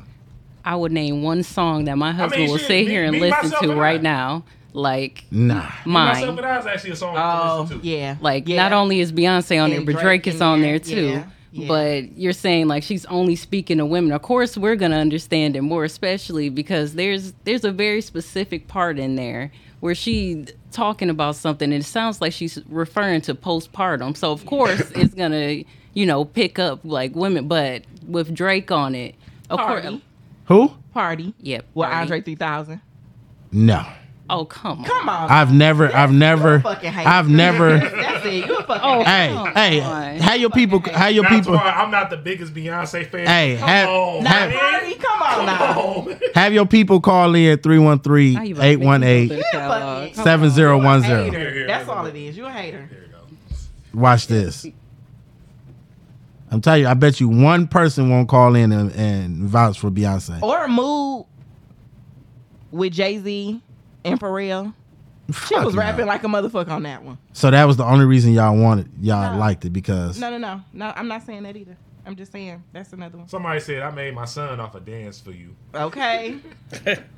[SPEAKER 7] I would name one song that my husband will
[SPEAKER 6] shit,
[SPEAKER 7] sit
[SPEAKER 6] me-
[SPEAKER 7] here and
[SPEAKER 6] me,
[SPEAKER 7] listen
[SPEAKER 6] myself,
[SPEAKER 7] to
[SPEAKER 6] and I.
[SPEAKER 7] right now. Like
[SPEAKER 3] Nah.
[SPEAKER 6] Myself
[SPEAKER 7] mine.
[SPEAKER 6] and I is actually a song.
[SPEAKER 4] Oh
[SPEAKER 6] to listen to.
[SPEAKER 4] yeah.
[SPEAKER 7] Like
[SPEAKER 4] Yeah.
[SPEAKER 7] not only is Beyonce on there,
[SPEAKER 4] And
[SPEAKER 7] but
[SPEAKER 4] Drake
[SPEAKER 7] Drake is
[SPEAKER 4] in
[SPEAKER 7] on
[SPEAKER 4] there,
[SPEAKER 7] there too.
[SPEAKER 4] yeah, yeah.
[SPEAKER 7] But you're saying like she's only speaking to women. Of course, we're gonna understand it more, especially because there's there's a very specific part in there where she talking about something, and it sounds like she's referring to postpartum. So of course, it's gonna you know pick up like women, but with Drake on it, of course,
[SPEAKER 4] party,
[SPEAKER 3] Who?
[SPEAKER 4] party.
[SPEAKER 7] Yep,
[SPEAKER 4] Well,
[SPEAKER 7] party.
[SPEAKER 4] Andre 3000.
[SPEAKER 3] No.
[SPEAKER 7] Oh come on.
[SPEAKER 4] Come on.
[SPEAKER 3] I've never I've never
[SPEAKER 4] fucking hater.
[SPEAKER 3] I've never
[SPEAKER 4] That's it. You a fucking.
[SPEAKER 7] Oh,
[SPEAKER 3] Hey,
[SPEAKER 7] come
[SPEAKER 3] hey,
[SPEAKER 7] on.
[SPEAKER 3] how your people how your
[SPEAKER 6] That's
[SPEAKER 3] people
[SPEAKER 6] why I'm not the biggest Beyonce fan.
[SPEAKER 3] Hey,
[SPEAKER 6] Come
[SPEAKER 3] have-
[SPEAKER 6] on,
[SPEAKER 3] have-
[SPEAKER 6] man.
[SPEAKER 4] Party, come on now.
[SPEAKER 6] Come on.
[SPEAKER 3] have your people call in
[SPEAKER 7] How you about to make me go through
[SPEAKER 3] 313-818-7010.
[SPEAKER 7] the catalog?
[SPEAKER 4] fucking- Hater. That's all it is. You a hater.
[SPEAKER 3] Watch this. I'm telling you, I bet you one person won't call in and, and vouch for Beyonce.
[SPEAKER 4] Or a mood with Jay Z and Pharrell. She
[SPEAKER 3] Fuck
[SPEAKER 4] was
[SPEAKER 3] no.
[SPEAKER 4] rapping like a motherfucker on that one.
[SPEAKER 3] So that was the only reason y'all wanted y'all
[SPEAKER 4] No.
[SPEAKER 3] liked it because
[SPEAKER 4] No, no, no, no. I'm not saying that either. I'm just saying that's another one.
[SPEAKER 6] Somebody said I made my son off a dance for you.
[SPEAKER 4] Okay.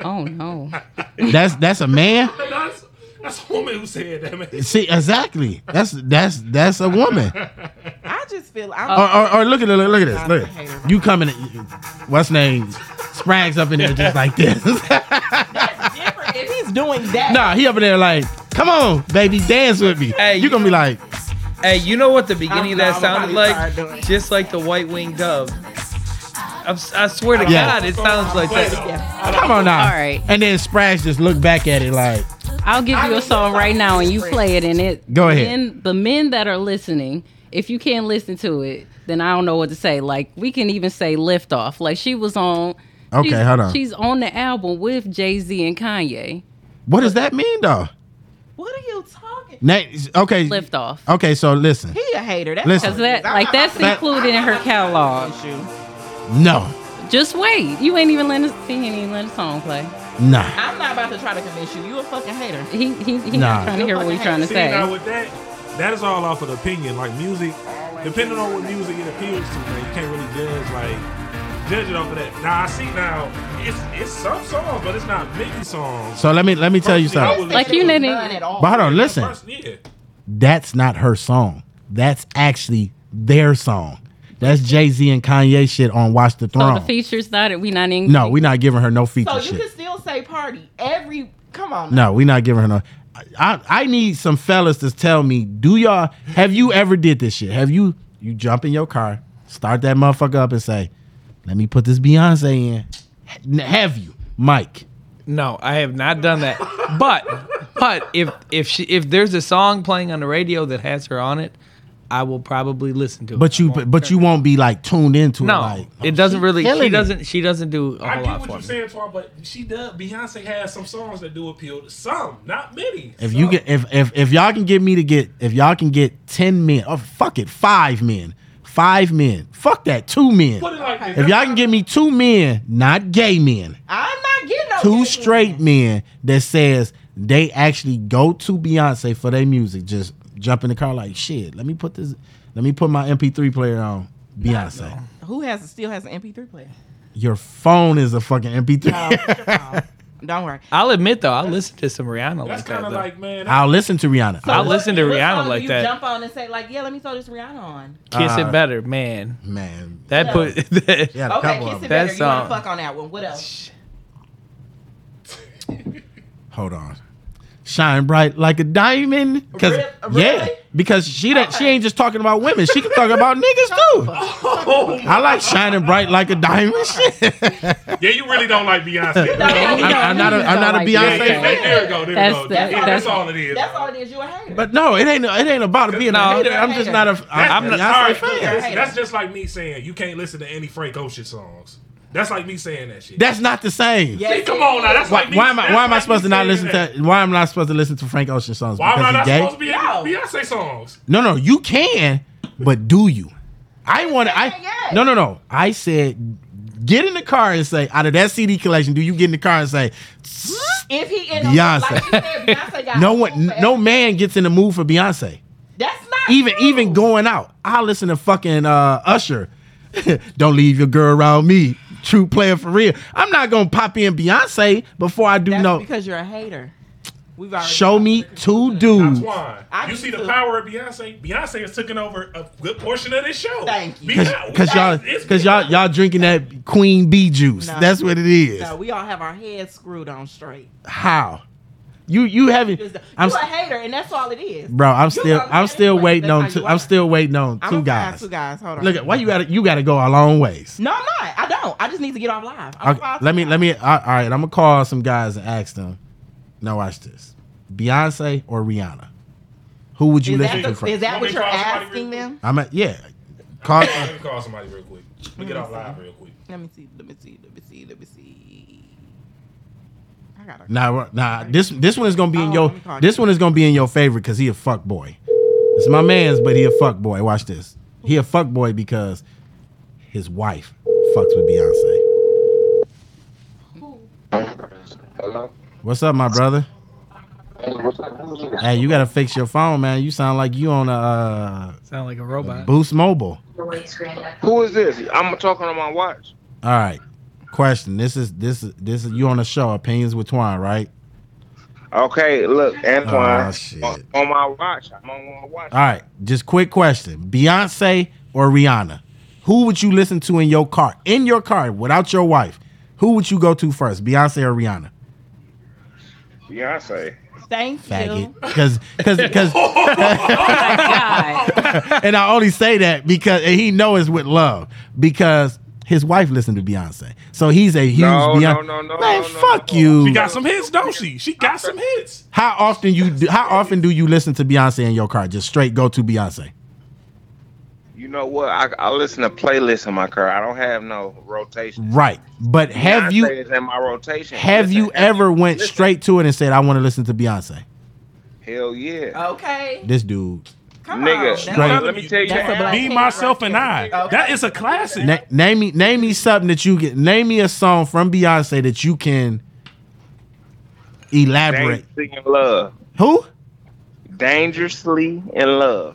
[SPEAKER 7] Oh no.
[SPEAKER 3] that's that's a man.
[SPEAKER 6] That's, that's a woman who said that, man.
[SPEAKER 3] See exactly. That's that's that's a woman.
[SPEAKER 4] I just feel I'm
[SPEAKER 3] Or, or, or look at it. Look at this. Look, you coming? in- What's name? Sprags up in there just like this.
[SPEAKER 4] different if he's doing that.
[SPEAKER 3] nah, he up in there like, come on, baby, dance with me.
[SPEAKER 5] Hey,
[SPEAKER 3] you gonna be like,
[SPEAKER 5] Hey, you know what the
[SPEAKER 4] I'm
[SPEAKER 5] beginning of
[SPEAKER 4] not-
[SPEAKER 5] that
[SPEAKER 4] I'm
[SPEAKER 5] sounded
[SPEAKER 4] about to start doing
[SPEAKER 5] like?
[SPEAKER 4] it.
[SPEAKER 5] Just like the white winged dove. I'm, s- I swear to
[SPEAKER 3] Yeah.
[SPEAKER 5] God, it sounds like that.
[SPEAKER 3] come on now.
[SPEAKER 7] All right.
[SPEAKER 3] And then Sprags just look back at it like,
[SPEAKER 7] I'll give you a song right now and you play it and it.
[SPEAKER 3] Go ahead.
[SPEAKER 7] Men, the men that are listening, if you can't listen to it, then I don't know what to say. Like we can even say lift off. Like she was on.
[SPEAKER 3] Okay,
[SPEAKER 7] she's-
[SPEAKER 3] hold on.
[SPEAKER 7] She's on the album with Jay Z and Kanye.
[SPEAKER 3] what does that mean though?
[SPEAKER 4] What are you talking?
[SPEAKER 3] Na- okay.
[SPEAKER 7] Lift off.
[SPEAKER 3] Okay, so listen.
[SPEAKER 4] He a hater. That's
[SPEAKER 3] Listen.
[SPEAKER 7] Cause that like that's
[SPEAKER 3] That-
[SPEAKER 7] included in her catalog.
[SPEAKER 4] issue.
[SPEAKER 3] No,
[SPEAKER 7] Just wait. You ain't even letting see ain't even letting the song play.
[SPEAKER 3] nah.
[SPEAKER 4] I'm not about to try to convince you. You a fucking hater.
[SPEAKER 7] He he he
[SPEAKER 3] Ah. Nah.
[SPEAKER 7] not trying to hear what he's trying to
[SPEAKER 6] See,
[SPEAKER 7] say.
[SPEAKER 6] now with that, that is all off of the opinion. Like music, depending on what music it appeals to, man, you can't really judge like judge it off of that. Now I see now it's it's some songs, but it's not many songs.
[SPEAKER 3] So let me let me tell you
[SPEAKER 6] Personally, I
[SPEAKER 3] something.
[SPEAKER 6] would
[SPEAKER 7] Like
[SPEAKER 6] listen
[SPEAKER 7] you
[SPEAKER 6] to-
[SPEAKER 7] didn't.
[SPEAKER 3] But hold on, listen.
[SPEAKER 6] First, yeah.
[SPEAKER 3] That's not her song. That's actually their song. That's Jay Z and Kanye shit on Watch the
[SPEAKER 7] So the
[SPEAKER 3] Throne.
[SPEAKER 7] features not. We not in.
[SPEAKER 3] No, we're not giving her no feature
[SPEAKER 4] So you
[SPEAKER 3] shit.
[SPEAKER 4] can still say party every. Come on.
[SPEAKER 3] No, we're not giving her no. I, I need some fellas to tell me, do y'all have you ever did this shit? Have you you jump in your car, start that motherfucker up and say, Let me put this Beyonce in. N- Have you, Mike?
[SPEAKER 5] No, I have not done that. But but if if she if there's a song playing on the radio that has her on it, I will probably listen to it.
[SPEAKER 3] But you but you won't be like tuned into
[SPEAKER 5] no,
[SPEAKER 3] it like
[SPEAKER 5] it doesn't really.
[SPEAKER 3] killing
[SPEAKER 5] She
[SPEAKER 3] it.
[SPEAKER 5] doesn't. She doesn't do a
[SPEAKER 6] I
[SPEAKER 5] whole
[SPEAKER 6] get
[SPEAKER 5] lot
[SPEAKER 6] what
[SPEAKER 5] for
[SPEAKER 6] you're
[SPEAKER 5] me.
[SPEAKER 6] saying, Twan, but she does. Beyonce has some songs that do appeal to some, not many.
[SPEAKER 3] if you
[SPEAKER 6] Some.
[SPEAKER 3] get if, if if y'all can get me to get if y'all can get ten men, oh fuck it, five men. Five men. Fuck that, two men.
[SPEAKER 6] put it like this,
[SPEAKER 3] If y'all can get me two men, not gay men,
[SPEAKER 4] I'm not getting no.
[SPEAKER 3] two straight men that says they actually go to Beyonce for their music. Just jump in the car like shit. Let me put this. Let me put my MP3 player on Beyonce.
[SPEAKER 4] Who has still has an MP3 player?
[SPEAKER 3] Your phone is a fucking MP3.
[SPEAKER 4] Don't worry.
[SPEAKER 5] I'll admit though, I listen to some Rihanna
[SPEAKER 6] that's
[SPEAKER 5] like that.
[SPEAKER 6] kind of
[SPEAKER 5] though.
[SPEAKER 6] like man.
[SPEAKER 3] I'll listen to Rihanna.
[SPEAKER 5] I listen to
[SPEAKER 4] What song
[SPEAKER 5] Rihanna
[SPEAKER 4] do
[SPEAKER 5] like
[SPEAKER 4] you
[SPEAKER 5] that.
[SPEAKER 4] Jump on and say like, yeah, let me throw this Rihanna on.
[SPEAKER 5] Kiss
[SPEAKER 3] Uh,
[SPEAKER 5] it better, man.
[SPEAKER 3] man.
[SPEAKER 5] That
[SPEAKER 4] yeah.
[SPEAKER 5] put that, um,
[SPEAKER 3] Yeah, a
[SPEAKER 4] Okay,
[SPEAKER 3] couple
[SPEAKER 4] kiss it
[SPEAKER 3] of them.
[SPEAKER 5] That
[SPEAKER 4] better. You want
[SPEAKER 5] song.
[SPEAKER 4] to fuck on that one? What else?
[SPEAKER 3] Hold on. Shine bright like a diamond. Cause
[SPEAKER 4] Really?
[SPEAKER 3] yeah,
[SPEAKER 4] Really?
[SPEAKER 3] because she that she
[SPEAKER 4] Okay.
[SPEAKER 3] ain't just talking about women. She can talk about niggas too.
[SPEAKER 6] Oh.
[SPEAKER 3] I like shining bright like a diamond. Shit.
[SPEAKER 6] yeah, you really don't like Beyonce.
[SPEAKER 4] I'm-
[SPEAKER 3] I'm, I'm not a, I'm not a
[SPEAKER 6] Yeah,
[SPEAKER 3] Beyonce
[SPEAKER 6] yeah,
[SPEAKER 3] fan.
[SPEAKER 6] There you go. There you
[SPEAKER 7] That's
[SPEAKER 6] go.
[SPEAKER 7] the-
[SPEAKER 6] yeah, that's,
[SPEAKER 4] that's-
[SPEAKER 6] all it is.
[SPEAKER 4] That's all it is. You a hater.
[SPEAKER 3] But no, it ain't. It ain't about being
[SPEAKER 5] No.
[SPEAKER 3] a hater. I'm just not a.
[SPEAKER 6] That's,
[SPEAKER 3] I'm not
[SPEAKER 6] all
[SPEAKER 3] a
[SPEAKER 6] right,
[SPEAKER 3] fan.
[SPEAKER 6] that's, that's just like me saying you can't listen to any Frank Ocean songs. That's like me saying that shit.
[SPEAKER 3] That's not the same.
[SPEAKER 4] Yes,
[SPEAKER 6] Hey, come on now. That's
[SPEAKER 3] Why,
[SPEAKER 6] like me,
[SPEAKER 3] why am I?
[SPEAKER 6] that's
[SPEAKER 3] Why am I
[SPEAKER 6] like
[SPEAKER 3] supposed to
[SPEAKER 6] me
[SPEAKER 3] not
[SPEAKER 6] saying
[SPEAKER 3] listen to?
[SPEAKER 6] that.
[SPEAKER 3] Why am I not supposed to listen to Frank Ocean songs?
[SPEAKER 6] Why am I
[SPEAKER 3] he
[SPEAKER 6] not
[SPEAKER 3] gay?
[SPEAKER 6] supposed to be in
[SPEAKER 4] No.
[SPEAKER 6] Beyonce songs?
[SPEAKER 3] No, no, you can, but do you? I want to. I no, no, no. I said, get in the car and say, out of that CD collection, do you get in the car and say,
[SPEAKER 4] If he in
[SPEAKER 3] Beyonce.
[SPEAKER 4] like you said, Beyonce got
[SPEAKER 3] no
[SPEAKER 4] a
[SPEAKER 3] one,
[SPEAKER 4] whole
[SPEAKER 3] no
[SPEAKER 4] ass-
[SPEAKER 3] man gets in the mood for Beyonce.
[SPEAKER 4] That's not
[SPEAKER 3] Even
[SPEAKER 4] true.
[SPEAKER 3] even going out, I listen to fucking uh, Usher. Don't leave your girl around me. True player for real. I'm not gonna pop in Beyonce before I do
[SPEAKER 4] That's
[SPEAKER 3] no.
[SPEAKER 4] because you're a hater. We've already
[SPEAKER 3] Show me two dudes.
[SPEAKER 6] Twine.
[SPEAKER 4] I
[SPEAKER 6] You
[SPEAKER 4] used
[SPEAKER 6] see the
[SPEAKER 4] to-
[SPEAKER 6] power of Beyonce. Beyonce has taken over a good portion of this show.
[SPEAKER 4] Thank you.
[SPEAKER 3] Cause y'all,
[SPEAKER 6] it's-
[SPEAKER 3] cause y'all, y'all drinking that Queen Bee juice.
[SPEAKER 4] No.
[SPEAKER 3] That's what it is.
[SPEAKER 4] No, we all have our heads screwed on straight.
[SPEAKER 3] How? You you haven't?
[SPEAKER 4] Just- You
[SPEAKER 3] I'm
[SPEAKER 4] a
[SPEAKER 3] st-
[SPEAKER 4] hater, and that's all it is.
[SPEAKER 3] bro. I'm still
[SPEAKER 4] not
[SPEAKER 3] I'm
[SPEAKER 4] mad
[SPEAKER 3] still
[SPEAKER 4] anyway.
[SPEAKER 3] waiting
[SPEAKER 4] That's
[SPEAKER 3] on
[SPEAKER 4] how
[SPEAKER 3] two.
[SPEAKER 4] you
[SPEAKER 3] I'm
[SPEAKER 4] are.
[SPEAKER 3] still waiting on
[SPEAKER 4] I'm
[SPEAKER 3] two
[SPEAKER 4] gonna find
[SPEAKER 3] guys.
[SPEAKER 4] Two guys. Hold on.
[SPEAKER 3] Look at why you gotta you gotta go a long ways.
[SPEAKER 4] No, I'm not. I don't. I just need to get off live. I'm
[SPEAKER 3] Okay, let me let me. All all right, I'm gonna call some guys and ask them. Now watch this: Beyonce or Rihanna? Who would you
[SPEAKER 4] Is
[SPEAKER 3] listen
[SPEAKER 4] that,
[SPEAKER 3] to
[SPEAKER 4] the, is
[SPEAKER 3] first?
[SPEAKER 4] that
[SPEAKER 6] Want
[SPEAKER 4] what
[SPEAKER 6] me
[SPEAKER 4] you're
[SPEAKER 6] to call somebody real
[SPEAKER 4] asking
[SPEAKER 6] quick?
[SPEAKER 4] them?
[SPEAKER 3] I'm at yeah. Call
[SPEAKER 6] Let me call somebody real quick. Let me get off live real quick.
[SPEAKER 4] Let me see. Let me see. Let me see. Let me see. I gotta.
[SPEAKER 3] nah nah. This this one is gonna be in
[SPEAKER 4] Oh,
[SPEAKER 3] your
[SPEAKER 4] let me call
[SPEAKER 3] this
[SPEAKER 4] you.
[SPEAKER 3] one is gonna be in your favorite because he a fuck boy. It's my man's, but he a fuck boy. Watch this. He a fuck boy because his wife fucks with Beyonce.
[SPEAKER 9] Hello?
[SPEAKER 3] What's up, my brother?
[SPEAKER 9] Hey, what's up? Who's you?
[SPEAKER 3] Hey, you gotta fix your phone, man. You sound like you on a
[SPEAKER 5] sound like a
[SPEAKER 3] uh,
[SPEAKER 5] robot.
[SPEAKER 3] Boost Mobile.
[SPEAKER 9] Who is this? I'm talking on my watch.
[SPEAKER 3] All right. Question. This is this is this is you on the show. Opinions with Twine, right?
[SPEAKER 9] Okay, look, Antoine.
[SPEAKER 6] Ah,
[SPEAKER 3] Oh, shit.
[SPEAKER 9] On, on my watch. I'm on my watch.
[SPEAKER 3] All right. Just quick question. Beyonce or Rihanna? Who would you listen to in your car? In your car, without your wife. Who would you go to first? Beyonce or Rihanna?
[SPEAKER 9] Beyonce.
[SPEAKER 4] Thank you. Oh
[SPEAKER 3] Faggot. Cause cause cause
[SPEAKER 9] Oh
[SPEAKER 7] God.
[SPEAKER 3] and I only say that because and he knows it's with love. Because his wife listened to Beyonce. So he's a huge
[SPEAKER 9] No, no,
[SPEAKER 3] Beyonce.
[SPEAKER 9] no, no,
[SPEAKER 3] Man,
[SPEAKER 9] no, no,
[SPEAKER 3] fuck
[SPEAKER 9] no.
[SPEAKER 3] you.
[SPEAKER 6] She got some hits, don't she? She got some hits.
[SPEAKER 3] How often you do, how often do you listen to Beyonce in your car? Just straight go to Beyonce.
[SPEAKER 9] You know what? I, I listen to playlists in my car. I don't have no rotation.
[SPEAKER 3] Right. But have
[SPEAKER 9] Beyonce
[SPEAKER 3] you
[SPEAKER 9] is in my rotation?
[SPEAKER 3] have
[SPEAKER 9] Listen,
[SPEAKER 3] you ever went
[SPEAKER 9] listen.
[SPEAKER 3] straight to it and said I want to listen to Beyonce?
[SPEAKER 9] Hell yeah.
[SPEAKER 4] Okay.
[SPEAKER 3] This dude.
[SPEAKER 4] Come
[SPEAKER 9] Nigga,
[SPEAKER 4] on.
[SPEAKER 3] Straight-
[SPEAKER 9] let me tell you.
[SPEAKER 4] That's a black
[SPEAKER 6] Me,
[SPEAKER 4] kid
[SPEAKER 6] myself,
[SPEAKER 4] right
[SPEAKER 6] and
[SPEAKER 4] there.
[SPEAKER 6] I.
[SPEAKER 4] Okay.
[SPEAKER 6] That is a classic.
[SPEAKER 3] Na- name me name me something that you get name me a song from Beyonce that you can elaborate.
[SPEAKER 9] Dancing in love.
[SPEAKER 3] Who?
[SPEAKER 9] dangerously in love.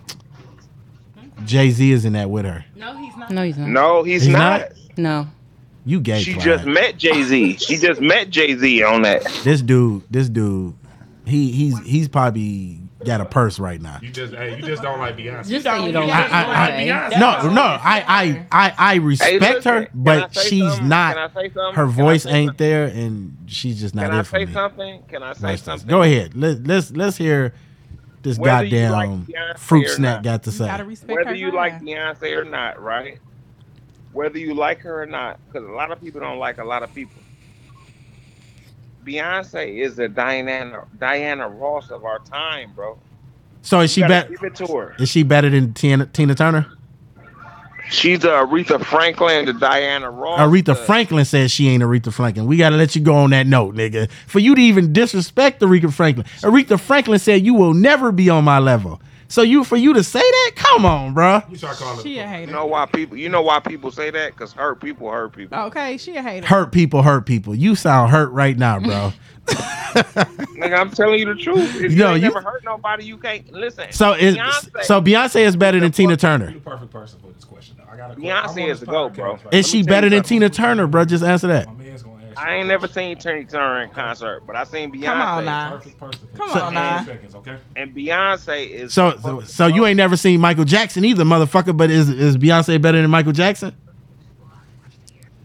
[SPEAKER 3] Jay Z is in that with her.
[SPEAKER 4] No, he's not.
[SPEAKER 7] No, he's not.
[SPEAKER 9] No, he's,
[SPEAKER 3] He's
[SPEAKER 9] not.
[SPEAKER 3] not?
[SPEAKER 7] No.
[SPEAKER 3] You gay?
[SPEAKER 9] She
[SPEAKER 3] Clyde.
[SPEAKER 9] just met Jay Z. she just met Jay Z on that.
[SPEAKER 3] this dude. This dude. He he's he's probably got a purse right now.
[SPEAKER 6] You just hey, you just don't like Beyonce.
[SPEAKER 7] Just say you don't
[SPEAKER 3] I,
[SPEAKER 7] like
[SPEAKER 3] I, I-
[SPEAKER 7] Jay.
[SPEAKER 3] no, no, I, I, I, I
[SPEAKER 9] Hey,
[SPEAKER 3] respect
[SPEAKER 9] listen,
[SPEAKER 3] her,
[SPEAKER 9] can
[SPEAKER 3] but
[SPEAKER 9] I say
[SPEAKER 3] she's
[SPEAKER 9] something?
[SPEAKER 3] not.
[SPEAKER 9] Can I say something?
[SPEAKER 3] Her
[SPEAKER 9] Can I
[SPEAKER 3] voice
[SPEAKER 9] say
[SPEAKER 3] ain't
[SPEAKER 9] something?
[SPEAKER 3] there, and she's just not
[SPEAKER 9] Can I
[SPEAKER 3] it for
[SPEAKER 9] say
[SPEAKER 3] me.
[SPEAKER 9] something? Can I say
[SPEAKER 3] Like,
[SPEAKER 9] something?
[SPEAKER 3] Go ahead. Let, let's let's hear this
[SPEAKER 9] Whether you
[SPEAKER 3] goddamn
[SPEAKER 9] like Beyonce
[SPEAKER 3] fruit
[SPEAKER 9] or
[SPEAKER 3] snack
[SPEAKER 9] not.
[SPEAKER 3] got to say.
[SPEAKER 4] Gotta respect
[SPEAKER 9] Whether
[SPEAKER 4] her
[SPEAKER 9] you like Beyonce or not, right? Whether you like her or not, because a lot of people don't like a lot of people. Beyonce is the Diana Diana Ross of our time, bro.
[SPEAKER 3] So is she
[SPEAKER 9] You gotta
[SPEAKER 3] better?
[SPEAKER 9] give it to her.
[SPEAKER 3] Is she better than Tina, Tina Turner?
[SPEAKER 9] She's the Aretha Franklin, the Diana Ross.
[SPEAKER 3] Aretha
[SPEAKER 9] the-
[SPEAKER 3] Franklin says she ain't Aretha Franklin. We gotta let you go on that note, nigga. For you to even disrespect Aretha Franklin, Aretha Franklin said you will never be on my level. So you for you to say that? Come on, bruh.
[SPEAKER 6] You start calling.
[SPEAKER 4] She a
[SPEAKER 6] her.
[SPEAKER 9] You
[SPEAKER 4] hater.
[SPEAKER 9] know why people? You know why people say that? Because hurt people hurt people.
[SPEAKER 4] Okay, she a hater.
[SPEAKER 3] Hurt people, hurt people. You sound hurt right now, bro.
[SPEAKER 9] Nigga, I'm telling you the truth. If you,
[SPEAKER 3] No,
[SPEAKER 9] ain't
[SPEAKER 3] you-
[SPEAKER 9] never hurt nobody, you can't listen.
[SPEAKER 3] so is
[SPEAKER 9] Beyonce-
[SPEAKER 3] so Beyonce is better than Tina Turner.
[SPEAKER 6] You the perfect person for this question. Though. I got a
[SPEAKER 9] Beyonce is the GOAT, bro.
[SPEAKER 3] Is
[SPEAKER 9] me
[SPEAKER 3] she
[SPEAKER 9] tell you
[SPEAKER 3] better than
[SPEAKER 9] something.
[SPEAKER 3] Tina Turner, bro? Just answer that.
[SPEAKER 6] My man's gonna ask.
[SPEAKER 9] I
[SPEAKER 6] you
[SPEAKER 9] ain't
[SPEAKER 6] a
[SPEAKER 9] never
[SPEAKER 6] question.
[SPEAKER 9] seen Trini Turner in concert, but I seen Beyonce.
[SPEAKER 4] Come on now.
[SPEAKER 6] Perfect person. For
[SPEAKER 4] Come
[SPEAKER 6] this.
[SPEAKER 4] on now.
[SPEAKER 6] 10 Seconds, okay.
[SPEAKER 9] And Beyonce is
[SPEAKER 3] So, so so you ain't never seen Michael Jackson either, motherfucker. But is is Beyonce better than Michael Jackson?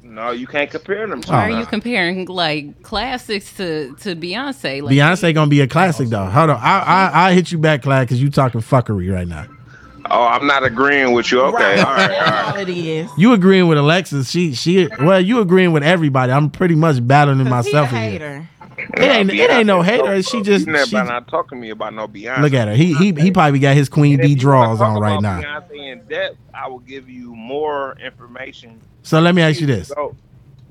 [SPEAKER 9] no, you can't compare them.
[SPEAKER 3] Oh,
[SPEAKER 9] To
[SPEAKER 7] Why
[SPEAKER 3] no.
[SPEAKER 7] are you comparing like classics to to Beyonce? Like,
[SPEAKER 3] Beyonce gonna be a classic though. Hold on, I I, I hit you back, Clyde, because you talking fuckery right now.
[SPEAKER 9] oh, I'm not agreeing with you. Okay, all right, all right.
[SPEAKER 4] That's all it is.
[SPEAKER 3] You agreeing with Alexis? She she well, you agreeing with everybody. I'm pretty much battling
[SPEAKER 4] He a
[SPEAKER 3] myself in here.
[SPEAKER 4] hater.
[SPEAKER 3] It ain't it ain't no
[SPEAKER 9] Beyonce,
[SPEAKER 3] hater.
[SPEAKER 9] bro,
[SPEAKER 3] She
[SPEAKER 9] bro,
[SPEAKER 3] just
[SPEAKER 9] you never
[SPEAKER 3] she,
[SPEAKER 9] not talking to me about no Beyonce.
[SPEAKER 3] look at her. He he he probably got his Queen
[SPEAKER 9] And if
[SPEAKER 3] B
[SPEAKER 9] you wanna
[SPEAKER 3] draws
[SPEAKER 9] talk
[SPEAKER 3] on right
[SPEAKER 9] about
[SPEAKER 3] now.
[SPEAKER 9] Beyonce in depth, I will give you more information.
[SPEAKER 3] So let me ask you this.
[SPEAKER 9] So,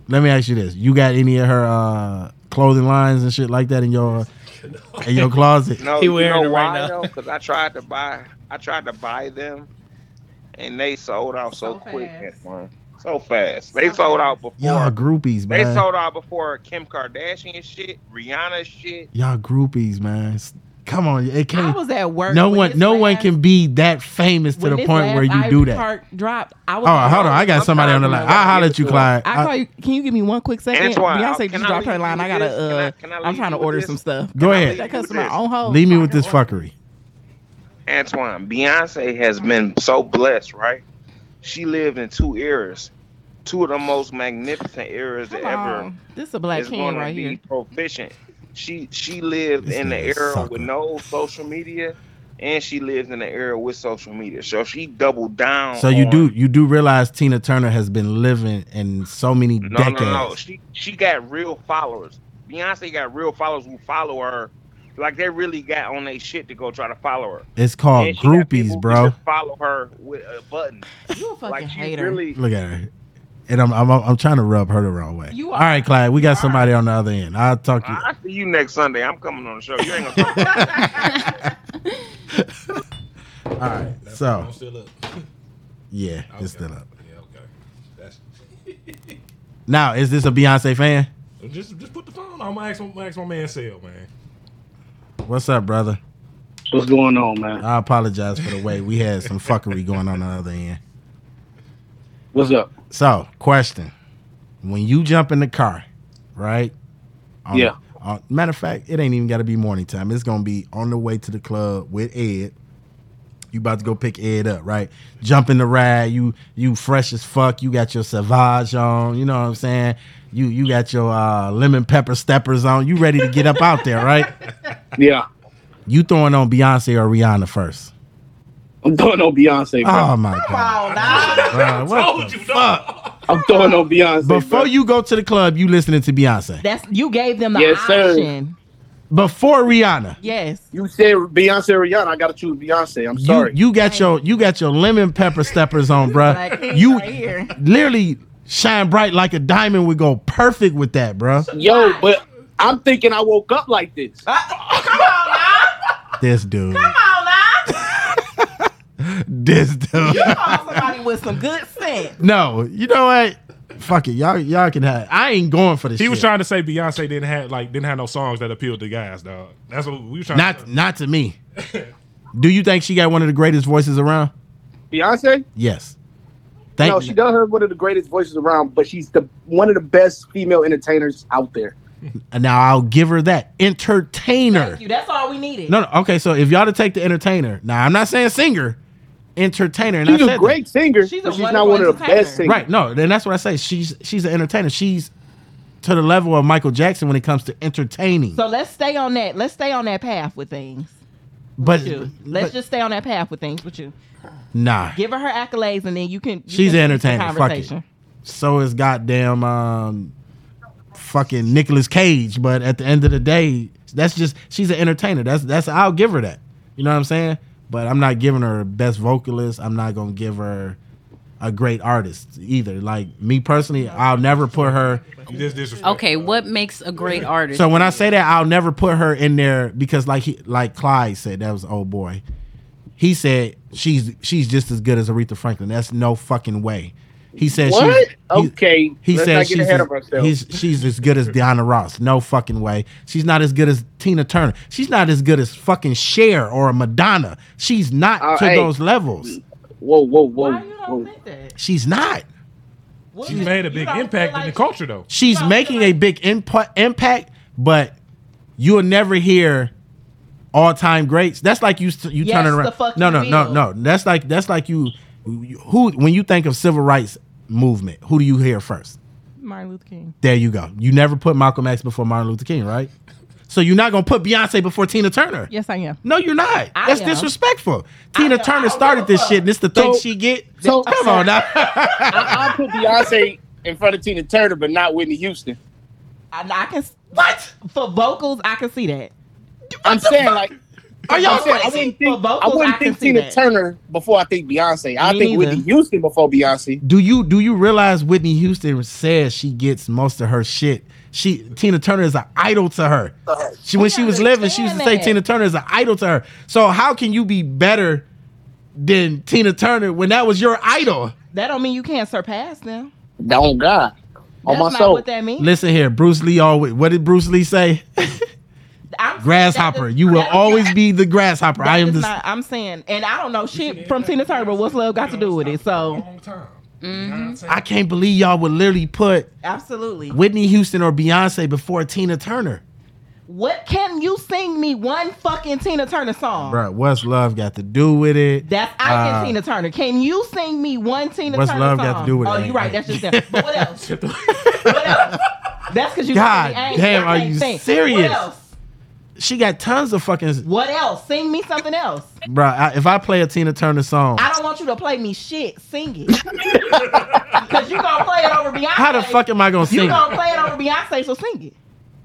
[SPEAKER 3] Let me ask you this. You got any of her uh, clothing lines and shit like that in your in your closet?
[SPEAKER 9] no,
[SPEAKER 5] He
[SPEAKER 9] you
[SPEAKER 5] wearing
[SPEAKER 9] know
[SPEAKER 5] it right
[SPEAKER 9] why
[SPEAKER 5] now.
[SPEAKER 9] Because I tried to buy, I tried to buy them, and they sold out so,
[SPEAKER 4] So
[SPEAKER 9] quick,
[SPEAKER 4] fast.
[SPEAKER 9] man. So fast. They sold out before.
[SPEAKER 3] Y'all groupies,
[SPEAKER 9] They
[SPEAKER 3] man.
[SPEAKER 9] sold out before Kim Kardashian shit, Rihanna shit.
[SPEAKER 3] Y'all groupies, man. S- Come on, it
[SPEAKER 4] I
[SPEAKER 3] can't.
[SPEAKER 4] was at work.
[SPEAKER 3] No
[SPEAKER 4] when
[SPEAKER 3] one,
[SPEAKER 4] this
[SPEAKER 3] no one
[SPEAKER 4] last-
[SPEAKER 3] can be that famous to
[SPEAKER 4] when
[SPEAKER 3] the
[SPEAKER 4] this
[SPEAKER 3] point where
[SPEAKER 4] last
[SPEAKER 3] you do
[SPEAKER 4] Ivy
[SPEAKER 3] that.
[SPEAKER 4] Park dropped. I was.
[SPEAKER 3] Oh, hold on, I
[SPEAKER 9] I'm
[SPEAKER 3] got somebody on the
[SPEAKER 9] sorry,
[SPEAKER 3] line.
[SPEAKER 9] man.
[SPEAKER 3] I'll holler at you,
[SPEAKER 9] I
[SPEAKER 3] Clyde.
[SPEAKER 4] I call you. Can you give me one quick second?
[SPEAKER 9] Antoine, I-
[SPEAKER 4] Beyonce
[SPEAKER 9] can
[SPEAKER 4] just
[SPEAKER 9] I
[SPEAKER 4] dropped her
[SPEAKER 9] leave you
[SPEAKER 4] line. I
[SPEAKER 9] with
[SPEAKER 4] gotta.
[SPEAKER 9] this? Can I-
[SPEAKER 4] Uh,
[SPEAKER 9] can I
[SPEAKER 4] I'm
[SPEAKER 9] leave
[SPEAKER 4] trying
[SPEAKER 9] you
[SPEAKER 4] to
[SPEAKER 9] with
[SPEAKER 4] order
[SPEAKER 9] this?
[SPEAKER 4] some stuff.
[SPEAKER 3] Go ahead.
[SPEAKER 4] That
[SPEAKER 9] leave you with
[SPEAKER 4] customer
[SPEAKER 9] this?
[SPEAKER 4] on Oh, hold.
[SPEAKER 3] Leave me with this fuckery.
[SPEAKER 9] Antoine, Beyonce has been so blessed, right? She lived in two eras, two of the most magnificent eras that
[SPEAKER 4] Come
[SPEAKER 9] ever
[SPEAKER 4] on. This is a black
[SPEAKER 9] is
[SPEAKER 4] king
[SPEAKER 9] going
[SPEAKER 4] right
[SPEAKER 9] to be
[SPEAKER 4] here.
[SPEAKER 9] proficient. She she lived
[SPEAKER 3] This
[SPEAKER 9] in the
[SPEAKER 3] nigga
[SPEAKER 9] era
[SPEAKER 3] sucker.
[SPEAKER 9] with no social media, and she lived in the era with social media. So she doubled down.
[SPEAKER 3] So you
[SPEAKER 9] on-
[SPEAKER 3] do, you do realize Tina Turner has been living in so many
[SPEAKER 9] No,
[SPEAKER 3] decades.
[SPEAKER 9] no, no. She she got real followers. Beyonce got real followers who follow her. Like they really got on their shit to go try to follow her.
[SPEAKER 3] It's called
[SPEAKER 9] And she got people
[SPEAKER 3] groupies,
[SPEAKER 9] who
[SPEAKER 3] bro.
[SPEAKER 9] just Follow her with a button.
[SPEAKER 4] You a fucking
[SPEAKER 9] Like she
[SPEAKER 4] hater.
[SPEAKER 9] really
[SPEAKER 3] Look at her. And I'm, I'm, I'm trying to rub her the wrong way.
[SPEAKER 4] You
[SPEAKER 3] All
[SPEAKER 4] are.
[SPEAKER 3] right, Clyde, we got somebody on the other end. I'll talk to you.
[SPEAKER 9] I see you next Sunday. I'm coming on the show. You ain't gonna talk
[SPEAKER 3] All right,
[SPEAKER 6] That's
[SPEAKER 3] so
[SPEAKER 6] I'm still up.
[SPEAKER 3] yeah,
[SPEAKER 6] Okay.
[SPEAKER 3] it's still up.
[SPEAKER 6] Yeah, okay. That's
[SPEAKER 3] Now, is this a Beyonce fan?
[SPEAKER 6] just just put the phone on. I'm gonna ask my, I'm gonna ask my man Sale, man.
[SPEAKER 3] What's up, brother?
[SPEAKER 10] What's going on, man?
[SPEAKER 3] I apologize for the way we had some fuckery going on the other end.
[SPEAKER 10] What's up?
[SPEAKER 3] So, question: When you jump in the car, right? On-
[SPEAKER 10] Yeah.
[SPEAKER 3] on- matter of fact, it ain't even got to be morning time. It's gonna be on the way to the club with Ed. You about to go pick Ed up, right? Jump in the ride. You you fresh as fuck. You got your Savage on. You know what I'm saying? You you got your uh, lemon pepper steppers on. You ready to get up out there, right?
[SPEAKER 10] Yeah,
[SPEAKER 3] You throwing on Beyonce or Rihanna first?
[SPEAKER 10] I'm throwing on Beyonce, bro.
[SPEAKER 3] Oh my god! Bruh, what the
[SPEAKER 6] fuck?
[SPEAKER 10] I'm throwing on Beyonce.
[SPEAKER 3] Before
[SPEAKER 10] bro.
[SPEAKER 3] you go to the club, you listening to Beyonce.
[SPEAKER 4] That's you gave them the
[SPEAKER 10] Yes, sir.
[SPEAKER 4] option.
[SPEAKER 3] Before Rihanna,
[SPEAKER 4] Yes.
[SPEAKER 10] you said Beyonce or Rihanna, I gotta choose Beyonce. I'm
[SPEAKER 3] you,
[SPEAKER 10] sorry.
[SPEAKER 3] you got your you got your lemon pepper steppers on,
[SPEAKER 4] Black
[SPEAKER 3] bruh.
[SPEAKER 4] king
[SPEAKER 3] You
[SPEAKER 4] right here.
[SPEAKER 3] literally shine bright like a diamond would go perfect with that, bruh.
[SPEAKER 10] Yo, but I'm thinking I woke up like this.
[SPEAKER 3] Ah, This dude. Come on now. this dude.
[SPEAKER 4] Call somebody with some good sense.
[SPEAKER 3] No, you know what? Fuck it, y'all y'all can have. I ain't going for this.
[SPEAKER 6] He
[SPEAKER 3] shit.
[SPEAKER 6] was trying to say Beyonce didn't have like didn't have no songs that appealed to guys, dog. That's what we were trying.
[SPEAKER 3] not
[SPEAKER 6] to
[SPEAKER 3] not to me. Do you think she got one of the greatest voices around?
[SPEAKER 10] Beyonce?
[SPEAKER 3] Yes. Thank
[SPEAKER 10] no, she does have one of the greatest voices around, but she's the one of the best female entertainers out there.
[SPEAKER 3] Now I'll give her that entertainer.
[SPEAKER 4] You, that's all we needed.
[SPEAKER 3] No, no. Okay, so if y'all to take the entertainer, now I'm not saying singer, entertainer. And I
[SPEAKER 10] She's
[SPEAKER 3] said
[SPEAKER 10] a
[SPEAKER 3] that.
[SPEAKER 10] great singer,
[SPEAKER 4] She's a
[SPEAKER 10] but she's not one
[SPEAKER 4] wonderful
[SPEAKER 10] of the best singers.
[SPEAKER 4] entertainer.
[SPEAKER 3] Right. No, then that's what I say. She's she's an entertainer. She's to the level of Michael Jackson when it comes to entertaining.
[SPEAKER 4] So let's stay on that. Let's stay on that path with things.
[SPEAKER 3] but
[SPEAKER 4] Shoot. Let's
[SPEAKER 3] but-
[SPEAKER 4] just stay on that path with things with you.
[SPEAKER 3] nah.
[SPEAKER 4] Give her her accolades, and then you can. you
[SPEAKER 3] She's
[SPEAKER 4] can
[SPEAKER 3] an
[SPEAKER 4] finish the
[SPEAKER 3] entertainer. Fuck it.
[SPEAKER 4] conversation.
[SPEAKER 3] So is goddamn um fucking Nicolas Cage. But at the end of the day, that's just she's an entertainer. That's that's I'll give her that. You know what I'm saying? But I'm not giving her best vocalist. I'm not gonna give her a great artist either. Like me personally, I'll never put her
[SPEAKER 6] You just disrespect.
[SPEAKER 7] Okay, what makes a great artist?
[SPEAKER 3] So when I say that, I'll never put her in there because, like he, like Clyde said, that was old boy. He said she's she's just as good as Aretha Franklin. That's no fucking way. He said
[SPEAKER 10] What?
[SPEAKER 3] she's- he-
[SPEAKER 10] okay.
[SPEAKER 3] He
[SPEAKER 10] let's
[SPEAKER 3] said
[SPEAKER 10] not get
[SPEAKER 3] she's,
[SPEAKER 10] ahead
[SPEAKER 3] as,
[SPEAKER 10] of ourselves.
[SPEAKER 3] he's, she's as good as Deanna Ross. No fucking way. She's not as good as Tina Turner. She's not as good as fucking Cher or a Madonna. She's not
[SPEAKER 10] Uh,
[SPEAKER 3] to
[SPEAKER 10] hey.
[SPEAKER 3] those levels.
[SPEAKER 10] whoa, whoa, whoa,
[SPEAKER 4] Why you
[SPEAKER 10] whoa.
[SPEAKER 4] don't think that?
[SPEAKER 3] She's not.
[SPEAKER 6] She made a
[SPEAKER 4] You
[SPEAKER 6] big
[SPEAKER 4] don't
[SPEAKER 6] impact
[SPEAKER 4] feel
[SPEAKER 6] in the
[SPEAKER 4] like-
[SPEAKER 6] culture though.
[SPEAKER 3] She's
[SPEAKER 4] Well,
[SPEAKER 3] making
[SPEAKER 4] like-
[SPEAKER 3] a big input impact, but you'll never hear all time greats. That's like you you
[SPEAKER 4] Yes,
[SPEAKER 3] turning
[SPEAKER 4] the
[SPEAKER 3] around.
[SPEAKER 4] fuck
[SPEAKER 3] no,
[SPEAKER 4] you
[SPEAKER 3] no, no,
[SPEAKER 4] will.
[SPEAKER 3] no. That's like that's like you who when you think of civil rights movement, who do you hear first?
[SPEAKER 4] Martin Luther King.
[SPEAKER 3] There you go. You never put Malcolm X before Martin Luther King, right? So you're not gonna put Beyonce before Tina Turner.
[SPEAKER 4] Yes, I am.
[SPEAKER 3] No, you're not.
[SPEAKER 4] I
[SPEAKER 3] That's
[SPEAKER 4] am.
[SPEAKER 3] disrespectful. Tina Turner started this shit, and it's the thing
[SPEAKER 10] So-
[SPEAKER 3] she get.
[SPEAKER 10] so-
[SPEAKER 3] come on now.
[SPEAKER 10] I, I'll put Beyonce in front of Tina Turner, but not Whitney Houston.
[SPEAKER 4] I, I can. What for vocals? I can see that.
[SPEAKER 10] I'm saying like.
[SPEAKER 3] Are y'all
[SPEAKER 10] I'm saying, I
[SPEAKER 3] crazy?
[SPEAKER 10] wouldn't
[SPEAKER 4] For
[SPEAKER 10] think, I
[SPEAKER 4] vocals,
[SPEAKER 10] wouldn't
[SPEAKER 4] I can
[SPEAKER 10] think
[SPEAKER 4] see
[SPEAKER 10] Tina
[SPEAKER 4] that.
[SPEAKER 10] Turner before I think Beyonce. I
[SPEAKER 4] Me
[SPEAKER 10] think Whitney
[SPEAKER 4] neither.
[SPEAKER 10] Houston before Beyonce.
[SPEAKER 3] Do you do you realize Whitney Houston says she gets most of her shit? She Tina Turner is an idol to her. She when she was living, she used to say
[SPEAKER 4] understand
[SPEAKER 3] Tina Turner is an idol to her. So how can you be better than Tina Turner when that was your idol?
[SPEAKER 4] That don't mean you can't surpass them.
[SPEAKER 10] Don't Oh, God.
[SPEAKER 4] That's
[SPEAKER 10] On my
[SPEAKER 4] not
[SPEAKER 10] soul.
[SPEAKER 4] what that means.
[SPEAKER 3] Listen here, Bruce Lee always what did Bruce Lee say?
[SPEAKER 4] I'm-
[SPEAKER 3] grasshopper.
[SPEAKER 4] that-
[SPEAKER 3] You will
[SPEAKER 4] that-
[SPEAKER 3] always be the grasshopper.
[SPEAKER 4] that
[SPEAKER 3] I am
[SPEAKER 4] is
[SPEAKER 3] the
[SPEAKER 4] not- I'm saying, and I don't know shit from Tina Turner. But what's love got to do with it? So
[SPEAKER 6] Long time.
[SPEAKER 3] I can't believe y'all would literally put
[SPEAKER 4] absolutely.
[SPEAKER 3] Whitney Houston or Beyonce before Tina Turner.
[SPEAKER 4] What can you sing me one fucking Tina Turner song?
[SPEAKER 3] Bruh, what's love got to do with it?
[SPEAKER 4] That's I
[SPEAKER 3] Uh,
[SPEAKER 4] can Tina Turner. Can you sing me one Tina
[SPEAKER 3] What's
[SPEAKER 4] Turner
[SPEAKER 3] love
[SPEAKER 4] song?
[SPEAKER 3] got to do with it?
[SPEAKER 4] oh,
[SPEAKER 3] Ain't-
[SPEAKER 4] you're right. That's just that. But what else? what else? That's because you.
[SPEAKER 3] God
[SPEAKER 4] I ain't-
[SPEAKER 3] damn,
[SPEAKER 4] I
[SPEAKER 3] are
[SPEAKER 4] can't
[SPEAKER 3] you
[SPEAKER 4] think.
[SPEAKER 3] serious?
[SPEAKER 4] What else?
[SPEAKER 3] she got tons of fucking
[SPEAKER 4] What else? Sing me something else.
[SPEAKER 3] bro. I, if I play a Tina Turner song,
[SPEAKER 4] I don't want you to play me shit. Sing it. Because you going to play it over Beyonce.
[SPEAKER 3] how the fuck am I gonna
[SPEAKER 4] You
[SPEAKER 3] sing?
[SPEAKER 4] going to play it over Beyonce, so sing it.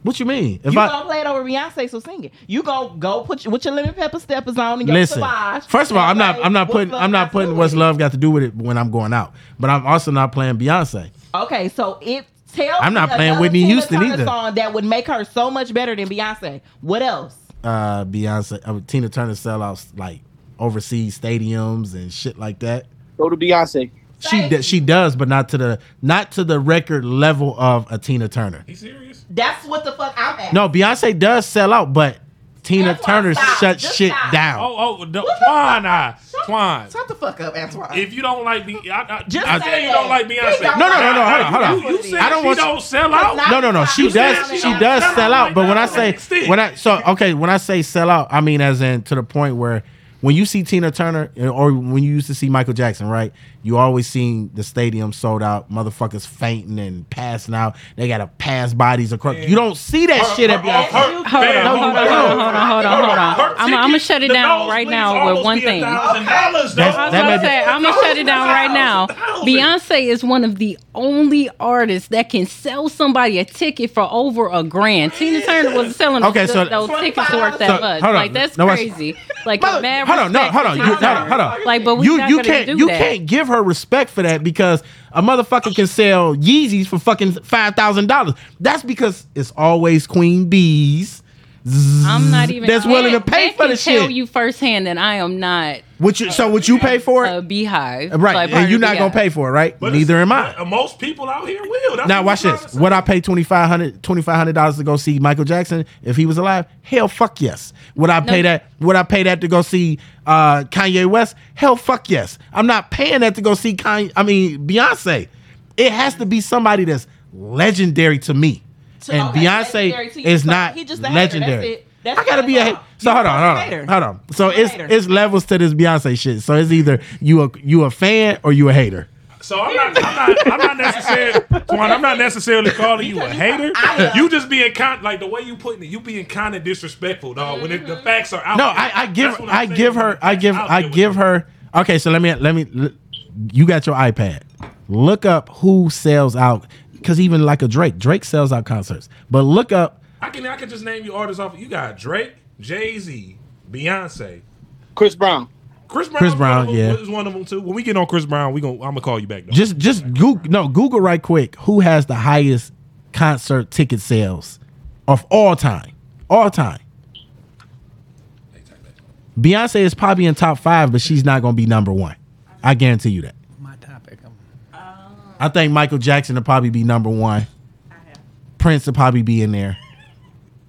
[SPEAKER 3] what you mean? If
[SPEAKER 4] You
[SPEAKER 3] I
[SPEAKER 4] going to play it over Beyonce, so sing it. You going to go put your, with your lemon pepper steppers on and your
[SPEAKER 3] listen,
[SPEAKER 4] Savage
[SPEAKER 3] first of all,
[SPEAKER 4] and
[SPEAKER 3] I'm not
[SPEAKER 4] play
[SPEAKER 3] I'm
[SPEAKER 4] What's Love Got to
[SPEAKER 3] not putting I'm not putting
[SPEAKER 4] Do
[SPEAKER 3] what's
[SPEAKER 4] With It.
[SPEAKER 3] love got to do with it when I'm going out, but I'm also not playing Beyonce.
[SPEAKER 4] Okay, so if tell
[SPEAKER 3] I'm
[SPEAKER 4] me
[SPEAKER 3] not playing
[SPEAKER 4] another
[SPEAKER 3] Whitney
[SPEAKER 4] Tina
[SPEAKER 3] Houston
[SPEAKER 4] Turner
[SPEAKER 3] either.
[SPEAKER 4] Song that would make her so much better than Beyonce. What else?
[SPEAKER 3] Uh, Beyonce, uh, Tina Turner sellouts like overseas stadiums and shit like that.
[SPEAKER 10] Go to Beyonce.
[SPEAKER 3] She d- she does, but not to the not to the record level of a Tina Turner.
[SPEAKER 6] He serious?
[SPEAKER 4] That's what the fuck I'm at.
[SPEAKER 3] No, Beyonce does sell out, but Tina
[SPEAKER 4] That's why
[SPEAKER 3] Turner
[SPEAKER 4] stop.
[SPEAKER 3] shuts
[SPEAKER 4] Just
[SPEAKER 3] shit
[SPEAKER 4] stop.
[SPEAKER 3] down.
[SPEAKER 6] Oh, oh, no, Twine, I, Twine.
[SPEAKER 4] shut the fuck up, Antoine.
[SPEAKER 6] If you don't like Be, I, I,
[SPEAKER 4] Just
[SPEAKER 6] I
[SPEAKER 4] say
[SPEAKER 6] said you
[SPEAKER 4] that.
[SPEAKER 6] don't like Beyonce.
[SPEAKER 4] don't
[SPEAKER 3] No, no, no, no, hold on, hold on.
[SPEAKER 6] You, you said
[SPEAKER 3] I don't
[SPEAKER 6] she
[SPEAKER 3] want-
[SPEAKER 6] don't sell out.
[SPEAKER 4] Not-
[SPEAKER 3] No, no, no. She
[SPEAKER 4] You said
[SPEAKER 3] does.
[SPEAKER 4] she
[SPEAKER 3] She
[SPEAKER 4] don't
[SPEAKER 3] does
[SPEAKER 6] sell
[SPEAKER 3] sell
[SPEAKER 6] out
[SPEAKER 3] out. But when I
[SPEAKER 6] like
[SPEAKER 3] say
[SPEAKER 6] that. Stick.
[SPEAKER 3] when I so okay, when I say sell out, I mean as in to the point where when you see Tina Turner or when you used to see Michael Jackson, right? You always seen the stadium sold out, motherfuckers fainting and passing out. They got to pass bodies across. You don't see that shit at Beyonce.
[SPEAKER 7] Hold on, hold on, hold on, hold on, hold on, hold on. I'm- I'ma shut it down right now with one thing. I was
[SPEAKER 3] That
[SPEAKER 7] gonna
[SPEAKER 3] may be-
[SPEAKER 7] say, I'm gonna shut it down right now. Beyonce is one of the only artists that can sell somebody a ticket for over a grand. Tina Turner was selling
[SPEAKER 3] Okay,
[SPEAKER 7] those,
[SPEAKER 3] so-
[SPEAKER 7] those tickets worth that
[SPEAKER 3] So,
[SPEAKER 7] much.
[SPEAKER 3] hold on.
[SPEAKER 7] Like that's
[SPEAKER 3] No, that's-
[SPEAKER 7] crazy. Like
[SPEAKER 3] Mother-
[SPEAKER 7] a mad
[SPEAKER 3] hold on, no,
[SPEAKER 7] respect
[SPEAKER 3] hold
[SPEAKER 7] for
[SPEAKER 3] on,
[SPEAKER 7] Tina
[SPEAKER 3] you- hold on,
[SPEAKER 7] Turner.
[SPEAKER 3] hold on.
[SPEAKER 7] Like, but we
[SPEAKER 3] you
[SPEAKER 7] not
[SPEAKER 3] you
[SPEAKER 7] gonna
[SPEAKER 3] can't
[SPEAKER 7] do
[SPEAKER 3] you
[SPEAKER 7] that.
[SPEAKER 3] can't give her respect for that because a motherfucker can sell Yeezys for fucking five thousand dollars. That's because it's always Queen Bees.
[SPEAKER 7] I'm not even.
[SPEAKER 11] That's willing to
[SPEAKER 7] That-
[SPEAKER 11] pay
[SPEAKER 7] that
[SPEAKER 11] for
[SPEAKER 7] can
[SPEAKER 11] the
[SPEAKER 7] tell
[SPEAKER 11] shit.
[SPEAKER 7] you firsthand that I am not
[SPEAKER 11] Would you? So would you pay for
[SPEAKER 7] a
[SPEAKER 11] it?
[SPEAKER 7] beehive.
[SPEAKER 11] Right,
[SPEAKER 7] Like,
[SPEAKER 11] and you're
[SPEAKER 7] part
[SPEAKER 11] not
[SPEAKER 7] of
[SPEAKER 11] gonna
[SPEAKER 7] the-
[SPEAKER 11] pay for it, right? Neither am I.
[SPEAKER 6] uh, Most people out here will. That's
[SPEAKER 3] Now
[SPEAKER 6] what
[SPEAKER 3] watch
[SPEAKER 6] I'm
[SPEAKER 3] this. Would I pay $2,500 $2,500 to go see Michael Jackson if he was alive? Hell, fuck yes. Would I pay that? Would I pay that to go see uh, Kanye West? Hell, fuck yes. I'm not paying that to go see Kanye. I mean Beyonce. It has to be somebody that's legendary to me,
[SPEAKER 4] To-
[SPEAKER 3] and
[SPEAKER 4] okay, legendary
[SPEAKER 3] Beyonce
[SPEAKER 4] to you.
[SPEAKER 3] is
[SPEAKER 4] So
[SPEAKER 3] not
[SPEAKER 4] he just a hater. That's
[SPEAKER 3] legendary.
[SPEAKER 4] it. That's
[SPEAKER 3] I gotta
[SPEAKER 4] it.
[SPEAKER 3] be a hater. So hold on, hold on,
[SPEAKER 4] hater.
[SPEAKER 3] hold on. So
[SPEAKER 4] You're a
[SPEAKER 3] it's
[SPEAKER 4] hater.
[SPEAKER 3] it's levels to this Beyonce shit. So it's either you a you a fan or you a hater.
[SPEAKER 6] So I'm not, I'm not, I'm not necessarily, Quan, I'm not necessarily calling you a hater. You just being kind, like the way you putting it, you being kind of disrespectful, dog. When it, the facts are out.
[SPEAKER 3] No,
[SPEAKER 6] there.
[SPEAKER 3] I, I give
[SPEAKER 6] That's what I'm
[SPEAKER 3] I
[SPEAKER 6] saying.
[SPEAKER 3] give her I give I give her. Okay, so let me let me. l- You got your iPad. Look up who sells out because even like a Drake, Drake sells out concerts. But look up
[SPEAKER 6] I can, I can just name you artists off. You got Drake, Jay Z, Beyonce,
[SPEAKER 10] Chris Brown.
[SPEAKER 6] Chris Brown.
[SPEAKER 3] Chris Brown,
[SPEAKER 6] was-
[SPEAKER 3] yeah.
[SPEAKER 6] was one of them too. When we get on Chris Brown, we gonna, I'm gonna call you back. Though.
[SPEAKER 3] just just Google no Google right quick who has the highest concert ticket sales of all time, all time. Beyonce is probably in top five, but she's not gonna be number one. I guarantee you that.
[SPEAKER 5] My topic. um, I'm-
[SPEAKER 3] I think Michael Jackson will probably be number one. Prince will probably be in there.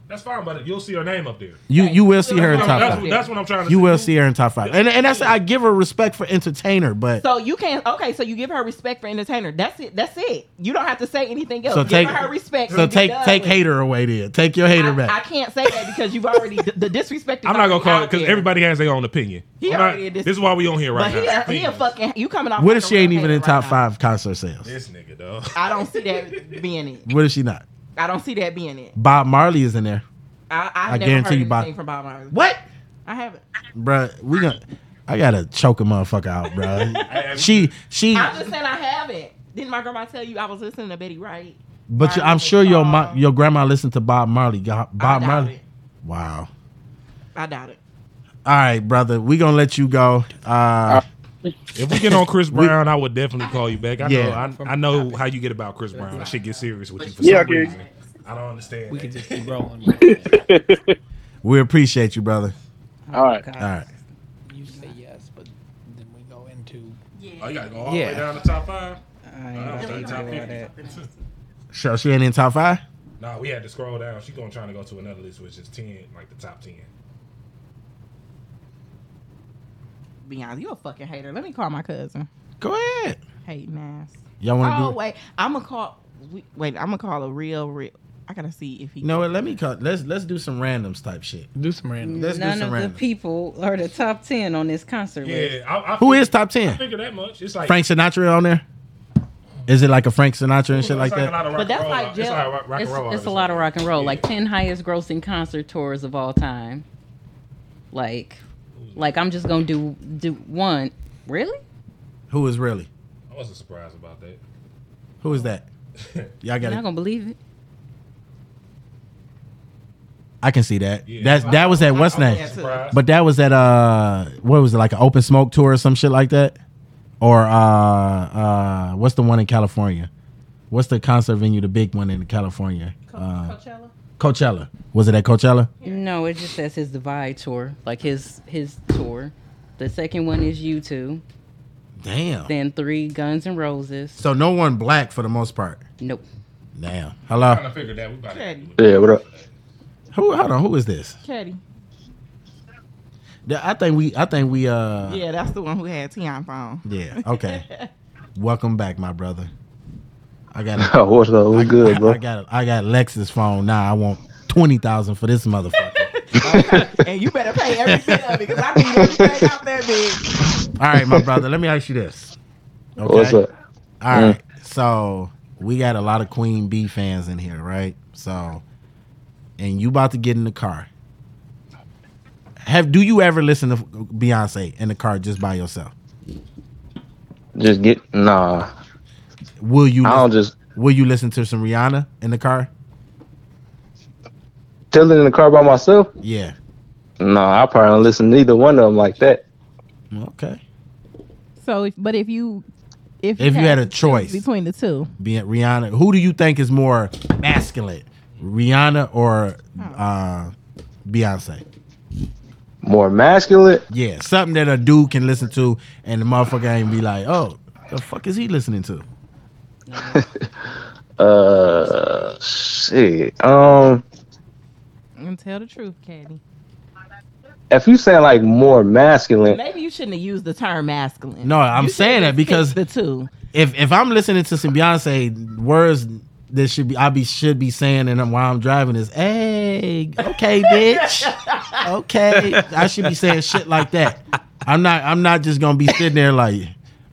[SPEAKER 6] That's fine, but you'll see her name up there.
[SPEAKER 3] You you will see her in
[SPEAKER 6] That's
[SPEAKER 3] top
[SPEAKER 6] what I'm-
[SPEAKER 3] five.
[SPEAKER 6] that's- that's what I'm trying to
[SPEAKER 3] You
[SPEAKER 6] say.
[SPEAKER 3] will see her in top five, and and that's I give her respect for entertainer, but
[SPEAKER 4] So you can't. Okay, so you give her respect for entertainer. That's it. That's it. You don't have to say anything else.
[SPEAKER 3] so
[SPEAKER 4] give
[SPEAKER 3] take
[SPEAKER 4] her respect.
[SPEAKER 3] So
[SPEAKER 4] and be
[SPEAKER 3] take
[SPEAKER 4] done
[SPEAKER 3] take
[SPEAKER 4] with it.
[SPEAKER 3] hater away then. Take your hater back.
[SPEAKER 4] I can't say that because you've already the, the disrespect. is
[SPEAKER 6] I'm not gonna
[SPEAKER 4] already
[SPEAKER 6] call it
[SPEAKER 4] out
[SPEAKER 6] because
[SPEAKER 4] there.
[SPEAKER 6] everybody has their own opinion.
[SPEAKER 4] He
[SPEAKER 6] I'm
[SPEAKER 4] already
[SPEAKER 6] not-
[SPEAKER 4] a dis-
[SPEAKER 6] this is why we on here right
[SPEAKER 4] but
[SPEAKER 6] now.
[SPEAKER 4] he a, he a fucking. You coming off?
[SPEAKER 3] what
[SPEAKER 4] like
[SPEAKER 3] if
[SPEAKER 4] a
[SPEAKER 3] she ain't
[SPEAKER 4] real
[SPEAKER 3] even
[SPEAKER 4] hater
[SPEAKER 3] in
[SPEAKER 4] right
[SPEAKER 3] top
[SPEAKER 4] now.
[SPEAKER 3] five concert sales?
[SPEAKER 6] This nigga, dog.
[SPEAKER 4] I don't see that being it.
[SPEAKER 3] What if she not?
[SPEAKER 4] I don't see that being it.
[SPEAKER 3] Bob Marley is in there,
[SPEAKER 4] I, I've
[SPEAKER 3] I
[SPEAKER 4] never
[SPEAKER 3] guarantee
[SPEAKER 4] heard
[SPEAKER 3] you Bob-
[SPEAKER 4] anything from Bob Marley.
[SPEAKER 3] What?
[SPEAKER 4] I haven't.
[SPEAKER 3] Bruh, We gonna. I gotta choke a motherfucker out, bruh. she she.
[SPEAKER 4] I'm just saying I haven't. Didn't my grandma tell you I was listening to Betty Wright?
[SPEAKER 3] But you, I'm sure your mo- your grandma listened to Bob Marley. Go- Bob
[SPEAKER 4] doubt
[SPEAKER 3] Marley.
[SPEAKER 4] it.
[SPEAKER 3] Wow.
[SPEAKER 4] I doubt it.
[SPEAKER 3] All right, brother. We gonna let you go. Uh,
[SPEAKER 6] If we get on Chris Brown, I would definitely call you back. I
[SPEAKER 3] Yeah.
[SPEAKER 6] know I, I know how you get about Chris Brown. That shit gets serious with you for
[SPEAKER 10] Yeah,
[SPEAKER 6] some
[SPEAKER 10] okay.
[SPEAKER 6] reason. I don't understand.
[SPEAKER 5] We
[SPEAKER 6] that.
[SPEAKER 5] can just keep rolling.
[SPEAKER 3] we appreciate you, brother.
[SPEAKER 10] All right.
[SPEAKER 3] All right.
[SPEAKER 5] You say yes, but then we go into.
[SPEAKER 6] Oh, you gotta go all the
[SPEAKER 5] Yeah.
[SPEAKER 6] way down to top five.
[SPEAKER 5] I
[SPEAKER 6] Oh, that was
[SPEAKER 5] ain't
[SPEAKER 6] like
[SPEAKER 5] gonna
[SPEAKER 6] top
[SPEAKER 5] do all that.
[SPEAKER 6] 50.
[SPEAKER 3] So she ain't in top five.
[SPEAKER 6] Nah, we had to scroll down. She gonna trying to go to another list, which is ten, like the top ten.
[SPEAKER 4] Beyonce, you a fucking hater. Let me call my cousin.
[SPEAKER 3] Go ahead.
[SPEAKER 4] Hating ass.
[SPEAKER 3] Y'all want to
[SPEAKER 4] Oh
[SPEAKER 3] do?
[SPEAKER 4] wait, I'm gonna call. we- Wait, I'm gonna call a real, real. I gotta see if he.
[SPEAKER 3] You know what? Let me cut. Let's let's do some randoms type shit.
[SPEAKER 5] Do some random.
[SPEAKER 3] Let's do
[SPEAKER 7] None
[SPEAKER 3] some
[SPEAKER 7] of the
[SPEAKER 3] random.
[SPEAKER 7] people are the top ten on this concert list.
[SPEAKER 6] Yeah, I, I
[SPEAKER 3] Who
[SPEAKER 6] fig-
[SPEAKER 3] is top
[SPEAKER 6] I
[SPEAKER 3] 10?
[SPEAKER 6] figure that much. It's like
[SPEAKER 3] Frank Sinatra on there? Is it like a Frank Sinatra and
[SPEAKER 6] it's
[SPEAKER 3] shit like
[SPEAKER 6] A lot
[SPEAKER 3] that?
[SPEAKER 6] of rock
[SPEAKER 7] But that's
[SPEAKER 6] and roll.
[SPEAKER 7] like
[SPEAKER 6] it's
[SPEAKER 7] jail-
[SPEAKER 6] like rock, rock
[SPEAKER 7] it's,
[SPEAKER 6] and
[SPEAKER 7] it's
[SPEAKER 6] roll.
[SPEAKER 7] a
[SPEAKER 6] artists.
[SPEAKER 7] lot of rock and roll. Like
[SPEAKER 6] Yeah.
[SPEAKER 7] ten highest grossing concert tours of all time. Like, like I'm just gonna do do one. Really?
[SPEAKER 3] Who is really?
[SPEAKER 6] I wasn't surprised about that.
[SPEAKER 3] Who is that? Y'all
[SPEAKER 7] You're
[SPEAKER 3] got
[SPEAKER 7] not
[SPEAKER 3] it.
[SPEAKER 7] gonna believe it.
[SPEAKER 3] I can see that.
[SPEAKER 6] Yeah.
[SPEAKER 3] That's that was at what's
[SPEAKER 6] I
[SPEAKER 3] name?
[SPEAKER 6] wasn't surprised.
[SPEAKER 3] But that was at uh what was it like an open smoke tour or some shit like that? Or uh uh what's the one in California? What's the concert venue, the big one in California? Uh,
[SPEAKER 4] Coachella.
[SPEAKER 3] Coachella. Was it at Coachella?
[SPEAKER 7] No, it just says his Divide tour, like his his tour. The second one is U two.
[SPEAKER 3] Damn.
[SPEAKER 7] Then three Guns and Roses.
[SPEAKER 3] So no one black for the most part.
[SPEAKER 7] Nope.
[SPEAKER 3] Damn. Hello.
[SPEAKER 6] I figured that we about to.
[SPEAKER 4] Caddy.
[SPEAKER 11] Yeah, what up?
[SPEAKER 3] Who hold on, who is this?
[SPEAKER 4] Caddy.
[SPEAKER 3] Th- I think we I think we uh
[SPEAKER 4] Yeah, that's the one who had Tion phone.
[SPEAKER 3] yeah, okay. Welcome back, my brother. I got a-
[SPEAKER 11] What's up? We good,
[SPEAKER 3] I
[SPEAKER 11] bro.
[SPEAKER 3] got I got Lex's phone now. I want twenty thousand for this motherfucker.
[SPEAKER 4] and you better pay every cent of it because I need everything out that bitch.
[SPEAKER 3] All right, my brother. Let me ask you this. Okay?
[SPEAKER 11] What's up? Mm.
[SPEAKER 3] All right. So we got a lot of Queen B fans in here, right? So, and you about to get in the car. Have do you ever listen to Beyonce in the car just by yourself?
[SPEAKER 11] Just get nah.
[SPEAKER 3] Will you
[SPEAKER 11] I
[SPEAKER 3] listen,
[SPEAKER 11] don't just
[SPEAKER 3] will you listen to some Rihanna in the car?
[SPEAKER 11] chilling in the car by myself.
[SPEAKER 3] Yeah.
[SPEAKER 11] Nah, I probably don't listen to either one of them like that.
[SPEAKER 3] Okay.
[SPEAKER 4] So, if, but if you, if
[SPEAKER 3] If you had a
[SPEAKER 4] to choose
[SPEAKER 3] choice.
[SPEAKER 4] between the two,
[SPEAKER 3] Being
[SPEAKER 4] Hmm.
[SPEAKER 3] Rihanna, who do you think is more masculine, Rihanna or uh, Beyonce.
[SPEAKER 11] More masculine.
[SPEAKER 3] Yeah, something that a dude can listen to, and the motherfucker ain't be like, "Oh, the fuck is he listening to?"
[SPEAKER 11] Uh, shit. Um,
[SPEAKER 4] And tell the truth, Caddy.
[SPEAKER 11] if you say like more masculine,
[SPEAKER 4] Maybe you shouldn't have used the term masculine.
[SPEAKER 3] No, I'm saying that because
[SPEAKER 4] the two.
[SPEAKER 3] If if I'm listening to some Beyonce words that should be I be should be saying and while I'm driving is hey okay bitch okay I should be saying shit like that. I'm not I'm not just gonna be sitting there like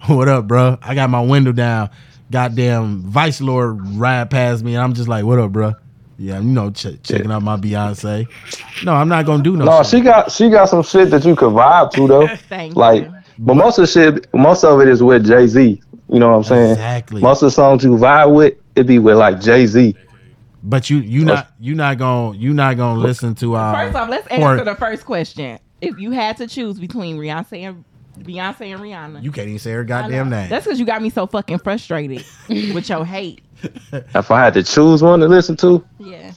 [SPEAKER 3] what up bro I got my window down goddamn Vice Lord ride past me and I'm just like what up bro yeah you know ch- checking out my Beyonce. No, I'm not gonna do no.
[SPEAKER 11] no,
[SPEAKER 3] shit.
[SPEAKER 11] she got she got some shit that you could vibe to though.
[SPEAKER 4] Thank
[SPEAKER 11] like, but most of the shit, most of it is with Jay Z. You know what I'm saying?
[SPEAKER 3] Exactly.
[SPEAKER 11] Most of the songs you vibe with, it be with like Jay Z.
[SPEAKER 3] But you you not you not gonna you not gonna listen to uh
[SPEAKER 4] First off, let's
[SPEAKER 3] or-
[SPEAKER 4] answer the first question. If you had to choose between Beyonce and Beyonce and Rihanna,
[SPEAKER 3] You can't even say her goddamn name.
[SPEAKER 4] that's because you got me so fucking frustrated with your hate.
[SPEAKER 11] If I had to choose one to listen to,
[SPEAKER 4] Yeah.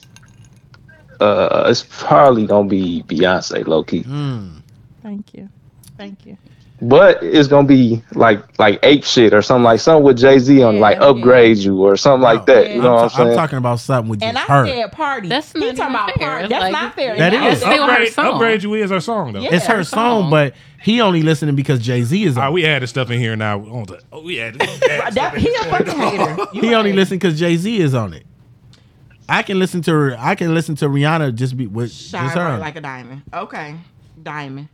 [SPEAKER 11] uh, it's probably gonna be Beyonce, low key.
[SPEAKER 3] Mm.
[SPEAKER 4] Thank you. Thank you.
[SPEAKER 11] But it's gonna be like like ape shit or something like something with Jay Z on like upgrade you or something like that. You know what I'm
[SPEAKER 3] I'm
[SPEAKER 11] saying?
[SPEAKER 3] talking about something with just
[SPEAKER 4] And I
[SPEAKER 3] her.
[SPEAKER 4] said party. That's not talking about party. That's not fair.
[SPEAKER 3] That
[SPEAKER 4] Y'all
[SPEAKER 3] is.
[SPEAKER 4] still
[SPEAKER 6] upgrade,
[SPEAKER 4] her song.
[SPEAKER 6] upgrade you is her song though.
[SPEAKER 3] it's her song, but he only listening because Jay Z is on.
[SPEAKER 6] Ah, we added stuff in here now. On the, oh, we added. we added stuff in
[SPEAKER 4] he
[SPEAKER 6] here.
[SPEAKER 4] a fucking hater.
[SPEAKER 3] he only listen because Jay Z is on it. I can listen to her. I can listen to Rihanna just be with
[SPEAKER 4] Shine
[SPEAKER 3] just her.
[SPEAKER 4] bright like a diamond. Okay. Diamond.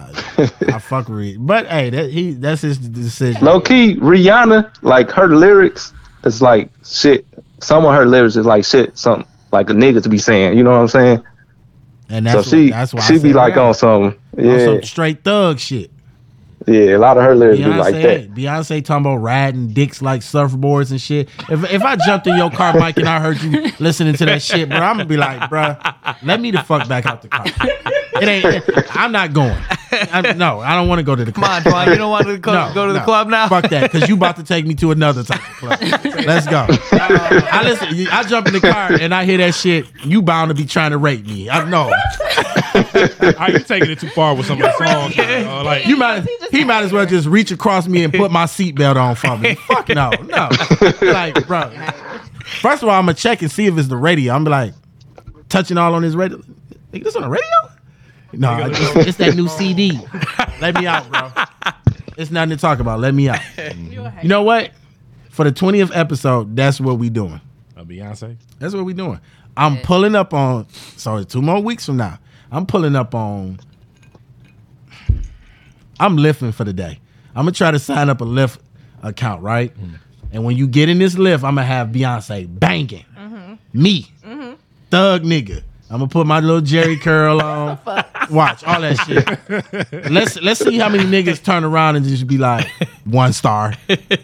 [SPEAKER 3] I fuck with it. But hey, that he that's his decision.
[SPEAKER 11] Low key, Rihanna, like her lyrics is like shit. Some of her lyrics is like shit, something like a nigga to be saying. You know what I'm saying?
[SPEAKER 3] And
[SPEAKER 11] so
[SPEAKER 3] that's
[SPEAKER 11] she
[SPEAKER 3] what, that's why I
[SPEAKER 11] she be
[SPEAKER 3] said
[SPEAKER 11] like
[SPEAKER 3] Rihanna.
[SPEAKER 11] on some yeah
[SPEAKER 3] on some straight thug shit.
[SPEAKER 11] yeah. A lot of her lyrics be
[SPEAKER 3] Beyonce,
[SPEAKER 11] like that.
[SPEAKER 3] Beyonce talking about riding dicks like surfboards and shit. If, if I jumped in your car, Mike, and I heard you listening to that shit, bro, I'm gonna be like, bro, let me the fuck back out the car. It ain't. I'm not going. I'm- no, I don't want to go to the
[SPEAKER 5] Come on,
[SPEAKER 3] club.
[SPEAKER 5] Twan, you don't want to
[SPEAKER 3] No,
[SPEAKER 5] go to the
[SPEAKER 3] no.
[SPEAKER 5] club now?
[SPEAKER 3] Fuck that, because you about to take me to another type of club. Let's go. I listen. I jump in the car and I hear that shit. You bound to be trying to rape me. I know.
[SPEAKER 6] Are you taking it too far with some of the songs? though? Uh, like
[SPEAKER 3] You might. He might as well just reach across me and put my seatbelt on for me. Fuck no, no. Like, bro. First of all, I'm gonna check and see if it's the radio. I'm like, touching all on his radio. Nigga, this on the radio? No,
[SPEAKER 6] Nigga,
[SPEAKER 3] it's, it's that new CD. Let me out, bro. It's nothing to talk about. Let me out. You know what? For the 20th episode, that's what we doing.
[SPEAKER 6] uh, Beyonce.
[SPEAKER 3] That's what we doing. I'm pulling up on. Sorry, two more weeks from now. I'm pulling up on. I'm lifting for the day. I'm gonna try to sign up a lift account, right? And when you get in this lift, I'm gonna have Beyonce banging me, thug nigga. I'm gonna put my little Jerry curl on. Watch all that shit. let's let's see how many niggas turn around and just be like one star.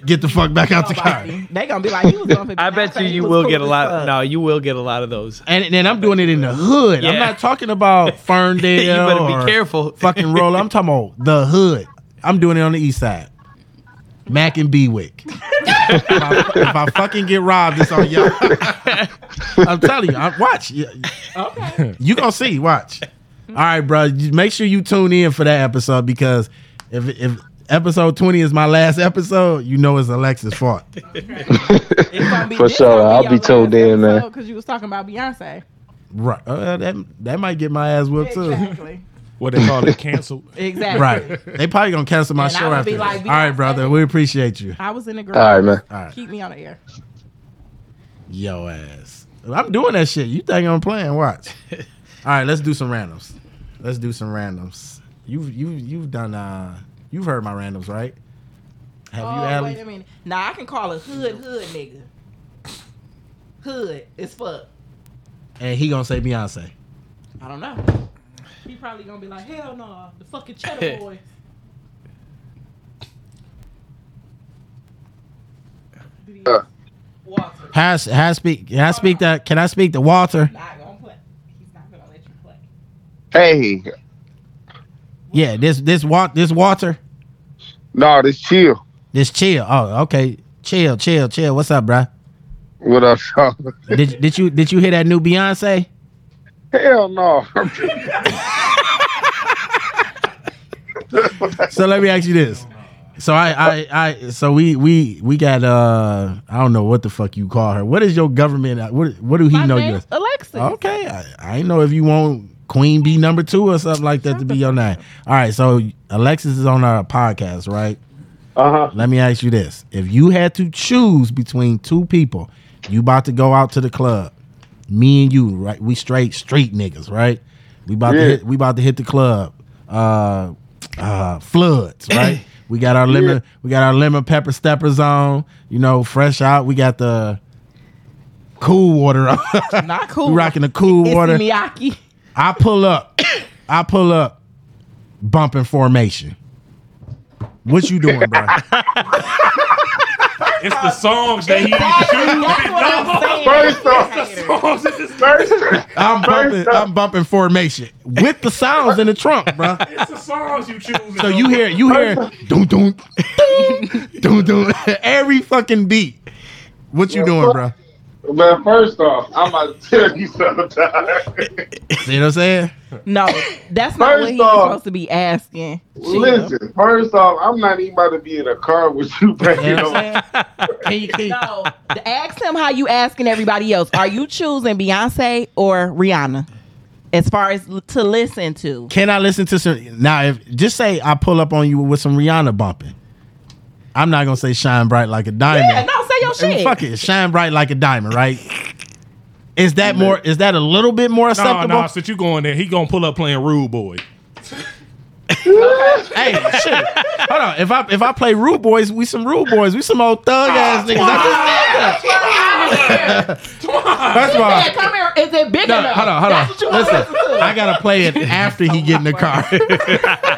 [SPEAKER 3] Get the fuck back out the car.
[SPEAKER 4] They gonna be like, you was going
[SPEAKER 5] I bet you you will get a lot. No, you will get a lot of those.
[SPEAKER 3] And then I'm doing it in the hood. I'm
[SPEAKER 5] Yeah.
[SPEAKER 3] not talking about Ferndale.
[SPEAKER 5] You better be
[SPEAKER 3] or
[SPEAKER 5] careful.
[SPEAKER 3] Fucking roll. I'm talking about the hood. I'm doing it on the east side. Mac and Bewick. if, I, if I fucking get robbed, it's on y'all. I'm telling you. I, watch. Okay. You gonna see. Watch. All right, bro. You- Make sure you tune in for that episode because if if episode 20 is my last episode, you know it's Alexis' fault.
[SPEAKER 11] For sure, I'll be told then, man.
[SPEAKER 4] Because you was talking about Beyonce.
[SPEAKER 3] Right. Uh, that that might get my ass whooped too.
[SPEAKER 4] Exactly.
[SPEAKER 6] What they call it? Canceled.
[SPEAKER 4] Exactly.
[SPEAKER 3] Right. They probably gonna cancel my
[SPEAKER 4] And I
[SPEAKER 3] show
[SPEAKER 4] would
[SPEAKER 3] after.
[SPEAKER 4] be
[SPEAKER 3] this.
[SPEAKER 4] like,
[SPEAKER 3] All right, brother. We appreciate you.
[SPEAKER 4] I was in the group.
[SPEAKER 11] All right, man.
[SPEAKER 3] All right.
[SPEAKER 4] Keep me on the air.
[SPEAKER 3] Yo ass. I'm doing that shit. You think I'm playing? Watch. All right, let's do some randoms. Let's do some randoms. You've you you've done uh you've heard my randoms, right? Have you
[SPEAKER 4] oh, wait a
[SPEAKER 3] Allie?
[SPEAKER 4] minute. Now I can call a hood hood nigga. Hood is fuck.
[SPEAKER 3] And he gonna say Beyonce.
[SPEAKER 4] I don't know. He probably gonna be like, hell no, the fucking cheddar
[SPEAKER 5] Cheddar
[SPEAKER 4] boy. Walter,
[SPEAKER 3] Has has speak can I speak that can I speak to Walter?
[SPEAKER 4] not gonna play. He's not gonna let you play.
[SPEAKER 12] Hey,
[SPEAKER 3] Yeah, this this walk this Walter.
[SPEAKER 12] no, this chill.
[SPEAKER 3] This chill. Oh, okay. Chill, chill, chill. What's up, bruh?
[SPEAKER 12] What up, y'all?
[SPEAKER 3] Did did you did you hear that new Beyonce?
[SPEAKER 12] Hell no.
[SPEAKER 3] so let me ask you this. So I, I, I, so we, we, we got, uh, I don't know what the fuck you call her. What is your government? uh, What, what do he know you? as?
[SPEAKER 4] Alexis.
[SPEAKER 3] Okay, I, I know if you want Queen B number two or something like that to be your name. All right, so Alexis is on our podcast, right?
[SPEAKER 10] Uh huh.
[SPEAKER 3] Let me ask you this: If you had to choose between two people, you about to go out to the club, me and you, right? We straight street niggas, right? We about
[SPEAKER 10] Yeah.
[SPEAKER 3] to hit, we about to hit the club. Uh, uh, floods, right? we got our lemon, we got our lemon pepper steppers on. You know, fresh out. We got the cool water on.
[SPEAKER 4] Not cool.
[SPEAKER 3] we rocking the cool
[SPEAKER 4] Issey
[SPEAKER 3] water.
[SPEAKER 4] Miyake.
[SPEAKER 3] I pull up. I pull up. Bumping formation. What you doing, bro?
[SPEAKER 6] It's the songs that he chooses.
[SPEAKER 12] First off, first,
[SPEAKER 3] I'm bumping.
[SPEAKER 12] first off,
[SPEAKER 3] I'm bumping formation with the sounds in the trunk, bro.
[SPEAKER 6] It's the songs you choose.
[SPEAKER 3] So you hear you hear doom doom doom doom every fucking beat. What you doing, bro?
[SPEAKER 12] man, first off, I'm gonna tell you something.
[SPEAKER 3] See what I'm saying?
[SPEAKER 4] No, that's not what
[SPEAKER 12] First
[SPEAKER 4] he's
[SPEAKER 12] off-
[SPEAKER 4] supposed to be asking. Chill.
[SPEAKER 12] Listen, first off, I'm not even about to be in a car with you, baby.
[SPEAKER 3] You know what I'm
[SPEAKER 4] No, th- ask him how you asking everybody else. Are you choosing Beyonce or Rihanna as far as l- to listen to?
[SPEAKER 3] Can I listen to some now? If just say I pull up on you with some Rihanna bumping, I'm not gonna say shine bright like a diamond.
[SPEAKER 4] Yeah, no, say your shit.
[SPEAKER 3] Fuck it, shine bright like a diamond, right? Is that more? Is that a little bit more
[SPEAKER 6] No,
[SPEAKER 3] acceptable?
[SPEAKER 6] no, since you going there, he gonna pull up playing Rude Boy.
[SPEAKER 3] Hey, shit. Hold on. If I if I play Rude Boys, we some Rude Boys. We some old thug
[SPEAKER 6] Ah,
[SPEAKER 3] ass niggas. I just said that. First of all,
[SPEAKER 4] He said, come here. Is it big
[SPEAKER 3] no,
[SPEAKER 4] enough?
[SPEAKER 3] hold on, hold
[SPEAKER 4] That's
[SPEAKER 3] on.
[SPEAKER 4] what you wanna
[SPEAKER 3] Listen,
[SPEAKER 4] listen to. Oh
[SPEAKER 3] I gotta play it after he get in the car.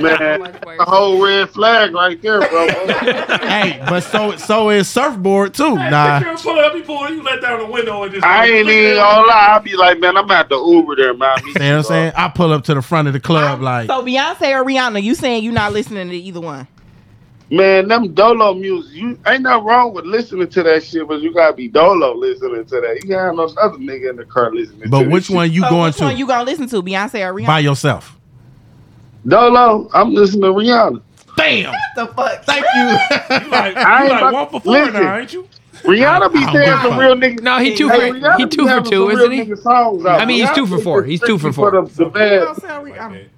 [SPEAKER 12] Man, the whole red flag right there, bro.
[SPEAKER 3] hey, but so so is surfboard too.
[SPEAKER 6] Nah.
[SPEAKER 3] Nah,
[SPEAKER 6] pull up, he pull up, you let down the window and just.
[SPEAKER 12] I ain't even gonna lie. I'll be like, man, I'm about to Uber there, man.
[SPEAKER 3] you know what I'm saying? I pull up to the front of the club like
[SPEAKER 4] So Beyonce or Rihanna, you saying you not listening to either one?
[SPEAKER 12] Man, them dolo music, you ain't nothing wrong with listening to that shit, but you gotta be dolo listening to that. You gotta have no other nigga in the car listening.
[SPEAKER 3] But
[SPEAKER 12] to
[SPEAKER 3] which
[SPEAKER 12] this
[SPEAKER 3] one
[SPEAKER 12] shit.
[SPEAKER 3] you
[SPEAKER 6] Oh,
[SPEAKER 4] So
[SPEAKER 3] going
[SPEAKER 4] which one
[SPEAKER 3] to
[SPEAKER 4] you gonna listen to, Beyonce or Rihanna?
[SPEAKER 3] by yourself?
[SPEAKER 12] Dolo, I'm listening to Rihanna.
[SPEAKER 3] Bam!
[SPEAKER 4] the fuck?
[SPEAKER 3] Thank you.
[SPEAKER 6] You like, you
[SPEAKER 12] I ain't
[SPEAKER 6] like
[SPEAKER 12] about-
[SPEAKER 6] one for four
[SPEAKER 12] listen.
[SPEAKER 6] now, ain't you?
[SPEAKER 12] Rihanna be
[SPEAKER 3] I don't
[SPEAKER 12] saying
[SPEAKER 3] give a
[SPEAKER 12] some
[SPEAKER 3] fuck.
[SPEAKER 12] real niggas.
[SPEAKER 5] No, he two
[SPEAKER 12] Hey,
[SPEAKER 5] for-
[SPEAKER 12] Rihanna
[SPEAKER 5] he
[SPEAKER 12] be
[SPEAKER 5] two for
[SPEAKER 12] having some
[SPEAKER 5] two,
[SPEAKER 12] real
[SPEAKER 5] isn't he?
[SPEAKER 12] nigga songs out.
[SPEAKER 5] I mean, he's
[SPEAKER 12] Rihanna
[SPEAKER 5] two for
[SPEAKER 12] be
[SPEAKER 5] four. He's two for four.
[SPEAKER 12] for the, the bad.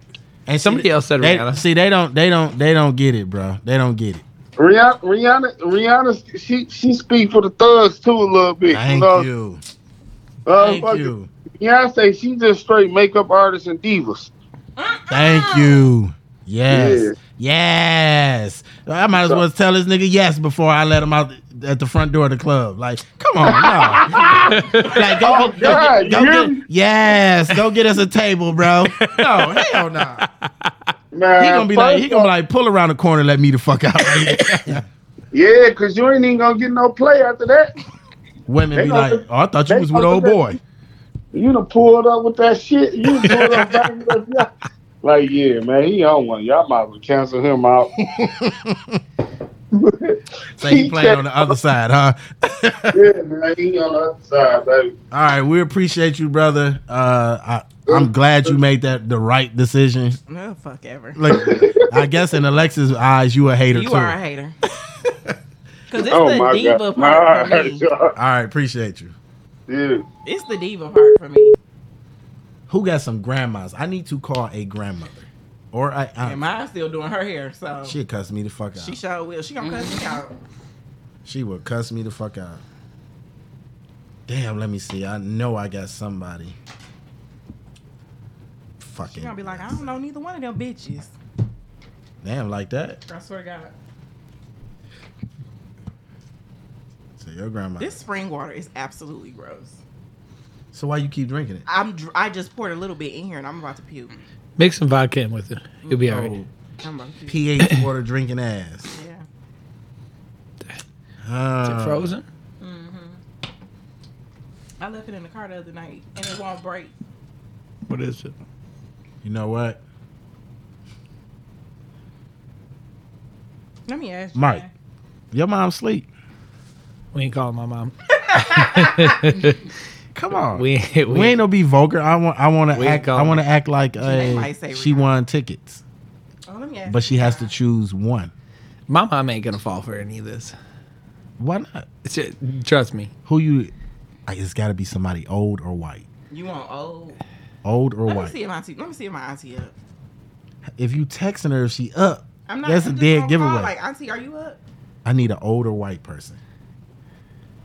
[SPEAKER 3] And
[SPEAKER 5] Somebody else said
[SPEAKER 3] they,
[SPEAKER 5] Rihanna.
[SPEAKER 3] See, they don't, they don't, they don't get it, bro. They don't get it.
[SPEAKER 12] Rihanna, Rihanna, Rihanna, she she speak for the thugs too a little bit.
[SPEAKER 3] Thank
[SPEAKER 12] know?
[SPEAKER 3] you.
[SPEAKER 12] Uh,
[SPEAKER 3] Thank
[SPEAKER 12] fuck
[SPEAKER 3] you.
[SPEAKER 12] it. Beyonce, she just straight makeup artists and divas.
[SPEAKER 3] Thank you. Yes. Yes. I might as well tell this nigga yes before I let him out at the front door of the club. Like, come on, no. like, go, go,
[SPEAKER 12] Oh, God,
[SPEAKER 3] go,
[SPEAKER 12] you hear
[SPEAKER 3] go
[SPEAKER 12] me?
[SPEAKER 3] get, yes, go get us a table, bro. No, hell no.
[SPEAKER 12] Man,
[SPEAKER 3] He gonna be like, he
[SPEAKER 12] first
[SPEAKER 3] gonna
[SPEAKER 12] off-
[SPEAKER 3] be like, pull around the corner, let me the fuck out.
[SPEAKER 12] Yeah, cause you ain't even gonna get no play after that.
[SPEAKER 3] Women
[SPEAKER 12] They
[SPEAKER 3] be
[SPEAKER 12] gonna-
[SPEAKER 3] like, oh, I thought you
[SPEAKER 12] they
[SPEAKER 3] was with
[SPEAKER 12] gonna
[SPEAKER 3] old
[SPEAKER 12] do that.
[SPEAKER 3] boy.
[SPEAKER 12] You done pulled up with that shit. You done pulled up back with that- yeah. Like, yeah, man, he on one. Y'all might as well cancel him out.
[SPEAKER 3] Say he playing on the other side, huh?
[SPEAKER 12] Yeah, man, he on the other side, baby.
[SPEAKER 3] All right, we appreciate you, brother. Uh, I, I'm glad you made that the right decision.
[SPEAKER 4] No fuck ever.
[SPEAKER 3] Look, I guess in Alexa's eyes, you a hater
[SPEAKER 4] You
[SPEAKER 3] too.
[SPEAKER 4] are a hater. Cause it's
[SPEAKER 12] Oh
[SPEAKER 4] the
[SPEAKER 12] my
[SPEAKER 4] diva
[SPEAKER 12] god.
[SPEAKER 4] part for me.
[SPEAKER 12] All right,
[SPEAKER 3] All right, appreciate you.
[SPEAKER 12] yeah.
[SPEAKER 4] It's the diva part for me.
[SPEAKER 3] Who got some grandmas? I need to call a grandmother or I.
[SPEAKER 6] Ah.
[SPEAKER 4] And mine's still doing her hair, so
[SPEAKER 3] she cuss me the fuck out.
[SPEAKER 4] she sure will. She gonna cuss me
[SPEAKER 6] Mm-hmm.
[SPEAKER 4] out.
[SPEAKER 3] She would cuss me the fuck out. Damn, let me see. I know I got somebody.
[SPEAKER 4] She
[SPEAKER 3] Fucking
[SPEAKER 4] gonna be like, I don't know neither one of them bitches.
[SPEAKER 3] damn like that.
[SPEAKER 4] I swear to God.
[SPEAKER 3] So your grandma.
[SPEAKER 4] This spring water is absolutely gross.
[SPEAKER 3] So why you keep drinking it?
[SPEAKER 4] I'm dr- I just poured a little bit in here and I'm about to puke.
[SPEAKER 5] Mix some vodka in with it. You'll be all right.
[SPEAKER 4] I'm about to puke.
[SPEAKER 3] pH Oh. water drinking ass.
[SPEAKER 4] Yeah.
[SPEAKER 5] Is
[SPEAKER 3] Uh,
[SPEAKER 5] it frozen?
[SPEAKER 4] Mm-hmm. I left it in the car the other night and it won't break.
[SPEAKER 5] What is it?
[SPEAKER 3] You know what,
[SPEAKER 4] Let me ask you.
[SPEAKER 3] Mike?
[SPEAKER 4] man.
[SPEAKER 3] Your mom sleep.
[SPEAKER 5] We ain't calling my mom.
[SPEAKER 3] Come on,
[SPEAKER 5] we,
[SPEAKER 3] we, ain't no be vulgar. I want I want to
[SPEAKER 5] We
[SPEAKER 3] act. I
[SPEAKER 5] gone.
[SPEAKER 3] want to act like
[SPEAKER 5] They
[SPEAKER 3] uh,
[SPEAKER 5] might say we
[SPEAKER 3] she won tickets,
[SPEAKER 4] Oh, let me ask
[SPEAKER 3] but she has to choose one.
[SPEAKER 5] My mom ain't gonna fall for any of this.
[SPEAKER 3] Why not?
[SPEAKER 5] It's uh, trust me.
[SPEAKER 3] Who you? I- It's got to be somebody old or white.
[SPEAKER 4] You want old?
[SPEAKER 3] Old or
[SPEAKER 4] Let me
[SPEAKER 3] white.
[SPEAKER 4] see if my auntie. Let me see if my auntie up.
[SPEAKER 3] If you texting her, if she up,
[SPEAKER 4] I'm not.
[SPEAKER 3] that's
[SPEAKER 4] I'm
[SPEAKER 3] a
[SPEAKER 4] just
[SPEAKER 3] dead
[SPEAKER 4] gonna call,
[SPEAKER 3] giveaway.
[SPEAKER 4] Like auntie, are you up?
[SPEAKER 3] I need an older white person.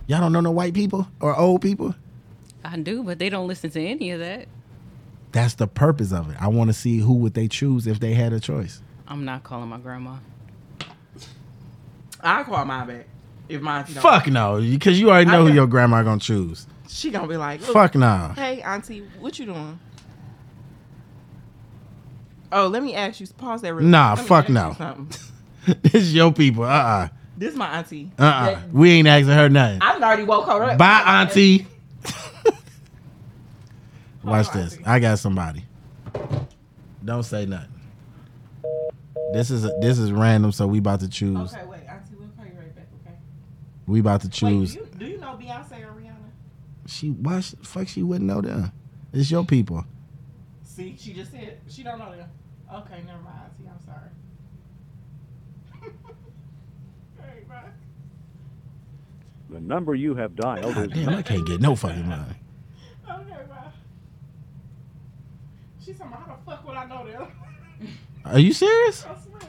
[SPEAKER 3] Y'all don't know no white people or old people.
[SPEAKER 7] I do, but they don't listen to any of that.
[SPEAKER 3] That's the purpose of it. I want to see who would they choose if they had a choice.
[SPEAKER 7] I'm not calling my grandma.
[SPEAKER 4] I call mine back. If my auntie don't-
[SPEAKER 3] Fuck no, because you already
[SPEAKER 4] I
[SPEAKER 3] know who
[SPEAKER 4] got-
[SPEAKER 3] your grandma gonna choose.
[SPEAKER 4] She gonna be like, "Look,
[SPEAKER 3] Fuck nah.
[SPEAKER 4] Hey auntie, what you doing? Oh, let me ask you. Pause that. Real
[SPEAKER 3] Nah,
[SPEAKER 4] quick. Let me ask
[SPEAKER 3] fuck
[SPEAKER 4] you
[SPEAKER 3] no.
[SPEAKER 4] something.
[SPEAKER 3] this is your people. Uh uh-uh.
[SPEAKER 4] This is my auntie.
[SPEAKER 3] uh. We ain't asking her nothing.
[SPEAKER 4] I done already woke her up.
[SPEAKER 3] Bye, auntie. Watch this. I got somebody. Don't say nothing. This is this is random, so we about to choose.
[SPEAKER 4] Okay, wait, auntie, we'll call you right back. Okay.
[SPEAKER 3] We about to
[SPEAKER 4] Wait,
[SPEAKER 3] choose.
[SPEAKER 4] do you, do you know Beyonce or Rihanna?
[SPEAKER 3] She why sh- fuck she wouldn't know them. It's your people.
[SPEAKER 4] See, she just said she don't know them. Okay, never mind, auntie. I'm sorry. Alright, bye.
[SPEAKER 13] The number you have dialed
[SPEAKER 3] God
[SPEAKER 13] is
[SPEAKER 3] damn, I can't get no fucking money.
[SPEAKER 4] Okay, bye. She said, "How the fuck would I know them?"
[SPEAKER 3] Are you serious?
[SPEAKER 4] I swear.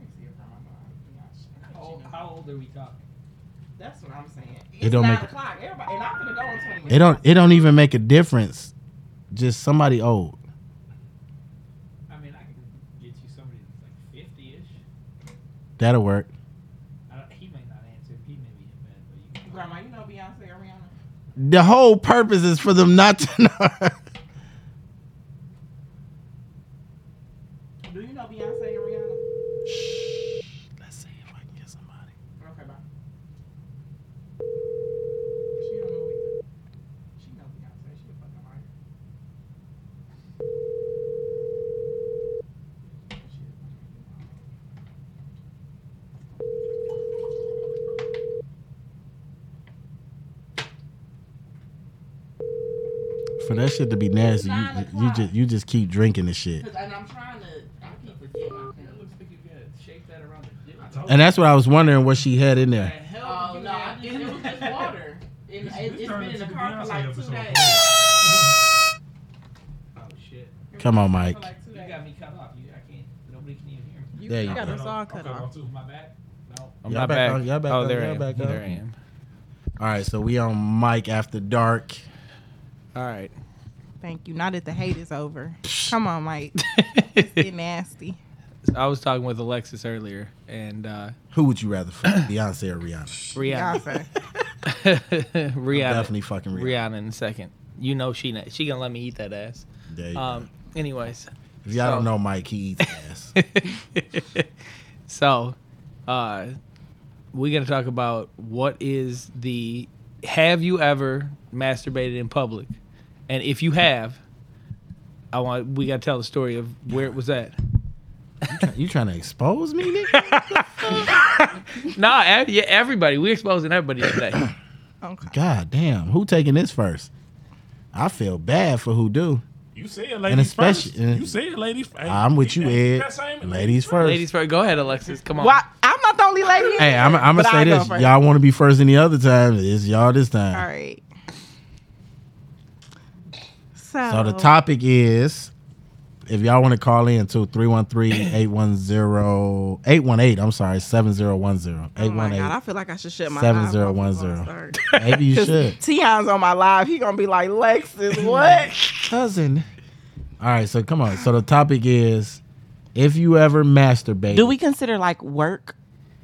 [SPEAKER 4] Mm-hmm.
[SPEAKER 5] How, old are we talking?
[SPEAKER 4] That's what I'm saying.
[SPEAKER 3] It don't make it,
[SPEAKER 4] Clock, everybody, and I'm gonna go in 20 minutes.
[SPEAKER 3] it don't it don't even make a difference. Just somebody old.
[SPEAKER 5] I mean, I can get you somebody that's like fifty-ish.
[SPEAKER 3] That'll work.
[SPEAKER 5] He may not answer. He may be in bed, but you can.
[SPEAKER 4] Grandma, you know Beyonce or Rihanna?
[SPEAKER 3] The whole purpose is for them not to know.
[SPEAKER 4] Do you know Beyonce and Rihanna?
[SPEAKER 3] Let's see if I can get somebody.
[SPEAKER 4] Okay, bye. She don't know either. She know Beyonce. She a fucking liar.
[SPEAKER 3] For that shit to be nasty, you, you just you just keep drinking the shit.
[SPEAKER 4] Cause, and I'm trying to. I keep forgetting my thing.
[SPEAKER 5] looks like you gotta shake that around the dick.
[SPEAKER 3] And that's what I was wondering what she had in there.
[SPEAKER 4] Oh no, I just, it was just water. It,
[SPEAKER 5] This-
[SPEAKER 4] it,
[SPEAKER 5] this
[SPEAKER 4] it's
[SPEAKER 5] turned
[SPEAKER 4] been in
[SPEAKER 5] into
[SPEAKER 4] the
[SPEAKER 5] the
[SPEAKER 4] car for
[SPEAKER 5] Beyonce
[SPEAKER 4] like two
[SPEAKER 5] episode.
[SPEAKER 4] days.
[SPEAKER 5] Oh shit!
[SPEAKER 3] Come on, Mike.
[SPEAKER 5] You got me cut off. You, I can't. Nobody can even hear me.
[SPEAKER 3] You- There you you got go. us
[SPEAKER 5] No, no,
[SPEAKER 4] all
[SPEAKER 5] I'm
[SPEAKER 4] cut
[SPEAKER 5] off
[SPEAKER 4] off.
[SPEAKER 5] too. My bad. No,
[SPEAKER 3] Y'all up, y'all back
[SPEAKER 5] oh,
[SPEAKER 3] up,
[SPEAKER 5] there I
[SPEAKER 3] y'all
[SPEAKER 5] am.
[SPEAKER 3] back up.
[SPEAKER 5] There I am.
[SPEAKER 3] All right, so we on Mike after dark.
[SPEAKER 5] All right.
[SPEAKER 4] Thank you. Now that the hate is over, come on, Mike. it's getting nasty.
[SPEAKER 5] I was talking with Alexis earlier, and uh,
[SPEAKER 3] Who would you rather fuck, Beyonce or Rihanna?
[SPEAKER 5] Rihanna.
[SPEAKER 4] Beyonce.
[SPEAKER 5] Rihanna.
[SPEAKER 3] definitely fucking Rihanna.
[SPEAKER 5] Rihanna in a second. You know she not, she gonna let me eat that ass.
[SPEAKER 3] There you
[SPEAKER 5] um. Anyways.
[SPEAKER 3] If y'all don't
[SPEAKER 5] so-
[SPEAKER 3] know Mike, he eats ass.
[SPEAKER 5] so, uh, we're gonna talk about what is the have you ever masturbated in public, and if you have, I want we gotta tell the story of where it was at.
[SPEAKER 3] you trying to expose me? nigga?
[SPEAKER 5] nah, ev- yeah, everybody. We're exposing everybody today.
[SPEAKER 3] God damn, who taking this first? I feel bad for who do.
[SPEAKER 6] You said ladies first.
[SPEAKER 3] especially-
[SPEAKER 6] You said ladies. hey,
[SPEAKER 3] I'm with you,
[SPEAKER 6] hey,
[SPEAKER 3] Ed.
[SPEAKER 6] that same-
[SPEAKER 3] Ladies first.
[SPEAKER 5] Ladies first. Go ahead, Alexis. Come on.
[SPEAKER 4] Why? I'm not the only lady.
[SPEAKER 3] Hey, I'm, I'm
[SPEAKER 4] But
[SPEAKER 3] gonna say
[SPEAKER 4] I'll go
[SPEAKER 3] this.
[SPEAKER 4] first.
[SPEAKER 3] Y'all want to be first any other time? It's y'all this time.
[SPEAKER 4] All right. So,
[SPEAKER 3] So the topic is if y'all want to call in to 313-810-818, I'm sorry, 7010.
[SPEAKER 4] Oh my god! I feel like I should shut my
[SPEAKER 3] Seven
[SPEAKER 4] eyes
[SPEAKER 3] zero
[SPEAKER 4] off
[SPEAKER 3] one
[SPEAKER 4] before I
[SPEAKER 3] zero.
[SPEAKER 4] start.
[SPEAKER 3] Maybe you
[SPEAKER 4] 'Cause
[SPEAKER 3] should.
[SPEAKER 4] Tion's on my live. He gonna be like, Lexus, what?
[SPEAKER 3] Cousin. All right, so come on. So the topic is if you ever masturbate.
[SPEAKER 4] Do we consider like work,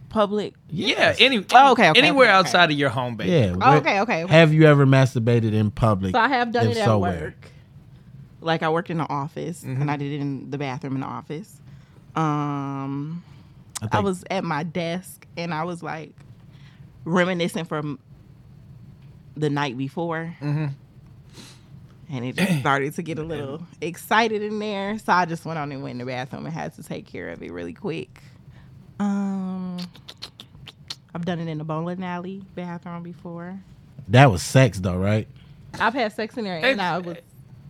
[SPEAKER 4] public?
[SPEAKER 5] Yeah. Any.
[SPEAKER 4] Oh, okay, okay,
[SPEAKER 5] anywhere
[SPEAKER 4] okay, okay.
[SPEAKER 5] outside of your home base.
[SPEAKER 3] Yeah.
[SPEAKER 4] Oh,
[SPEAKER 3] wh-
[SPEAKER 4] okay, okay, okay.
[SPEAKER 3] Have you ever masturbated in public?
[SPEAKER 4] So I have done
[SPEAKER 3] If
[SPEAKER 4] it at
[SPEAKER 3] so,
[SPEAKER 4] work.
[SPEAKER 3] where?
[SPEAKER 4] Like I worked in the office,
[SPEAKER 3] Mm-hmm.
[SPEAKER 5] Mhm.
[SPEAKER 4] and I did it in the bathroom in the office. Um,
[SPEAKER 3] I
[SPEAKER 4] I
[SPEAKER 3] think-
[SPEAKER 4] was at my desk, and I was like reminiscing from the night before.
[SPEAKER 5] Mhm.
[SPEAKER 4] Mm-hmm. And it just started to get a little excited in there. So I just went on and went in the bathroom and had to take care of it really quick. Um, I've done it in the bowling alley bathroom before.
[SPEAKER 3] That was sex though, right?
[SPEAKER 4] I've had sex in there, and I was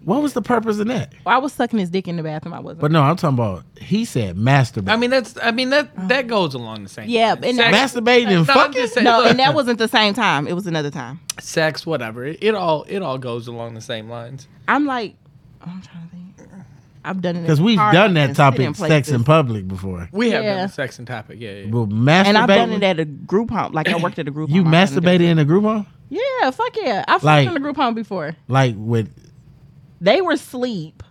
[SPEAKER 3] What was the purpose of that?
[SPEAKER 4] I was sucking his dick in the bathroom. I wasn't.
[SPEAKER 3] But no, I'm talking about. He said masturbate.
[SPEAKER 5] I mean, that's. I mean that that goes along the same.
[SPEAKER 4] yeah,
[SPEAKER 5] line.
[SPEAKER 4] and
[SPEAKER 5] Sex-
[SPEAKER 3] Masturbating and
[SPEAKER 5] No, I'm just saying,
[SPEAKER 4] No,
[SPEAKER 5] look,
[SPEAKER 4] and that wasn't the same time. It was another time.
[SPEAKER 5] sex, whatever. It, it all it all goes along the same lines.
[SPEAKER 4] I'm like, I'm trying to think. I've done it in
[SPEAKER 3] Because we've
[SPEAKER 4] parks
[SPEAKER 3] done that
[SPEAKER 4] and sitting
[SPEAKER 3] topic, sex
[SPEAKER 4] places.
[SPEAKER 3] in public, before.
[SPEAKER 5] We have
[SPEAKER 4] Yeah.
[SPEAKER 5] done sex and topic. Yeah, yeah.
[SPEAKER 3] But
[SPEAKER 4] And I've done
[SPEAKER 3] masturbating.
[SPEAKER 4] it at a group home. Like I worked at a group
[SPEAKER 3] You
[SPEAKER 4] home. I done done
[SPEAKER 3] masturbated in a group home?
[SPEAKER 4] it. Yeah, fuck yeah. I've
[SPEAKER 3] Like-
[SPEAKER 4] fucked in a group home before.
[SPEAKER 3] Like with
[SPEAKER 4] They were asleep.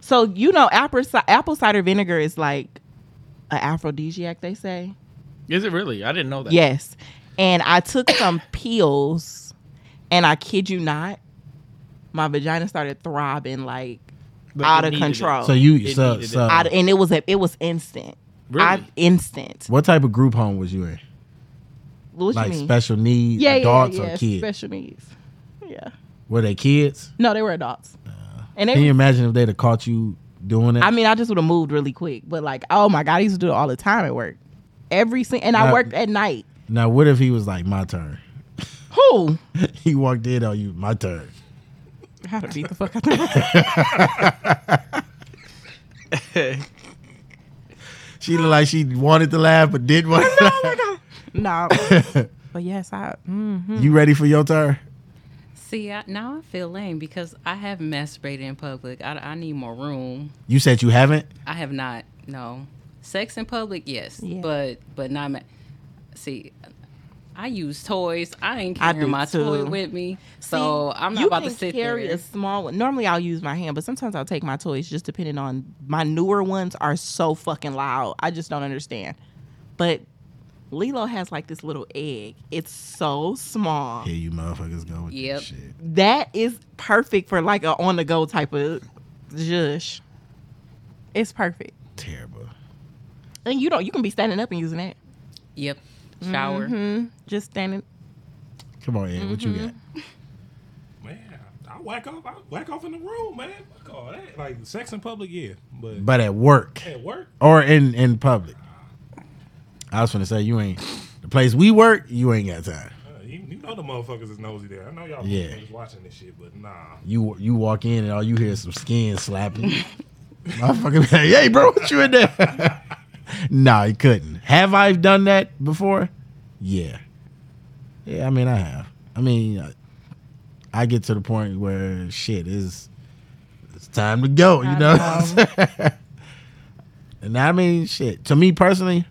[SPEAKER 4] So you know, apple, ci- apple cider vinegar is like an aphrodisiac. They say
[SPEAKER 5] Is it really? I didn't know that.
[SPEAKER 4] yes. And I took some pills, and I kid you not, my vagina started throbbing like
[SPEAKER 5] But
[SPEAKER 4] out
[SPEAKER 5] it
[SPEAKER 4] of
[SPEAKER 5] needed it.
[SPEAKER 4] control.
[SPEAKER 3] So you- It so- needed it. so-
[SPEAKER 4] Out- and it was a, it was instant.
[SPEAKER 3] Uh. Really?
[SPEAKER 4] I, instant.
[SPEAKER 3] what type of group home was you in?
[SPEAKER 4] What
[SPEAKER 3] like
[SPEAKER 4] you mean?
[SPEAKER 3] special needs,
[SPEAKER 4] yeah,
[SPEAKER 3] adults
[SPEAKER 4] yeah, yeah,
[SPEAKER 3] or kids?
[SPEAKER 4] Special needs. Yeah.
[SPEAKER 3] Were they kids?
[SPEAKER 4] No, they were adults. and they
[SPEAKER 3] Can you
[SPEAKER 4] were-
[SPEAKER 3] imagine if they'd have caught you doing that?
[SPEAKER 4] I mean, I just would have moved really quick. But like, oh my god, I used to do it all the time at work. Every single, and I
[SPEAKER 3] Now-
[SPEAKER 4] worked at night.
[SPEAKER 3] now, what if he was like, "My turn"?
[SPEAKER 4] Who?
[SPEAKER 3] he walked in on you. My turn.
[SPEAKER 4] How to beat the fuck out of
[SPEAKER 3] she looked like she wanted to laugh but didn't want. To laugh.
[SPEAKER 4] No. but yes, I. mhm.
[SPEAKER 3] You ready for your turn?
[SPEAKER 7] See, I, now I feel lame because I have masturbated in public. I, I need more room.
[SPEAKER 3] You said you haven't.
[SPEAKER 7] I have not. No, sex in public, yes, but but not. Ma- See, I use toys. I ain't
[SPEAKER 4] I
[SPEAKER 7] carrying
[SPEAKER 4] do
[SPEAKER 7] my toy
[SPEAKER 4] too.
[SPEAKER 7] with me, so
[SPEAKER 4] See,
[SPEAKER 7] I'm not
[SPEAKER 4] you
[SPEAKER 7] about to
[SPEAKER 4] can
[SPEAKER 7] sit
[SPEAKER 4] carry
[SPEAKER 7] there.
[SPEAKER 4] a small one. Normally, I'll use my hand, but sometimes I'll take my toys. Just depending on my newer ones are so fucking loud. I just don't understand. But Lilo has like this little egg. It's so small.
[SPEAKER 3] Here you motherfuckers go. With
[SPEAKER 7] Yep.
[SPEAKER 4] That is perfect for like a on the go type of zhush. It's perfect.
[SPEAKER 3] Terrible.
[SPEAKER 4] And you don't. You can be standing up and using that.
[SPEAKER 7] Yep. Shower.
[SPEAKER 4] Mhm. Just standing.
[SPEAKER 3] Come on, Ed. What
[SPEAKER 4] Mm-hmm.
[SPEAKER 3] you got?
[SPEAKER 6] Man, I whack off. I whack off in the room, man. Fuck all that. Like sex in public, yeah, but
[SPEAKER 3] But at work.
[SPEAKER 6] At work?
[SPEAKER 3] Or in in public. I was gonna say you ain't the place we work. You ain't got time.
[SPEAKER 6] uh, you, you know the motherfuckers is nosy there. I know y'all
[SPEAKER 3] Yeah.
[SPEAKER 6] motherfuckers watching this shit, but nah.
[SPEAKER 3] You you walk in and all you hear is some skin slapping. Motherfucker, be like, hey bro, what you in there? nah, he couldn't. Have I done that before? Yeah, yeah. I mean, I have. I mean, I, I get to the point where shit is it's time to go. you
[SPEAKER 4] Time
[SPEAKER 3] know.
[SPEAKER 4] to
[SPEAKER 3] what I'm saying? and I mean, shit. To me personally,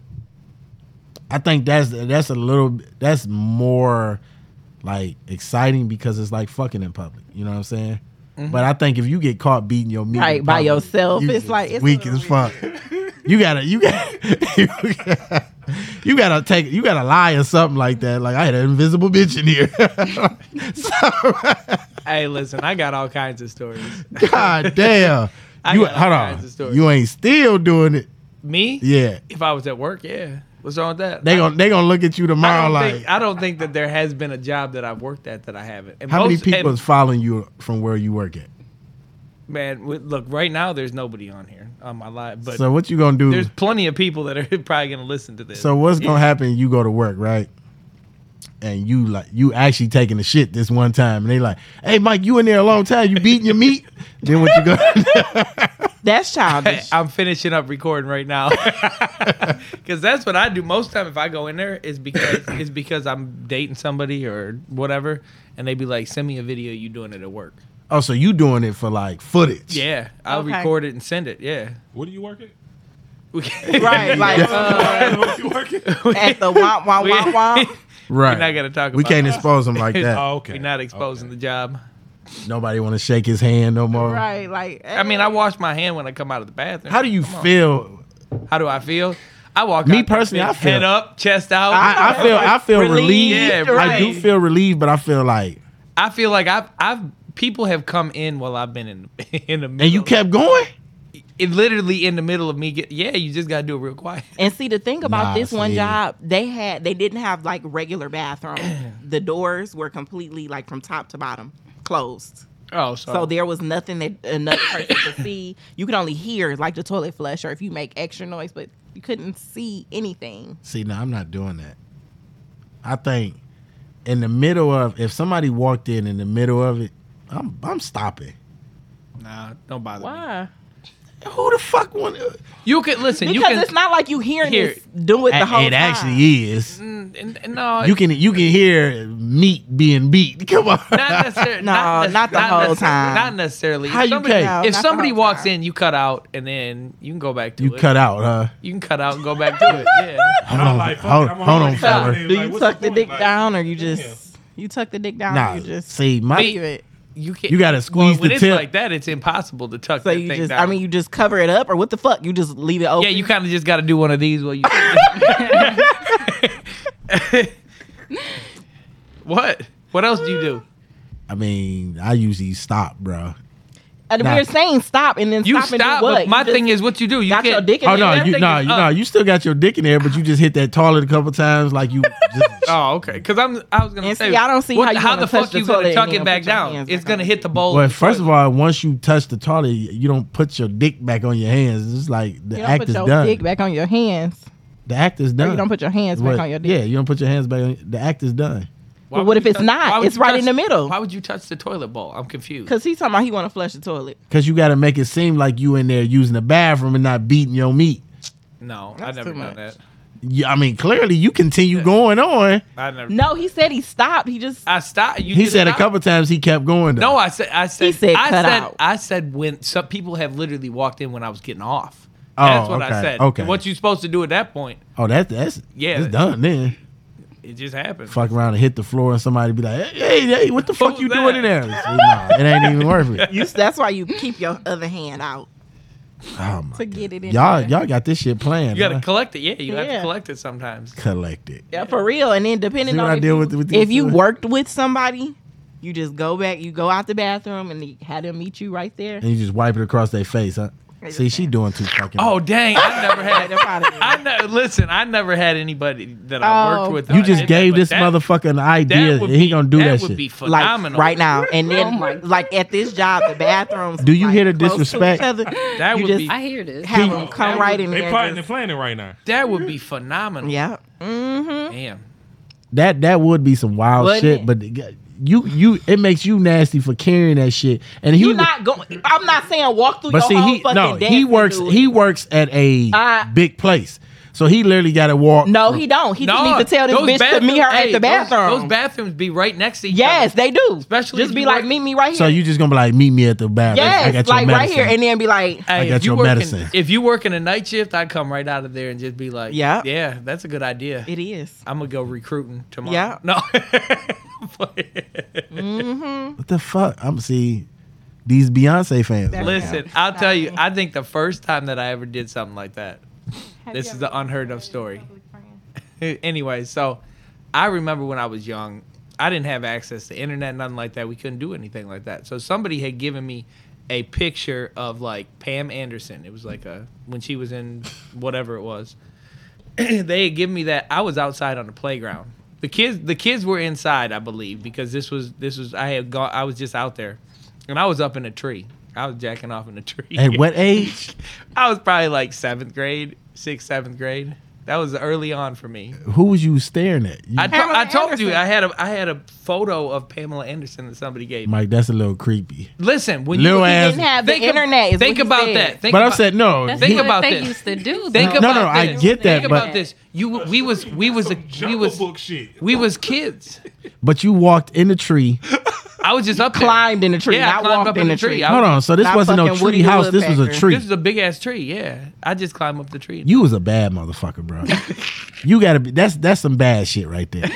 [SPEAKER 3] I think that's that's a little that's more like exciting because it's like fucking in public. You know what I'm saying?
[SPEAKER 4] Mhm.
[SPEAKER 3] But I think if you get caught beating your meat in
[SPEAKER 4] Right, by
[SPEAKER 3] public,
[SPEAKER 4] yourself,
[SPEAKER 3] you
[SPEAKER 4] it's
[SPEAKER 3] just
[SPEAKER 4] like- it's
[SPEAKER 3] weak
[SPEAKER 4] a-
[SPEAKER 3] as fuck. you gotta you got you gotta, you gotta take you gotta lie or something like that. Like I had an invisible bitch in here.
[SPEAKER 5] hey, listen, I got all kinds of stories.
[SPEAKER 3] God damn.
[SPEAKER 5] I
[SPEAKER 3] You
[SPEAKER 5] got all
[SPEAKER 3] hold
[SPEAKER 5] kinds of
[SPEAKER 3] on.
[SPEAKER 5] stories.
[SPEAKER 3] You ain't still doing it.
[SPEAKER 5] Me?
[SPEAKER 3] Yeah.
[SPEAKER 5] If I was at work, yeah. What's wrong with that?
[SPEAKER 3] They gon' they gonna look at you
[SPEAKER 5] I
[SPEAKER 3] tomorrow
[SPEAKER 5] don't,
[SPEAKER 3] like
[SPEAKER 5] think, I don't think that there has been a job that I've worked at that I haven't. And
[SPEAKER 3] how many
[SPEAKER 5] most-
[SPEAKER 3] people
[SPEAKER 5] and-
[SPEAKER 3] is following you from where you work at?
[SPEAKER 5] man, with, look, right now there's nobody on here on my live. But
[SPEAKER 3] So what you gonna do?
[SPEAKER 5] There's plenty of people that are probably gonna listen to this.
[SPEAKER 3] So what's gonna happen? You go to work, right? And you like you actually taking the shit this one time, and they like, "Hey, Mike, you in there a long time? You beating your meat?" then what you gonna?
[SPEAKER 4] That's childish.
[SPEAKER 5] I'm finishing up recording right now because that's what I do most time. If I go in there, it's because it's because I'm dating somebody or whatever, and they be like, "Send me a video of you doing it at work."
[SPEAKER 3] Oh, so you doing it for like footage?
[SPEAKER 5] Yeah, I'll
[SPEAKER 4] Okay.
[SPEAKER 5] record it and send it. Yeah.
[SPEAKER 6] What do you work at?
[SPEAKER 4] Right, like, uh,
[SPEAKER 6] What you work at?
[SPEAKER 4] at the womp womp
[SPEAKER 5] We-
[SPEAKER 4] womp womp.
[SPEAKER 3] Right.
[SPEAKER 5] We're not gonna talk.
[SPEAKER 3] We
[SPEAKER 5] about
[SPEAKER 3] can't
[SPEAKER 5] that.
[SPEAKER 3] expose them like that.
[SPEAKER 6] Oh, okay.
[SPEAKER 5] We're not exposing the job.
[SPEAKER 3] Nobody want to shake his hand no more.
[SPEAKER 4] Right, like
[SPEAKER 5] I mean, I wash my hand when I come out of the bathroom.
[SPEAKER 3] How do you
[SPEAKER 5] Come on.
[SPEAKER 3] feel?
[SPEAKER 5] How do I feel? I walk. out
[SPEAKER 3] Me
[SPEAKER 5] there,
[SPEAKER 3] personally, I
[SPEAKER 5] head
[SPEAKER 3] feel-
[SPEAKER 5] up, chest out.
[SPEAKER 3] I, I feel I feel relieved.
[SPEAKER 5] Yeah,
[SPEAKER 3] I
[SPEAKER 5] right.
[SPEAKER 3] do feel relieved, but I feel like,
[SPEAKER 5] I feel like I've I've people have come in while I've been in in the middle.
[SPEAKER 3] and you kept going.
[SPEAKER 5] it literally in the middle of me get yeah you just gotta do it real quiet
[SPEAKER 4] And see the thing about
[SPEAKER 5] Nah,
[SPEAKER 4] this one
[SPEAKER 5] see.
[SPEAKER 4] job, they had they didn't have like regular bathroom. the doors were completely like from top to bottom closed.
[SPEAKER 5] oh
[SPEAKER 4] So,
[SPEAKER 5] so,
[SPEAKER 4] there was nothing that another person could see. You could only hear like the toilet flush or if you make extra noise, but You couldn't see anything.
[SPEAKER 3] See, no, I'm not doing that. I think in the middle of if somebody walked in in the middle of it, I'm I'm stopping.
[SPEAKER 5] Nah, don't bother me.
[SPEAKER 4] Why?
[SPEAKER 3] Who the fuck want?
[SPEAKER 5] You can listen.
[SPEAKER 4] Because
[SPEAKER 5] you can
[SPEAKER 4] it's not like you hearing
[SPEAKER 5] Here.
[SPEAKER 4] this. Do it the
[SPEAKER 3] A-
[SPEAKER 4] whole
[SPEAKER 3] it
[SPEAKER 4] time.
[SPEAKER 3] actually is.
[SPEAKER 5] Mm, and- and no.
[SPEAKER 3] You can you can hear meat being beat. Come on.
[SPEAKER 5] Not necessarily.
[SPEAKER 4] No,
[SPEAKER 5] not, nec-
[SPEAKER 4] not the
[SPEAKER 5] not
[SPEAKER 4] whole
[SPEAKER 5] necessar-
[SPEAKER 4] time.
[SPEAKER 5] Not necessarily.
[SPEAKER 3] How
[SPEAKER 5] if
[SPEAKER 3] you
[SPEAKER 5] somebody,
[SPEAKER 3] can't? No,
[SPEAKER 5] if
[SPEAKER 4] not the
[SPEAKER 5] somebody
[SPEAKER 4] whole
[SPEAKER 5] walks in, you cut out, and then you can go back to
[SPEAKER 3] You
[SPEAKER 5] it.
[SPEAKER 3] cut out, huh?
[SPEAKER 5] You can cut out and go back to it. Yeah.
[SPEAKER 3] Hold on, hold, hold on, fella.
[SPEAKER 4] Do you tuck the, dick down or you just you tuck the dick down
[SPEAKER 3] Nah,
[SPEAKER 4] or you just
[SPEAKER 3] see, my-
[SPEAKER 4] leave it?
[SPEAKER 5] You can't.
[SPEAKER 3] You gotta squeeze
[SPEAKER 5] when
[SPEAKER 3] the
[SPEAKER 5] it's
[SPEAKER 3] tip.
[SPEAKER 5] like that, it's impossible to tuck
[SPEAKER 4] So
[SPEAKER 5] that
[SPEAKER 4] you
[SPEAKER 5] thing
[SPEAKER 4] just
[SPEAKER 5] down.
[SPEAKER 4] I mean you just cover it up or what the fuck? You just leave it open.
[SPEAKER 5] yeah, you kind of just got to do one of these while you. what? What else do you do?
[SPEAKER 3] I mean, I usually stop, bro.
[SPEAKER 4] And
[SPEAKER 3] Nah.
[SPEAKER 4] we're saying stop and then
[SPEAKER 5] You
[SPEAKER 4] stop, and do
[SPEAKER 5] stop,
[SPEAKER 4] what?
[SPEAKER 5] but my
[SPEAKER 4] You just
[SPEAKER 5] thing is, what you do? You
[SPEAKER 4] got
[SPEAKER 5] can't,
[SPEAKER 4] your dick in
[SPEAKER 3] Oh no,
[SPEAKER 4] there.
[SPEAKER 3] you no,
[SPEAKER 5] is
[SPEAKER 3] you
[SPEAKER 5] up.
[SPEAKER 3] no, you still got your dick in there, but you just hit that toilet a couple times, like you. Just,
[SPEAKER 5] Oh, okay. Because I'm. I was gonna
[SPEAKER 4] And
[SPEAKER 5] say.
[SPEAKER 4] see, I don't see how you
[SPEAKER 5] how
[SPEAKER 4] wanna
[SPEAKER 5] the
[SPEAKER 4] touch
[SPEAKER 5] fuck
[SPEAKER 4] the
[SPEAKER 5] you gonna
[SPEAKER 4] toilet
[SPEAKER 5] tuck
[SPEAKER 4] and
[SPEAKER 5] it
[SPEAKER 4] then
[SPEAKER 5] back
[SPEAKER 4] put your
[SPEAKER 5] down?
[SPEAKER 4] hands
[SPEAKER 5] It's
[SPEAKER 4] back
[SPEAKER 5] gonna
[SPEAKER 4] on
[SPEAKER 5] hit the bowl.
[SPEAKER 3] well,
[SPEAKER 5] of the
[SPEAKER 3] first
[SPEAKER 5] toilet.
[SPEAKER 3] of all, once you touch the toilet, you don't put your dick back on your hands. It's like the
[SPEAKER 4] you don't
[SPEAKER 3] act
[SPEAKER 4] put
[SPEAKER 3] is
[SPEAKER 4] your
[SPEAKER 3] done.
[SPEAKER 4] dick back on your hands.
[SPEAKER 3] The act is
[SPEAKER 4] Or
[SPEAKER 3] done.
[SPEAKER 4] you don't put your hands back
[SPEAKER 3] What-
[SPEAKER 4] on your dick.
[SPEAKER 3] Yeah, you don't put your hands back. on The act is done.
[SPEAKER 5] Why
[SPEAKER 4] But
[SPEAKER 5] would
[SPEAKER 4] what if
[SPEAKER 5] you
[SPEAKER 4] it's
[SPEAKER 5] touch-
[SPEAKER 4] not?
[SPEAKER 5] why would
[SPEAKER 4] It's
[SPEAKER 5] you
[SPEAKER 4] right
[SPEAKER 5] touch-
[SPEAKER 4] in the middle.
[SPEAKER 5] Why would you touch the toilet bowl? I'm confused.
[SPEAKER 4] Cause he's talking about he want to flush the toilet.
[SPEAKER 3] Cause you got to make it seem like you in there using the bathroom and not beating your meat.
[SPEAKER 5] No, I never
[SPEAKER 4] too
[SPEAKER 5] done
[SPEAKER 4] much.
[SPEAKER 5] that.
[SPEAKER 3] Yeah, I mean, clearly you continue going on.
[SPEAKER 5] I never.
[SPEAKER 4] No, he said he stopped. He just
[SPEAKER 5] I stopped. You
[SPEAKER 3] he
[SPEAKER 5] did
[SPEAKER 3] said a
[SPEAKER 5] stop?
[SPEAKER 3] couple times he kept going. Though.
[SPEAKER 5] No, I said. I said.
[SPEAKER 4] said
[SPEAKER 5] I
[SPEAKER 4] cut
[SPEAKER 5] said.
[SPEAKER 4] out.
[SPEAKER 5] I said when some people have literally walked in when I was getting off.
[SPEAKER 3] Oh,
[SPEAKER 5] That's what I
[SPEAKER 3] okay,
[SPEAKER 5] said.
[SPEAKER 3] okay.
[SPEAKER 5] What you supposed to do at that point?
[SPEAKER 3] Oh, that that's
[SPEAKER 5] Yeah.
[SPEAKER 3] It's done then.
[SPEAKER 5] It just happened.
[SPEAKER 3] Fuck around and hit the floor and somebody be like, hey, hey, hey what the fuck
[SPEAKER 5] was
[SPEAKER 3] you
[SPEAKER 5] that?
[SPEAKER 3] doing in there? See, nah, it ain't even worth it.
[SPEAKER 4] you, that's why you keep your other hand out
[SPEAKER 3] Oh my.
[SPEAKER 4] to get it in.
[SPEAKER 3] Y'all,
[SPEAKER 4] there.
[SPEAKER 3] y'all got this shit planned.
[SPEAKER 5] You gotta
[SPEAKER 3] huh?
[SPEAKER 5] collect it. Yeah, you have to
[SPEAKER 4] Yeah.
[SPEAKER 5] collect it sometimes.
[SPEAKER 3] collect it.
[SPEAKER 4] Yeah, for real. And then depending
[SPEAKER 3] See what
[SPEAKER 4] on
[SPEAKER 3] I
[SPEAKER 4] if,
[SPEAKER 3] did
[SPEAKER 4] you,
[SPEAKER 3] with- with
[SPEAKER 4] if
[SPEAKER 3] these
[SPEAKER 4] you
[SPEAKER 3] two?
[SPEAKER 4] worked with somebody, you just go back, you go out the bathroom and they had them meet you right there.
[SPEAKER 3] And you just wipe it across their face, huh? See, she doing too fucking.
[SPEAKER 5] Oh dang! I never had.
[SPEAKER 4] Get up outta here.
[SPEAKER 5] I ne- listen. I never had anybody that I
[SPEAKER 4] Oh.
[SPEAKER 5] worked with. that
[SPEAKER 3] you
[SPEAKER 5] I
[SPEAKER 3] just
[SPEAKER 5] did that,
[SPEAKER 3] gave
[SPEAKER 5] but
[SPEAKER 3] this
[SPEAKER 5] that-
[SPEAKER 3] motherfucker an
[SPEAKER 5] that
[SPEAKER 3] idea.
[SPEAKER 5] would
[SPEAKER 3] and he
[SPEAKER 5] be-
[SPEAKER 3] gonna do that,
[SPEAKER 5] would
[SPEAKER 3] shit.
[SPEAKER 5] be
[SPEAKER 4] like
[SPEAKER 5] phenomenal.
[SPEAKER 4] right now. And
[SPEAKER 3] Oh
[SPEAKER 4] then like at this job, the bathrooms.
[SPEAKER 3] Do you
[SPEAKER 4] like,
[SPEAKER 3] hear the
[SPEAKER 4] close to
[SPEAKER 3] disrespect?
[SPEAKER 4] each other.
[SPEAKER 5] That
[SPEAKER 4] You
[SPEAKER 5] would
[SPEAKER 4] just
[SPEAKER 5] be.
[SPEAKER 7] I hear this.
[SPEAKER 4] have them come right in
[SPEAKER 6] They
[SPEAKER 4] there.
[SPEAKER 6] plotting and
[SPEAKER 4] just-
[SPEAKER 6] planning right now.
[SPEAKER 5] That would be phenomenal.
[SPEAKER 4] Yeah. Mm-hmm.
[SPEAKER 5] Damn.
[SPEAKER 3] That that would be some wild
[SPEAKER 4] Wouldn't
[SPEAKER 3] shit.
[SPEAKER 4] it?
[SPEAKER 3] But the- you you it makes you nasty for carrying that shit. And he
[SPEAKER 4] You
[SPEAKER 3] would-
[SPEAKER 4] not going. I'm not saying walk through
[SPEAKER 3] but
[SPEAKER 4] your
[SPEAKER 3] see
[SPEAKER 4] whole
[SPEAKER 3] he
[SPEAKER 4] fucking
[SPEAKER 3] no
[SPEAKER 4] dance
[SPEAKER 3] he
[SPEAKER 4] and
[SPEAKER 3] works
[SPEAKER 4] do it.
[SPEAKER 3] he works at a
[SPEAKER 4] Uh,
[SPEAKER 3] big place, so he literally got to walk.
[SPEAKER 4] No,
[SPEAKER 3] from-
[SPEAKER 4] Oh, he don't. He
[SPEAKER 5] No,
[SPEAKER 4] just needs to tell this
[SPEAKER 5] those
[SPEAKER 4] bitch to meet her
[SPEAKER 5] bathrooms-
[SPEAKER 4] at
[SPEAKER 5] hey,
[SPEAKER 4] the bathroom.
[SPEAKER 5] Those, those bathrooms be right next to each
[SPEAKER 4] yes,
[SPEAKER 5] other.
[SPEAKER 4] they do.
[SPEAKER 5] Especially
[SPEAKER 4] just
[SPEAKER 5] if
[SPEAKER 4] be
[SPEAKER 5] you
[SPEAKER 4] like,
[SPEAKER 5] work-
[SPEAKER 4] meet me right here.
[SPEAKER 3] So you just gonna be like, meet me at the bathroom. I got
[SPEAKER 4] yes,
[SPEAKER 3] your
[SPEAKER 4] like right
[SPEAKER 3] medicine.
[SPEAKER 4] here, and then be like,
[SPEAKER 5] Hey,
[SPEAKER 3] I
[SPEAKER 5] if
[SPEAKER 3] got
[SPEAKER 5] you
[SPEAKER 3] your
[SPEAKER 5] work in-
[SPEAKER 3] medicine.
[SPEAKER 5] if you work in a night shift, I'd come right out of there and just be like,
[SPEAKER 4] Yeah.
[SPEAKER 5] yeah, that's a good idea.
[SPEAKER 4] it is.
[SPEAKER 5] I'm gonna go recruiting tomorrow.
[SPEAKER 4] Yeah.
[SPEAKER 5] No.
[SPEAKER 4] Mm-hmm.
[SPEAKER 3] what the fuck? I'm see these Beyonce fans. right
[SPEAKER 5] Listen, I'll tell you. I think the first time that I ever did something like that, this is the unheard of story. anyway, so I remember when I was young, I didn't have access to internet, nothing like that. We couldn't do anything like that. So somebody had given me a picture of like Pam Anderson. It was like a when she was in whatever it was. they had given me that. I was outside on the playground. The kids, the kids were inside, I believe, because this was this was I had gone. I was just out there, and I was up in a tree. I was jacking off in a tree.
[SPEAKER 3] now. At what age?
[SPEAKER 5] I was probably like seventh grade, sixth, seventh grade. That was early on for me.
[SPEAKER 3] Who was you staring at? You,
[SPEAKER 5] I, to-
[SPEAKER 4] Pamela
[SPEAKER 5] I told you
[SPEAKER 4] Anderson.
[SPEAKER 5] I had a I had a photo of Pamela Anderson that somebody gave. me.
[SPEAKER 3] Mike, that's a little creepy.
[SPEAKER 5] Listen, when
[SPEAKER 3] Little
[SPEAKER 5] you
[SPEAKER 3] ass-
[SPEAKER 4] Didn't have the
[SPEAKER 5] think, ab-
[SPEAKER 4] internet. Is
[SPEAKER 5] think
[SPEAKER 4] what he
[SPEAKER 5] about
[SPEAKER 4] said.
[SPEAKER 5] that. Think
[SPEAKER 3] but
[SPEAKER 5] about,
[SPEAKER 3] I said no.
[SPEAKER 7] That's
[SPEAKER 5] Think
[SPEAKER 7] what
[SPEAKER 5] about
[SPEAKER 7] they
[SPEAKER 5] this.
[SPEAKER 7] used to do.
[SPEAKER 5] Think
[SPEAKER 7] though.
[SPEAKER 5] about
[SPEAKER 3] no, I
[SPEAKER 5] this.
[SPEAKER 3] get that,
[SPEAKER 5] Think
[SPEAKER 3] but-
[SPEAKER 5] about this. You we was we was a we
[SPEAKER 6] Jungle
[SPEAKER 5] was
[SPEAKER 6] book shit.
[SPEAKER 5] we was kids.
[SPEAKER 3] But you walked in the tree.
[SPEAKER 5] I was just up there.
[SPEAKER 4] Climbed in the tree.
[SPEAKER 5] Yeah, I
[SPEAKER 4] not
[SPEAKER 5] climbed
[SPEAKER 4] walked
[SPEAKER 5] up
[SPEAKER 4] in the tree.
[SPEAKER 5] I
[SPEAKER 3] Hold on. So this
[SPEAKER 4] Not
[SPEAKER 3] wasn't no
[SPEAKER 4] fucking
[SPEAKER 3] tree
[SPEAKER 4] Woody
[SPEAKER 3] house. This was a
[SPEAKER 4] Woodpecker.
[SPEAKER 3] tree.
[SPEAKER 5] This is a big ass tree. Yeah, I just climbed up the tree.
[SPEAKER 3] You was a bad motherfucker, bro. you gotta be. That's that's some bad shit right there.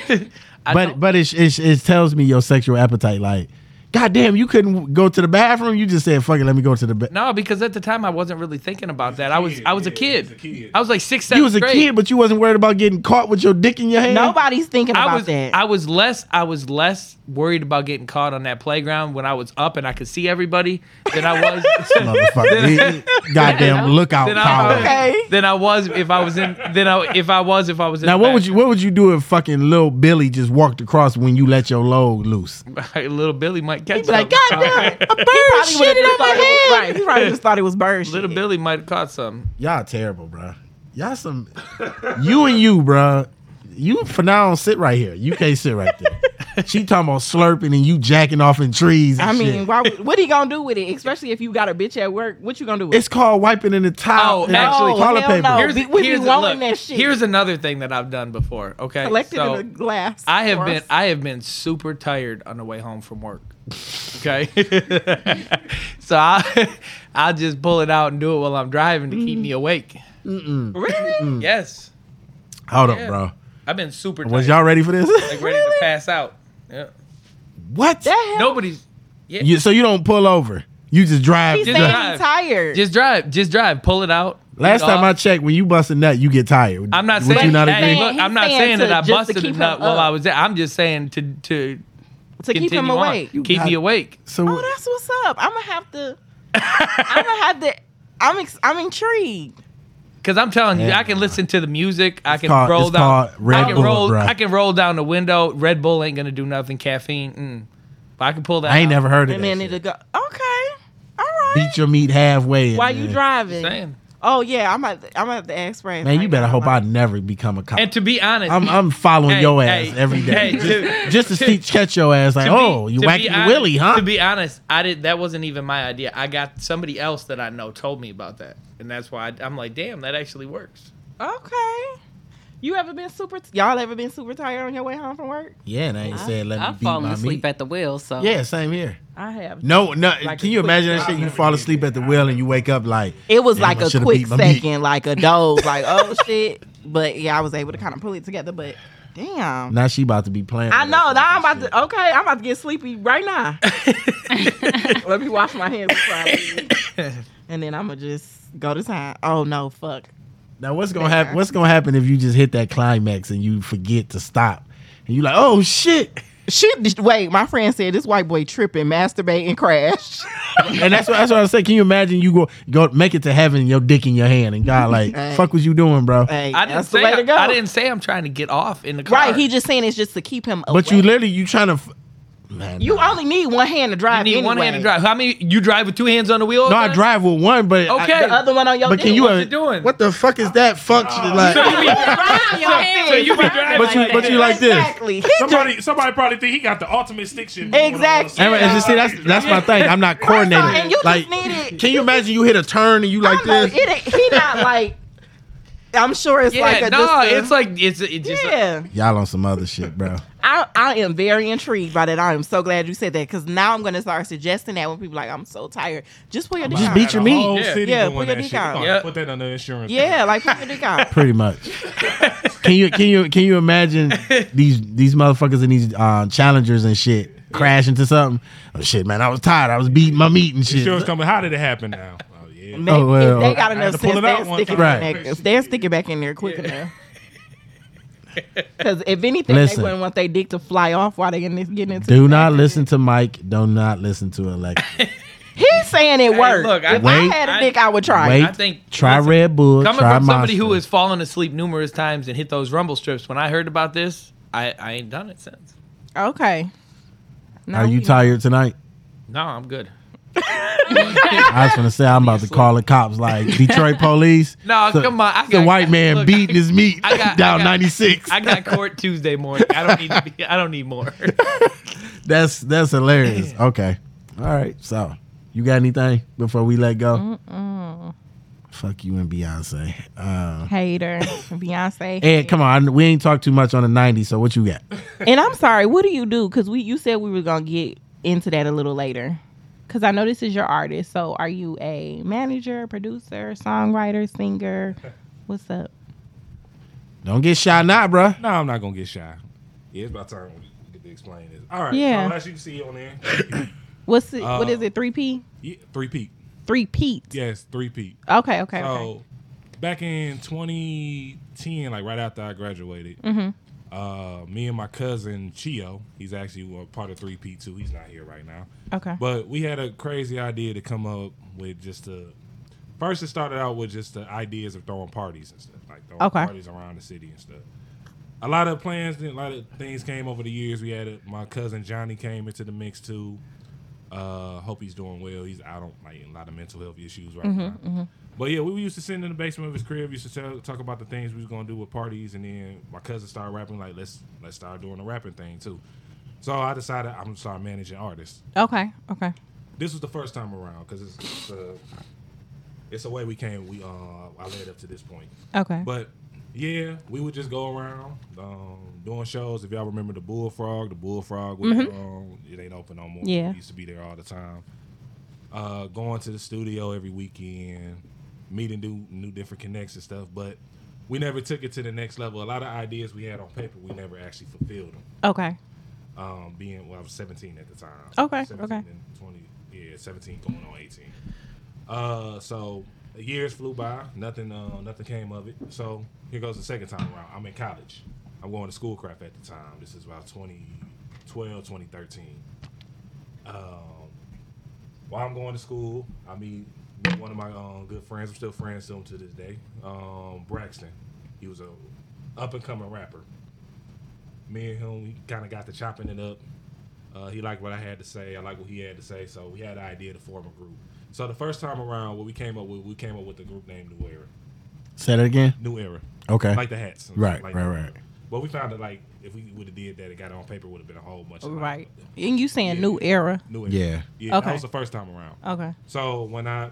[SPEAKER 3] but
[SPEAKER 5] don't-
[SPEAKER 3] but it, it it tells me your sexual appetite. Like, goddamn, you couldn't go to the bathroom. You just said, "Fuck it, let me go to the bathroom."
[SPEAKER 5] no, because at the time I wasn't really thinking about that. I was I was a kid. I was like six, seven.
[SPEAKER 3] You was a
[SPEAKER 5] grade.
[SPEAKER 3] kid, but you wasn't worried about getting caught with your dick in your hand.
[SPEAKER 4] Nobody's thinking
[SPEAKER 5] I
[SPEAKER 4] about
[SPEAKER 5] was
[SPEAKER 4] that.
[SPEAKER 5] I was less I was less worried about getting caught on that playground when I was up and I could see everybody than I was
[SPEAKER 3] motherfucker. It- it- goddamn lookout
[SPEAKER 5] than I,
[SPEAKER 3] power.
[SPEAKER 4] Okay.
[SPEAKER 5] than I was if I was in than I if I was if I was in
[SPEAKER 3] Now
[SPEAKER 5] the
[SPEAKER 3] what would you
[SPEAKER 5] bathroom.
[SPEAKER 3] what would you do if fucking little Billy just walked across when you let your load loose?
[SPEAKER 5] little Billy might catch
[SPEAKER 4] Be like,
[SPEAKER 5] something.
[SPEAKER 4] God damn, a bird shitted on my head. Right, he probably just thought it was bird shit.
[SPEAKER 5] little Billy might have caught some.
[SPEAKER 3] Y'all terrible, bro. Y'all some you and you, bruh. You for now don't sit right here. You can't sit right there. she talking about slurping and you jacking off in trees. and
[SPEAKER 4] I mean,
[SPEAKER 3] shit.
[SPEAKER 4] why, what are you gonna do with it? Especially if you got a bitch at work, what you gonna do with
[SPEAKER 3] it's called wiping in the towel.
[SPEAKER 4] Oh,
[SPEAKER 3] and
[SPEAKER 4] actually,
[SPEAKER 3] toilet
[SPEAKER 4] hell
[SPEAKER 3] paper.
[SPEAKER 4] no.
[SPEAKER 5] Here's,
[SPEAKER 4] We- we be
[SPEAKER 5] here's,
[SPEAKER 4] wanting
[SPEAKER 5] look,
[SPEAKER 4] that shit.
[SPEAKER 5] here's another thing that I've done before. Okay,
[SPEAKER 4] it? Collect it
[SPEAKER 5] so
[SPEAKER 4] in a glass.
[SPEAKER 5] I have
[SPEAKER 4] for
[SPEAKER 5] been
[SPEAKER 4] us.
[SPEAKER 5] I have been super tired on the way home from work. Okay, so I I just pull it out and do it while I'm driving to
[SPEAKER 4] Mm.
[SPEAKER 5] keep me awake.
[SPEAKER 3] Mm-mm.
[SPEAKER 5] Really? Yes.
[SPEAKER 3] Hold
[SPEAKER 5] Yeah.
[SPEAKER 3] up, bro.
[SPEAKER 5] I've been super. Tired.
[SPEAKER 3] Was y'all ready for this?
[SPEAKER 5] Like ready to pass out. Yeah.
[SPEAKER 3] What?
[SPEAKER 5] Nobody's. Yeah.
[SPEAKER 3] You, so you don't pull over. You just drive.
[SPEAKER 5] Just
[SPEAKER 3] the-
[SPEAKER 5] drive.
[SPEAKER 4] tired.
[SPEAKER 5] Just drive. Just drive. Pull it out.
[SPEAKER 3] Last
[SPEAKER 5] Get off.
[SPEAKER 3] time I checked, when you bust a nut, you get tired.
[SPEAKER 5] I'm not
[SPEAKER 3] Would
[SPEAKER 5] saying
[SPEAKER 3] you not
[SPEAKER 5] hey,
[SPEAKER 3] agree?
[SPEAKER 5] look,
[SPEAKER 4] He's
[SPEAKER 5] I'm not
[SPEAKER 4] saying
[SPEAKER 5] saying
[SPEAKER 4] to-
[SPEAKER 5] that I
[SPEAKER 4] just to
[SPEAKER 5] busted
[SPEAKER 4] keep
[SPEAKER 5] a
[SPEAKER 4] him
[SPEAKER 5] nut while
[SPEAKER 4] up.
[SPEAKER 5] I was there. I'm just saying to to
[SPEAKER 4] To keep him
[SPEAKER 5] continue on.
[SPEAKER 4] awake. You
[SPEAKER 5] keep
[SPEAKER 4] got-
[SPEAKER 5] me awake.
[SPEAKER 3] So
[SPEAKER 4] Oh, that's what's up. I'm gonna have to. I'm gonna have to. I'm ex- I'm intrigued.
[SPEAKER 5] Because I'm telling you, I can listen to the music. I can
[SPEAKER 3] called-
[SPEAKER 5] roll
[SPEAKER 3] it's
[SPEAKER 5] down.
[SPEAKER 3] called Red
[SPEAKER 5] I can
[SPEAKER 3] Bull,
[SPEAKER 5] roll.
[SPEAKER 3] bruh.
[SPEAKER 5] I can roll down the window. Red Bull ain't gonna do nothing. Caffeine. Mm. But I can pull that.
[SPEAKER 3] I ain't
[SPEAKER 5] out.
[SPEAKER 3] never heard of
[SPEAKER 4] And then it'll go. Okay.
[SPEAKER 3] Beat your meat halfway. and
[SPEAKER 4] While you
[SPEAKER 3] then-
[SPEAKER 4] driving. Oh yeah, I'm at. I'm at the ask Brad.
[SPEAKER 3] Man, you better hope I never become a cop.
[SPEAKER 5] And to be honest,
[SPEAKER 3] I'm, I'm following
[SPEAKER 5] Hey,
[SPEAKER 3] your ass
[SPEAKER 5] hey,
[SPEAKER 3] every day.
[SPEAKER 5] hey, to-
[SPEAKER 3] just, just to, see, catch your ass like,
[SPEAKER 5] To be-
[SPEAKER 3] oh, you
[SPEAKER 5] to
[SPEAKER 3] whacked
[SPEAKER 5] be
[SPEAKER 3] your
[SPEAKER 5] honest-
[SPEAKER 3] willy, huh?
[SPEAKER 5] To be honest, I did. That wasn't even my idea. I got somebody else that I know told me about that, and that's why I, am like, damn, that actually works.
[SPEAKER 4] Okay. You ever been super? y'all ever been super tired on your way home from work?
[SPEAKER 3] yeah, and I ain't said let
[SPEAKER 7] I-
[SPEAKER 3] me
[SPEAKER 7] I've
[SPEAKER 3] beat
[SPEAKER 7] fallen
[SPEAKER 3] my
[SPEAKER 7] asleep
[SPEAKER 3] meat.
[SPEAKER 7] at the wheel, so
[SPEAKER 3] Yeah, same here.
[SPEAKER 4] I have.
[SPEAKER 3] No, no.
[SPEAKER 4] Like
[SPEAKER 3] can
[SPEAKER 4] a
[SPEAKER 3] you
[SPEAKER 4] quick
[SPEAKER 3] imagin that shit?
[SPEAKER 4] second.
[SPEAKER 3] You fall asleep at the wheel and you wake up like
[SPEAKER 4] It was
[SPEAKER 3] "Damn,
[SPEAKER 4] like
[SPEAKER 3] I
[SPEAKER 4] a
[SPEAKER 3] shoulda
[SPEAKER 4] quick
[SPEAKER 3] beat my meat."
[SPEAKER 4] second, like a doze, like oh shit. But yeah, I was able to kind of pull it together. But damn,
[SPEAKER 3] Now she about to be playing.
[SPEAKER 4] I know. Now I'm about to. Okay, I'm about to get sleepy right now. Let me wash my hands before I leave. and then I'm gonna just go to town. Oh no, fuck.
[SPEAKER 3] Now what's gonna happen? What's gonna happen if you just hit that climax and you forget to stop and you like, oh shit,
[SPEAKER 4] shit. Wait, my friend said this white boy tripping, masturbate and crash.
[SPEAKER 3] and that's what that's what I say. Can you imagine you go go make it to heaven, your dick in your hand, and God like,
[SPEAKER 4] Hey.
[SPEAKER 3] fuck, was you doing, bro?
[SPEAKER 5] I didn't
[SPEAKER 4] that's the
[SPEAKER 5] say
[SPEAKER 4] way
[SPEAKER 5] I,
[SPEAKER 4] to go.
[SPEAKER 5] I didn't say I'm trying to get off in the car.
[SPEAKER 4] Right, he just saying it's just to keep him.
[SPEAKER 3] But you literally you trying to, f- uh, man.
[SPEAKER 4] You only need one hand to drive.
[SPEAKER 5] You need one
[SPEAKER 4] anyway.
[SPEAKER 5] hand to drive. How many? You drive with two hands on the wheel?
[SPEAKER 3] No, I drive with one, but I-
[SPEAKER 5] Okay.
[SPEAKER 3] I-
[SPEAKER 4] The other one on your.
[SPEAKER 3] but can
[SPEAKER 4] dick.
[SPEAKER 3] you?
[SPEAKER 5] what
[SPEAKER 3] uh,
[SPEAKER 5] you doing?
[SPEAKER 3] What the fuck is that function like?
[SPEAKER 5] So you be-
[SPEAKER 4] Drive your hand.
[SPEAKER 5] so you be driving
[SPEAKER 3] But you-
[SPEAKER 5] like
[SPEAKER 3] but
[SPEAKER 5] that.
[SPEAKER 3] you like this.
[SPEAKER 4] Exactly. He
[SPEAKER 6] Somebody, somebody probably think he got the ultimate stick shit.
[SPEAKER 4] Exactly.
[SPEAKER 3] And, and see, that's that's my thing. I'm not coordinated.
[SPEAKER 4] and you just
[SPEAKER 3] like,
[SPEAKER 4] needed-
[SPEAKER 3] can you imagine you hit a turn and you like
[SPEAKER 4] No,
[SPEAKER 3] this?
[SPEAKER 4] it ain't- he not like. I'm sure it's
[SPEAKER 5] yeah,
[SPEAKER 4] like a.
[SPEAKER 5] no,
[SPEAKER 4] just a-
[SPEAKER 5] it's like it's it just.
[SPEAKER 4] yeah,
[SPEAKER 3] Y'all on some other shit, bro.
[SPEAKER 4] I, I am very intrigued by that. I am so glad you said that because now I'm going to start suggesting that when people like I'm so tired, just pull your dick
[SPEAKER 3] Just
[SPEAKER 4] out.
[SPEAKER 3] beat your meat.
[SPEAKER 6] Whole
[SPEAKER 5] Yeah.
[SPEAKER 6] city
[SPEAKER 4] Yeah,
[SPEAKER 6] doing
[SPEAKER 4] put your
[SPEAKER 6] that
[SPEAKER 4] dick
[SPEAKER 6] shit.
[SPEAKER 4] out.
[SPEAKER 6] They gonna
[SPEAKER 5] Yeah.
[SPEAKER 6] Put that under insurance.
[SPEAKER 4] Yeah, like pull your dick out.
[SPEAKER 3] Pretty much. Can you can you can you imagine these these motherfuckers and these uh, challengers and shit crash into something? Oh shit, man! I was tired. I was beating my meat and shit.
[SPEAKER 6] Insurance company. How did it happen now? Oh yeah.
[SPEAKER 4] Maybe
[SPEAKER 3] Oh, well.
[SPEAKER 4] if they got
[SPEAKER 6] I had
[SPEAKER 4] enough
[SPEAKER 6] to pull
[SPEAKER 4] sense,
[SPEAKER 6] it out
[SPEAKER 4] they'll
[SPEAKER 6] one
[SPEAKER 4] stick it
[SPEAKER 3] time.
[SPEAKER 4] back.
[SPEAKER 3] Right.
[SPEAKER 4] If they'll stick it back in there quick enough. Because if anything,
[SPEAKER 3] Listen.
[SPEAKER 4] they wouldn't want their dick to fly off while they in this getting into.
[SPEAKER 3] Do
[SPEAKER 4] it.
[SPEAKER 3] not listen to Mike. Do not listen to Alexa.
[SPEAKER 4] He's saying it worked.
[SPEAKER 5] look, I-
[SPEAKER 4] if
[SPEAKER 3] Wait.
[SPEAKER 4] I had a dick, I would try.
[SPEAKER 3] Wait,
[SPEAKER 5] I think-
[SPEAKER 3] try
[SPEAKER 5] listen,
[SPEAKER 3] Red Bull.
[SPEAKER 5] Coming
[SPEAKER 3] try
[SPEAKER 5] from somebody who
[SPEAKER 3] Monster.
[SPEAKER 5] has fallen asleep numerous times and hit those rumble strips, when I heard about this, I, I ain't done it since.
[SPEAKER 4] Okay.
[SPEAKER 3] Are you tired tonight?
[SPEAKER 5] No, I'm good.
[SPEAKER 3] I was gonna say I'm about to call the cops, like Detroit police.
[SPEAKER 5] No, come on, I
[SPEAKER 3] the
[SPEAKER 5] got-
[SPEAKER 3] white man
[SPEAKER 5] look,
[SPEAKER 3] beating his meat
[SPEAKER 5] I got- I
[SPEAKER 3] down
[SPEAKER 5] got-
[SPEAKER 3] 96.
[SPEAKER 5] I got court Tuesday morning. I don't need to be, I don't need more.
[SPEAKER 3] That's that's hilarious. Okay, all right. So you got anything before we let go? Fuck you and Beyonce. Uh,
[SPEAKER 4] Hater, Beyonce.
[SPEAKER 3] Ed, come on. We ain't talked too much on the 90s, so what you got?
[SPEAKER 4] And I'm sorry, what do you do? Because we you said we were gonna get into that a little later. Because I know this is your artist. So are you a manager, producer, songwriter, singer? What's up?
[SPEAKER 3] Don't get shy now, bruh.
[SPEAKER 6] No, I'm not gonna get shy. Yeah, it's about time we get to explain this. All right.
[SPEAKER 4] Yeah.
[SPEAKER 6] So as you can see on there,
[SPEAKER 4] What's it, what is
[SPEAKER 6] Uh,
[SPEAKER 4] it? Three P?
[SPEAKER 6] yeah, three peak.
[SPEAKER 4] Three Pete.
[SPEAKER 6] Yes, three peak.
[SPEAKER 4] Okay, okay,
[SPEAKER 6] So
[SPEAKER 4] okay.
[SPEAKER 6] back in 2010, like right after I graduated,
[SPEAKER 4] Mhm.
[SPEAKER 6] uh, me and my cousin Chio, he's actually a part of three P two. He's not here right now.
[SPEAKER 4] Okay.
[SPEAKER 6] But we had a crazy idea to come up with just a. First, it started out with just the ideas of throwing parties and stuff, like throwing
[SPEAKER 4] Okay.
[SPEAKER 6] parties around the city and stuff. A lot of plans, a lot of things came over the years. We had a, my cousin Johnny came into the mix too. Uh, Uh, hope he's doing well. He's out on like a lot of mental health issues right
[SPEAKER 4] Mhm,
[SPEAKER 6] now.
[SPEAKER 4] mhm.
[SPEAKER 6] But yeah, we were used to sitting in the basement of his crib. Used to tell, talk about the things we was gonna do with parties, and then my cousin started rapping. Like let's let's start doing the rapping thing too. So I decided I'm gonna start managing artists.
[SPEAKER 7] Oh,
[SPEAKER 4] Okay. Okay.
[SPEAKER 6] This was the first time around because it's it's, uh, it's a way we came. We uh I led up to this point.
[SPEAKER 4] Okay.
[SPEAKER 6] But yeah, we would just go around um, doing shows. If y'all remember the Bullfrog, the Bullfrog was
[SPEAKER 4] Mhm.
[SPEAKER 6] um, it ain't open no more.
[SPEAKER 4] Yeah.
[SPEAKER 6] we used to be there all the time. Uh, going to the studio every weekend, meeting new new different connects and stuff. But we never took it to the next level. A lot of ideas we had on paper, we never actually fulfilled them
[SPEAKER 4] Okay.
[SPEAKER 6] um, being well, I was 17 at the time.
[SPEAKER 4] Okay,
[SPEAKER 6] 17
[SPEAKER 4] okay.
[SPEAKER 6] And 20, yeah, 17 going on 18. Uh, so years flew by, nothing, uh, nothing came of it. So here goes the second time around. I'm in college. I'm going to schoolcraft at the time. This is about 2012, 2013. Um, while I'm going to school, I meet meet one of my um, good friends. I'm still friends with him to this day. Um, Braxton. He was a up and coming rapper me and him, we kind of got to chopping it up. Uh, he liked what I had to say. I liked what he had to say. So we had the idea to form a group. So the first time around, what we came up with, we came up with a group named New Era.
[SPEAKER 3] Say that again.
[SPEAKER 6] New Era.
[SPEAKER 3] Okay.
[SPEAKER 6] Like the hats. and
[SPEAKER 3] Right,
[SPEAKER 6] stuff like
[SPEAKER 3] right,
[SPEAKER 6] that.
[SPEAKER 3] right.
[SPEAKER 6] But we found that like if we would have did that, it got on paper would have been a whole bunch. of
[SPEAKER 4] Right. And you saying new era.
[SPEAKER 6] New Era.
[SPEAKER 3] Yeah.
[SPEAKER 6] Yeah.
[SPEAKER 4] Okay.
[SPEAKER 6] That was the first time around.
[SPEAKER 4] Okay.
[SPEAKER 6] So when I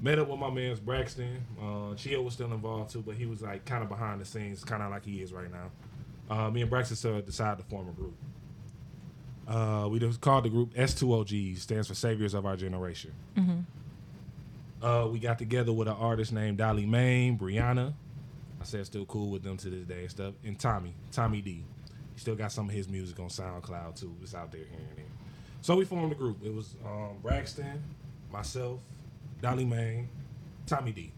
[SPEAKER 6] met up with my man's Braxton, uh, Chio was still involved too, but he was like kind of behind the scenes, kind of like he is right now. Uh, me and Braxton still decided to form a group. Uh, we just called the group S2OG, stands for Saviors of Our Generation.
[SPEAKER 4] Mhm.
[SPEAKER 6] Uh, we got together with an artist named Dolly Maine, Brianna. I said still cool with them to this day and stuff. And Tommy, Tommy D. He still got some of his music on SoundCloud too. It's out there here and there. So we formed a group. It was um, Braxton, myself, Dolly Maine, Tommy D.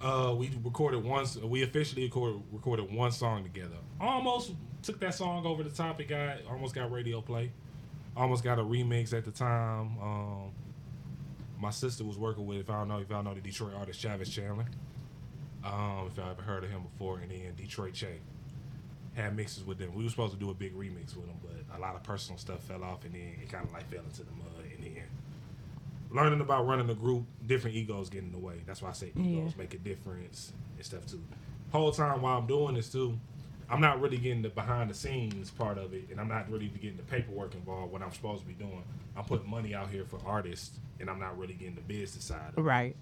[SPEAKER 6] Uh, we recorded once. We officially recorded, recorded one song together. Almost took that song over the top. It got almost got radio play. Almost got a remix at the time. Um, my sister was working with. If I don't know, if y'all know the Detroit artist Travis Chandler. Um, if y'all ever heard of him before, and then Detroit Chain had mixes with them. We were supposed to do a big remix with them, but a lot of personal stuff fell off, and then it kind of like fell into the mud in the end. Learning about running a group, different egos get in the way. That's why I say egos
[SPEAKER 4] Yeah.
[SPEAKER 6] make a difference and stuff too. Whole time while I'm doing this too, I'm not really getting the behind the scenes part of it, and I'm not really getting the paperwork involved. What I'm supposed to be doing, I'm putting money out here for artists, and I'm not really getting the business side. Of
[SPEAKER 4] Right.
[SPEAKER 6] It.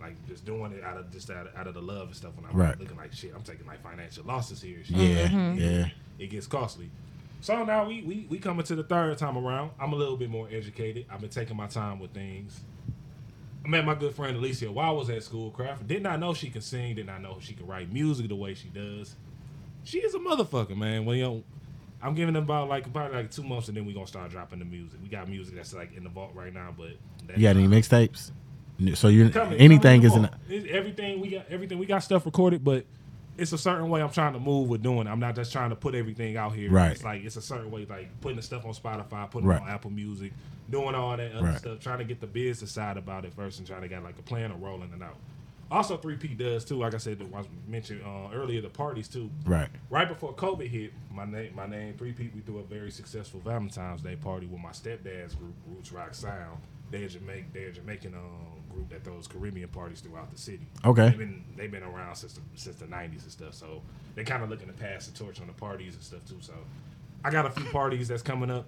[SPEAKER 6] Like just doing it out of just out of, out of the love and stuff. When I'm
[SPEAKER 3] Right.
[SPEAKER 6] looking like shit, I'm taking like financial losses here. and shit.
[SPEAKER 3] Yeah, Mhm. yeah.
[SPEAKER 6] It gets costly. So now we we we coming to the third time around. I'm a little bit more educated. I've been taking my time with things. I met my good friend Alicia while I was at Schoolcraft. Did not know she can sing. Did not know she could write music the way she does. She is a motherfucker, man. Well, you know, I'm giving them about like probably like two months, and then we gonna start dropping the music. We got music that's like in the vault right now, but that
[SPEAKER 3] You got any mixtapes? N- So you
[SPEAKER 6] Coming,
[SPEAKER 3] anything
[SPEAKER 6] coming
[SPEAKER 3] is
[SPEAKER 6] tomorrow.
[SPEAKER 3] an
[SPEAKER 6] It's everything we got. Everything we got stuff recorded, but it's a certain way I'm trying to move with doing. it. I'm not just trying to put everything out here.
[SPEAKER 3] Right.
[SPEAKER 6] It's like it's a certain way, like putting the stuff on Spotify, putting
[SPEAKER 3] Right.
[SPEAKER 6] it on Apple Music, doing all that other
[SPEAKER 3] Right.
[SPEAKER 6] stuff, trying to get the business side about it first, and trying to get like a plan of rolling it out. Also, three P does too. Like I said, I mentioned uh, earlier, the parties too.
[SPEAKER 3] Right.
[SPEAKER 6] Right before COVID hit, my name, my name, three P, we threw a very successful Valentine's Day party with my stepdad's group, Roots Rock Sound. They're Jamaican, they're Jamaican um, group that throws Caribbean parties throughout the city.
[SPEAKER 3] Okay.
[SPEAKER 6] They've been they've been around since the, since the '90s and stuff. So they're kind of looking to pass the torch on the parties and stuff too. So I got a few parties that's coming up.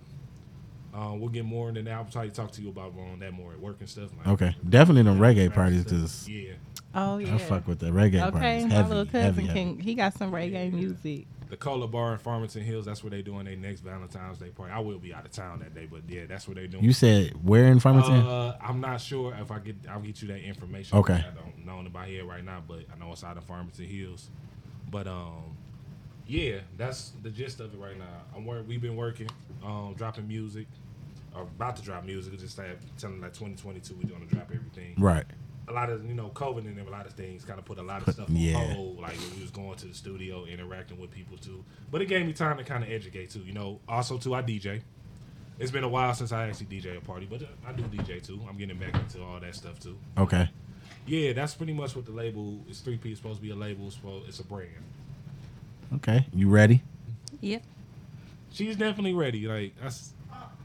[SPEAKER 6] Uh, we'll get more into that. I'll probably talk to you about on that more at work and stuff. Like,
[SPEAKER 3] okay. Definitely them reggae
[SPEAKER 6] rap and
[SPEAKER 3] parties
[SPEAKER 6] stuff.
[SPEAKER 3] because
[SPEAKER 6] yeah,
[SPEAKER 4] Oh yeah.
[SPEAKER 3] I fuck with the reggae
[SPEAKER 4] Okay,
[SPEAKER 3] parties.
[SPEAKER 4] my
[SPEAKER 3] Heavy,
[SPEAKER 4] little cousin
[SPEAKER 3] heavy, heavy.
[SPEAKER 4] can he got some reggae music.
[SPEAKER 6] the Cola Bar in Farmington Hills. That's where they doing their next Valentine's Day party. I will be out of town that day, but yeah, that's what they doing.
[SPEAKER 3] You said where in Farmington?
[SPEAKER 6] Uh, I'm not sure if I get. I'll get you that information.
[SPEAKER 3] Okay.
[SPEAKER 6] I don't know it by here right now, but I know it's out of Farmington Hills. But um, yeah, that's the gist of it right now. I'm where we've been working, um, dropping music, or about to drop music. It's Just like telling like 2022, we're gonna drop everything.
[SPEAKER 3] Right.
[SPEAKER 6] A lot of you know COVID and a lot of things kind of put a lot of
[SPEAKER 3] Put-
[SPEAKER 6] stuff on
[SPEAKER 3] yeah.
[SPEAKER 6] hold. Like when we was going to the studio, interacting with people too. But it gave me time to kind of educate too. You know, also too, I DJ. It's been a while since I actually DJ a party, but uh, I do DJ too. I'm getting back into all that stuff too.
[SPEAKER 3] Okay.
[SPEAKER 6] Yeah, that's pretty much what the label is. Three P is supposed to be a label. It's, supposed, it's a brand.
[SPEAKER 3] Okay. You ready?
[SPEAKER 6] She's definitely ready. Like that's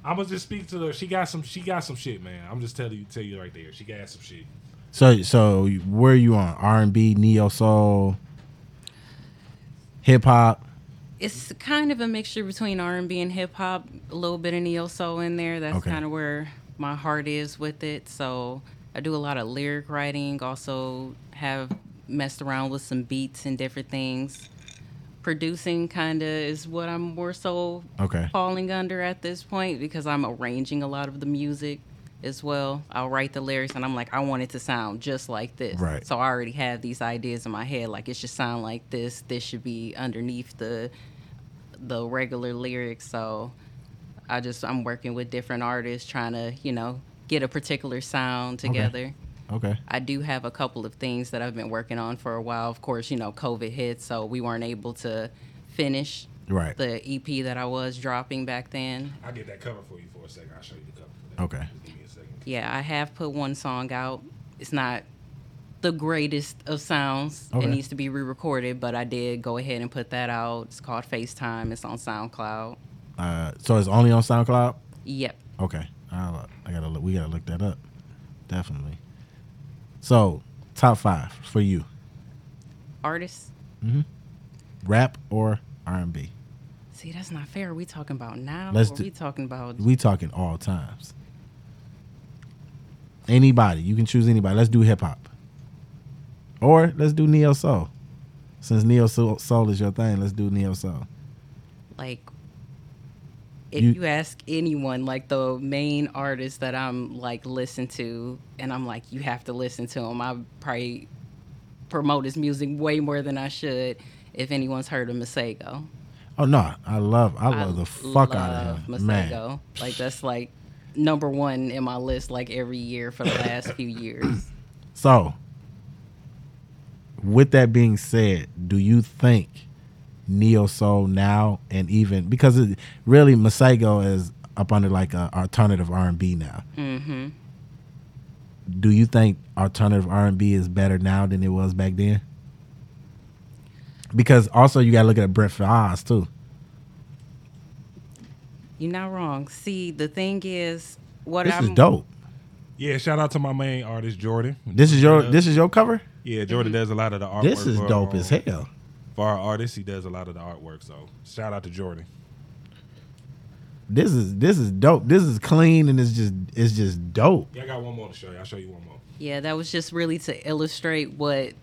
[SPEAKER 6] I'm gonna just speak to her. She got some. She got some shit, man. I'm just telling you, tell you right there. She got some shit.
[SPEAKER 3] So so where you on R and B, neo soul, hip hop?
[SPEAKER 7] It's kind of a mixture between R and B and hip hop, a little bit of neo soul in there. That's
[SPEAKER 3] Okay.
[SPEAKER 7] kind of where my heart is with it. So I do a lot of lyric writing. Also have messed around with some beats and different things. Producing kind of is what I'm more so
[SPEAKER 3] Okay.
[SPEAKER 7] falling under at this point because I'm arranging a lot of the music as well. I'll write the lyrics and I'm like, I want it to sound just like this.
[SPEAKER 3] Right.
[SPEAKER 7] So I already have these ideas in my head, like it should sound like this. This should be underneath the the regular lyrics. So I just I'm working with different artists trying to, you know, get a particular sound
[SPEAKER 3] Okay.
[SPEAKER 7] together.
[SPEAKER 3] Okay.
[SPEAKER 7] I do have a couple of things that I've been working on for a while. Of course, you know, COVID hit, so we weren't able to finish
[SPEAKER 3] Right.
[SPEAKER 7] the EP that I was dropping back then.
[SPEAKER 6] I'll get that cover for you for a second. I'll show you the cover.
[SPEAKER 3] Okay.
[SPEAKER 7] Yeah, I have put one song out. It's not the greatest of sounds.
[SPEAKER 3] Okay.
[SPEAKER 7] It needs to be re recorded, but I did go ahead and put that out. It's called FaceTime, it's on SoundCloud.
[SPEAKER 3] Uh, so it's only on SoundCloud.
[SPEAKER 7] Yep.
[SPEAKER 3] Okay. I'll, I gotta look. We gotta look that up. Definitely. So top five for you:
[SPEAKER 7] Artists,
[SPEAKER 3] hmm rap or R and B.
[SPEAKER 7] see, that's not fair. Are we talking about now?
[SPEAKER 3] Let's
[SPEAKER 7] or
[SPEAKER 3] do-
[SPEAKER 7] we talking about.
[SPEAKER 3] We talking all times. Anybody, you can choose anybody. Let's do hip hop, or let's do neo soul. Since neo soul, soul is your thing, let's do neo soul.
[SPEAKER 7] like if
[SPEAKER 3] You-
[SPEAKER 7] you, ask anyone like the main artist that i'm like listen to and i'm like you have to listen to him i probably promote his music way more than i should if anyone's heard of masego
[SPEAKER 3] Oh no, I love, I love the fuck out of him, man.
[SPEAKER 7] masego like that's like number one in my list like every year for the last few years
[SPEAKER 3] So, with that being said, do you think neo soul now and even because it, really Masego is up under like a alternative R and B now?
[SPEAKER 7] mm-hmm
[SPEAKER 3] Do you think alternative R and B is better now than it was back then? Because also you gotta look at Brent Faiyaz too.
[SPEAKER 7] you're not wrong see the thing is what
[SPEAKER 3] This
[SPEAKER 7] i'm
[SPEAKER 3] is dope.
[SPEAKER 6] Yeah, shout out to my main artist Jordan.
[SPEAKER 3] This is your this is your cover.
[SPEAKER 6] Yeah, Jordan does a lot of the artwork.
[SPEAKER 3] Mm-hmm. This is
[SPEAKER 6] for
[SPEAKER 3] dope
[SPEAKER 6] our-
[SPEAKER 3] as hell.
[SPEAKER 6] For our artists, he does a lot of the artwork. So shout out to Jordan.
[SPEAKER 3] This is this is dope. This is clean and it's just it's just dope.
[SPEAKER 6] Yeah, I got one more to show you. I'll show you one more.
[SPEAKER 7] Yeah, that was just really to illustrate what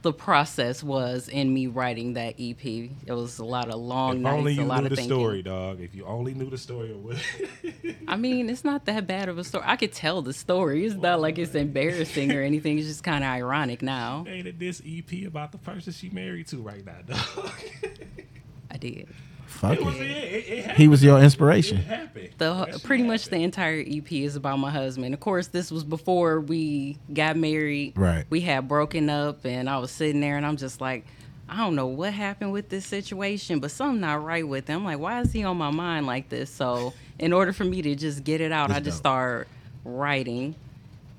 [SPEAKER 7] the process was in me writing that EP. It was a lot of long
[SPEAKER 6] If
[SPEAKER 7] nights,
[SPEAKER 6] only
[SPEAKER 7] Oh, a
[SPEAKER 6] you
[SPEAKER 7] lot
[SPEAKER 6] knew
[SPEAKER 7] of
[SPEAKER 6] the
[SPEAKER 7] thinking.
[SPEAKER 6] story, dog. If you only knew the story of what.
[SPEAKER 7] I mean, it's not that bad of a story. I could tell the story. It's not like it's embarrassing or anything. It's just kind of ironic now.
[SPEAKER 6] Ain't this EP about the person she married to right now, dog?
[SPEAKER 7] I did.
[SPEAKER 3] Fuck
[SPEAKER 6] It was-
[SPEAKER 3] it.
[SPEAKER 6] yeah, it- it
[SPEAKER 3] He was your
[SPEAKER 6] happened.
[SPEAKER 3] inspiration.
[SPEAKER 6] It happened.
[SPEAKER 7] The pretty much the entire EP is about my husband. Of course, this was before we got married.
[SPEAKER 3] Right.
[SPEAKER 7] We had broken up, and I was sitting there, and I'm just like, I don't know what happened with this situation, but something not right with him. I'm like, why is he on my mind like this? So, in order for me to just get it out, I just started writing,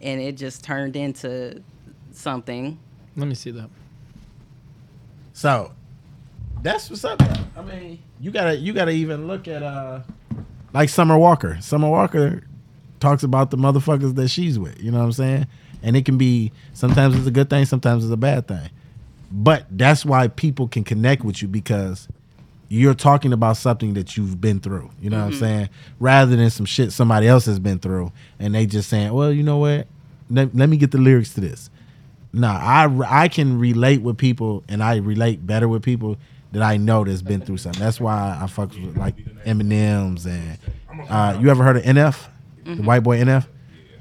[SPEAKER 7] and it just turned into something.
[SPEAKER 5] Let me see that.
[SPEAKER 3] So that's what's up. I mean, you gotta you gotta even look at uh like Summer Walker. Summer Walker talks about the motherfuckers that she's with. You know what I'm saying? And it can be sometimes it's a good thing, sometimes it's a bad thing. But that's why people can connect with you because you're talking about something that you've been through. You know what I'm
[SPEAKER 14] Mhm.
[SPEAKER 3] saying? Rather than some shit somebody else has been through and they just saying, well, you know what? Let, let me get the lyrics to this. Nah, I, I can relate with people and I relate better with people that I know that's been through something. That's why I fuck with like Eminem's and uh, you ever heard of NF? The
[SPEAKER 14] Mhm.
[SPEAKER 3] white boy NF?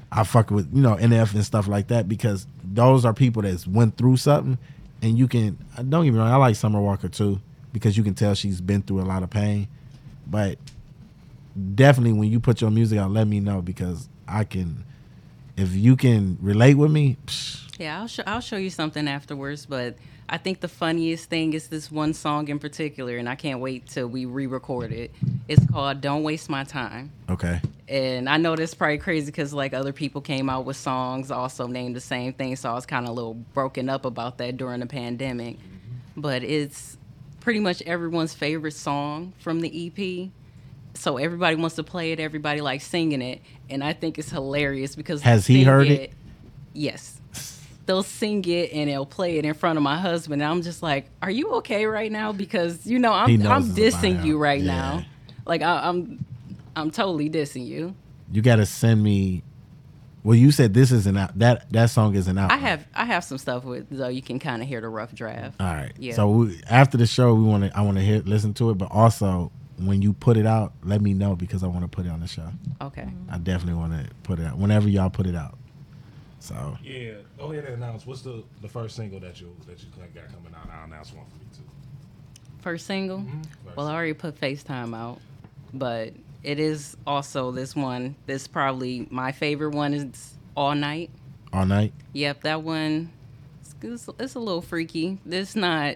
[SPEAKER 3] I fuck with you know NF and stuff like that because those are people that's went through something, and you can uh, don't get me wrong. I like Summer Walker too because you can tell she's been through a lot of pain, but definitely when you put your music out, let me know because I can. If you can relate with me, psh,
[SPEAKER 7] Yeah, I'll show I'll show you something afterwards, but I think the funniest thing is this one song in particular, and I can't wait till we re-record it. It's called "Don't Waste My Time,"
[SPEAKER 3] okay,
[SPEAKER 7] and I know that's probably crazy because like other people came out with songs also named the same thing, so I was kind of a little broken up about that during the pandemic. But it's pretty much everyone's favorite song from the EP, E So everybody wants to play it. Everybody likes singing it, and I think it's hilarious because they'll
[SPEAKER 3] Has he
[SPEAKER 7] sing
[SPEAKER 3] heard it?
[SPEAKER 7] Yes, they'll sing it and they'll play it in front of my husband. And I'm just like, "Are you okay right now?" Because you know
[SPEAKER 3] He
[SPEAKER 7] I'm
[SPEAKER 3] knows
[SPEAKER 7] I'm
[SPEAKER 3] it's a
[SPEAKER 7] dissing
[SPEAKER 3] buyout.
[SPEAKER 7] you right
[SPEAKER 3] Yeah.
[SPEAKER 7] now. Like I, I'm I'm totally dissing you.
[SPEAKER 3] You gotta send me. Well, you said this is an out. That that song is an out.
[SPEAKER 7] I have I have some stuff with though you can kind of hear the rough draft.
[SPEAKER 3] All right.
[SPEAKER 7] Yeah.
[SPEAKER 3] So we, after the show, we want to. I want to hear, listen to it, but also when you put it out, let me know because I want to put it on the show.
[SPEAKER 7] Okay.
[SPEAKER 3] I definitely want to put it out whenever y'all put it out. So
[SPEAKER 6] Yeah, go ahead and announce. What's the, the first single that you that you got coming out? I'll announce one for me too.
[SPEAKER 7] First single? Well, I already put FaceTime out, but it is also this one. This probably my favorite one is All Night.
[SPEAKER 3] all night.
[SPEAKER 7] Yep, that one. It's, it's, it's a little freaky. It's not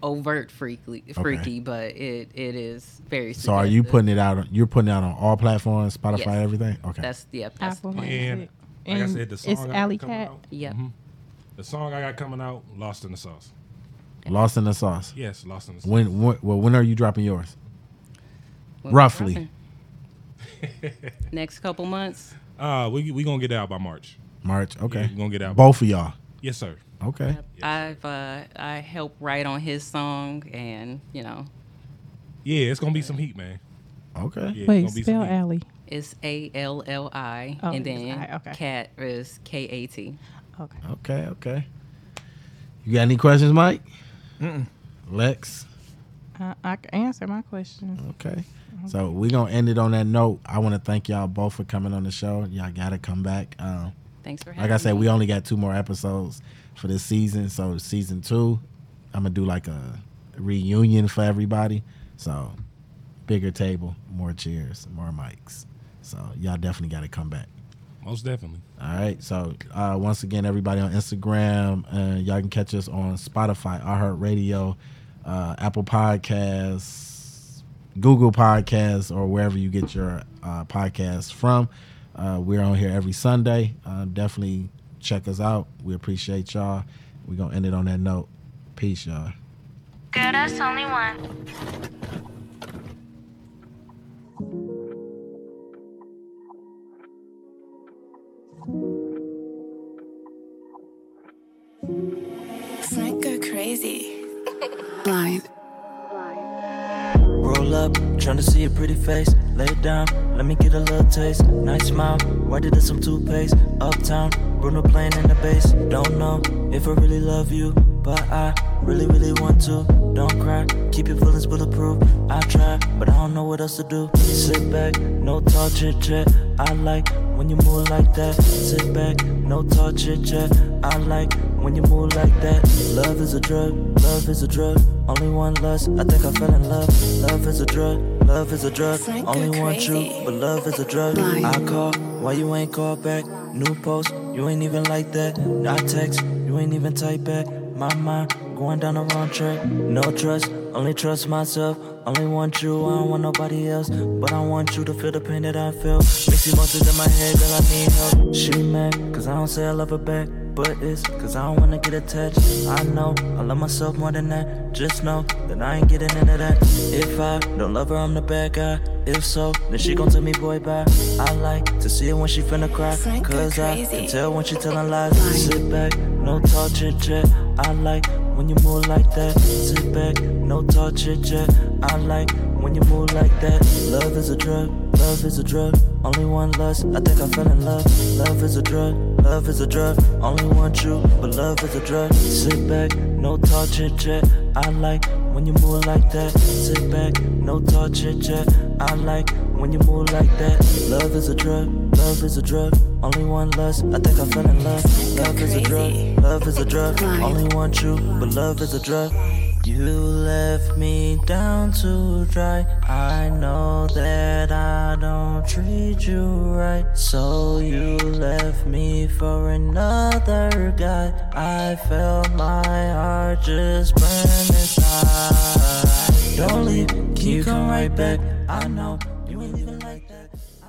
[SPEAKER 7] overt freaky, freaky, but it it is very.
[SPEAKER 3] So are you
[SPEAKER 7] suggestive.
[SPEAKER 3] putting it out? on- You're putting it out on all platforms, Spotify,
[SPEAKER 7] Yes.
[SPEAKER 3] everything. Okay.
[SPEAKER 7] That's yep. That's the
[SPEAKER 4] Apple
[SPEAKER 7] plan.
[SPEAKER 6] And like I said, the song I got coming out-
[SPEAKER 7] Yep.
[SPEAKER 6] Mhm. The song I got coming out, Lost in the Sauce.
[SPEAKER 3] Lost in the sauce.
[SPEAKER 6] Yes, Lost in the
[SPEAKER 3] When, when? Well, when are you dropping yours?
[SPEAKER 7] When we're
[SPEAKER 3] Roughly.
[SPEAKER 7] dropping. Next couple months.
[SPEAKER 6] Uh, we we gonna get it out by March.
[SPEAKER 3] March. Okay.
[SPEAKER 6] Yeah, we gonna get out.
[SPEAKER 3] Both of y'all.
[SPEAKER 6] Yes, sir.
[SPEAKER 3] Okay.
[SPEAKER 7] I've uh, I helped write on his song, and you know
[SPEAKER 6] Yeah, it's gonna be some heat, man.
[SPEAKER 3] Okay.
[SPEAKER 6] Yeah, it's
[SPEAKER 4] Wait,
[SPEAKER 6] gonna be
[SPEAKER 4] spell
[SPEAKER 6] some heat.
[SPEAKER 4] Allie.
[SPEAKER 7] it's A L L I,
[SPEAKER 4] Oh,
[SPEAKER 7] and
[SPEAKER 4] it's
[SPEAKER 7] then
[SPEAKER 4] I, okay.
[SPEAKER 7] cat is K A T.
[SPEAKER 4] Okay.
[SPEAKER 3] Okay. Okay. You got any questions, Mike?
[SPEAKER 5] Mm-mm.
[SPEAKER 3] Lex.
[SPEAKER 4] I, I can answer my question.
[SPEAKER 3] Okay.
[SPEAKER 7] Mm-hmm.
[SPEAKER 3] So we're gonna end it on that note. I want to thank y'all both for coming on the show. Y'all gotta come back. Um,
[SPEAKER 7] Thanks for
[SPEAKER 3] like I
[SPEAKER 7] having
[SPEAKER 3] said,
[SPEAKER 7] me.
[SPEAKER 3] we only got two more episodes for this season. So season two, I'm gonna do like a reunion for everybody. So bigger table, more chairs, more mics. So y'all definitely gotta come back.
[SPEAKER 6] Most definitely.
[SPEAKER 3] All right. So uh, once again, everybody on Instagram, uh, y'all can catch us on Spotify, iHeartRadio, uh, Apple Podcasts, Google Podcasts, or wherever you get your uh, podcasts from. Uh, we're on here every Sunday. Uh, definitely check us out. We appreciate y'all. We're gonna end it on that note. Peace, y'all.
[SPEAKER 14] Good us only one.
[SPEAKER 2] Frank go crazy. Blind.
[SPEAKER 15] Roll up, tryna see a pretty face. Lay it down, let me get a little taste. Nice smile, wiped it up some toothpaste. Uptown, Bruno playing in the bass. Don't know if I really love you, but I really, really want to. Don't cry, keep your feelings bulletproof. I try, but I don't know what else to do. Sit back, no tall chit chat. I like when you move like that. Sit back, no tall chit chat. I like when you move like that. Love is a drug, love is a drug. Only one lust, I think I fell in love. Love is a drug, love is a drug. Only one true, but love is a drug. I call, why you ain't call back? New post, you ain't even like that. I text, you ain't even type back. My mind going down the wrong track. No trust, only trust myself. Only want you, I don't want nobody else. But I want you to feel the pain that I feel. Mix emotions in my head, girl, I need help. She mad, cause I don't say I love her back. But it's cause I don't wanna get attached. I know I love myself more than that. Just know that I ain't getting into that. If I don't love her, I'm the bad guy. If so, then she gon' tell me boy bye. I like to see it when she finna cry. Cause I can tell when she telling lies. Sit back, no tall chit chat. I like when you move like that. Sit back, no tall chit chat. I like when you move like that. Love is a drug, love is a drug. Only one lust, I think I fell in love. Love is a drug, love is a drug. Only one true, but love is a drug. Sit back, no tall chit chat. I like when you move like that. Sit back, no tall chit chat. I like when you move like that. Love is a drug, love is a drug. Only one lust, I think I fell in love. Love is a drug, love is a drug. Only one true, but love is a drug. You left me down to dry. I know that I don't treat you right. So you left me for another guy. I felt my heart just burn inside. Don't leave, keep coming right back. I know you ain't even like that.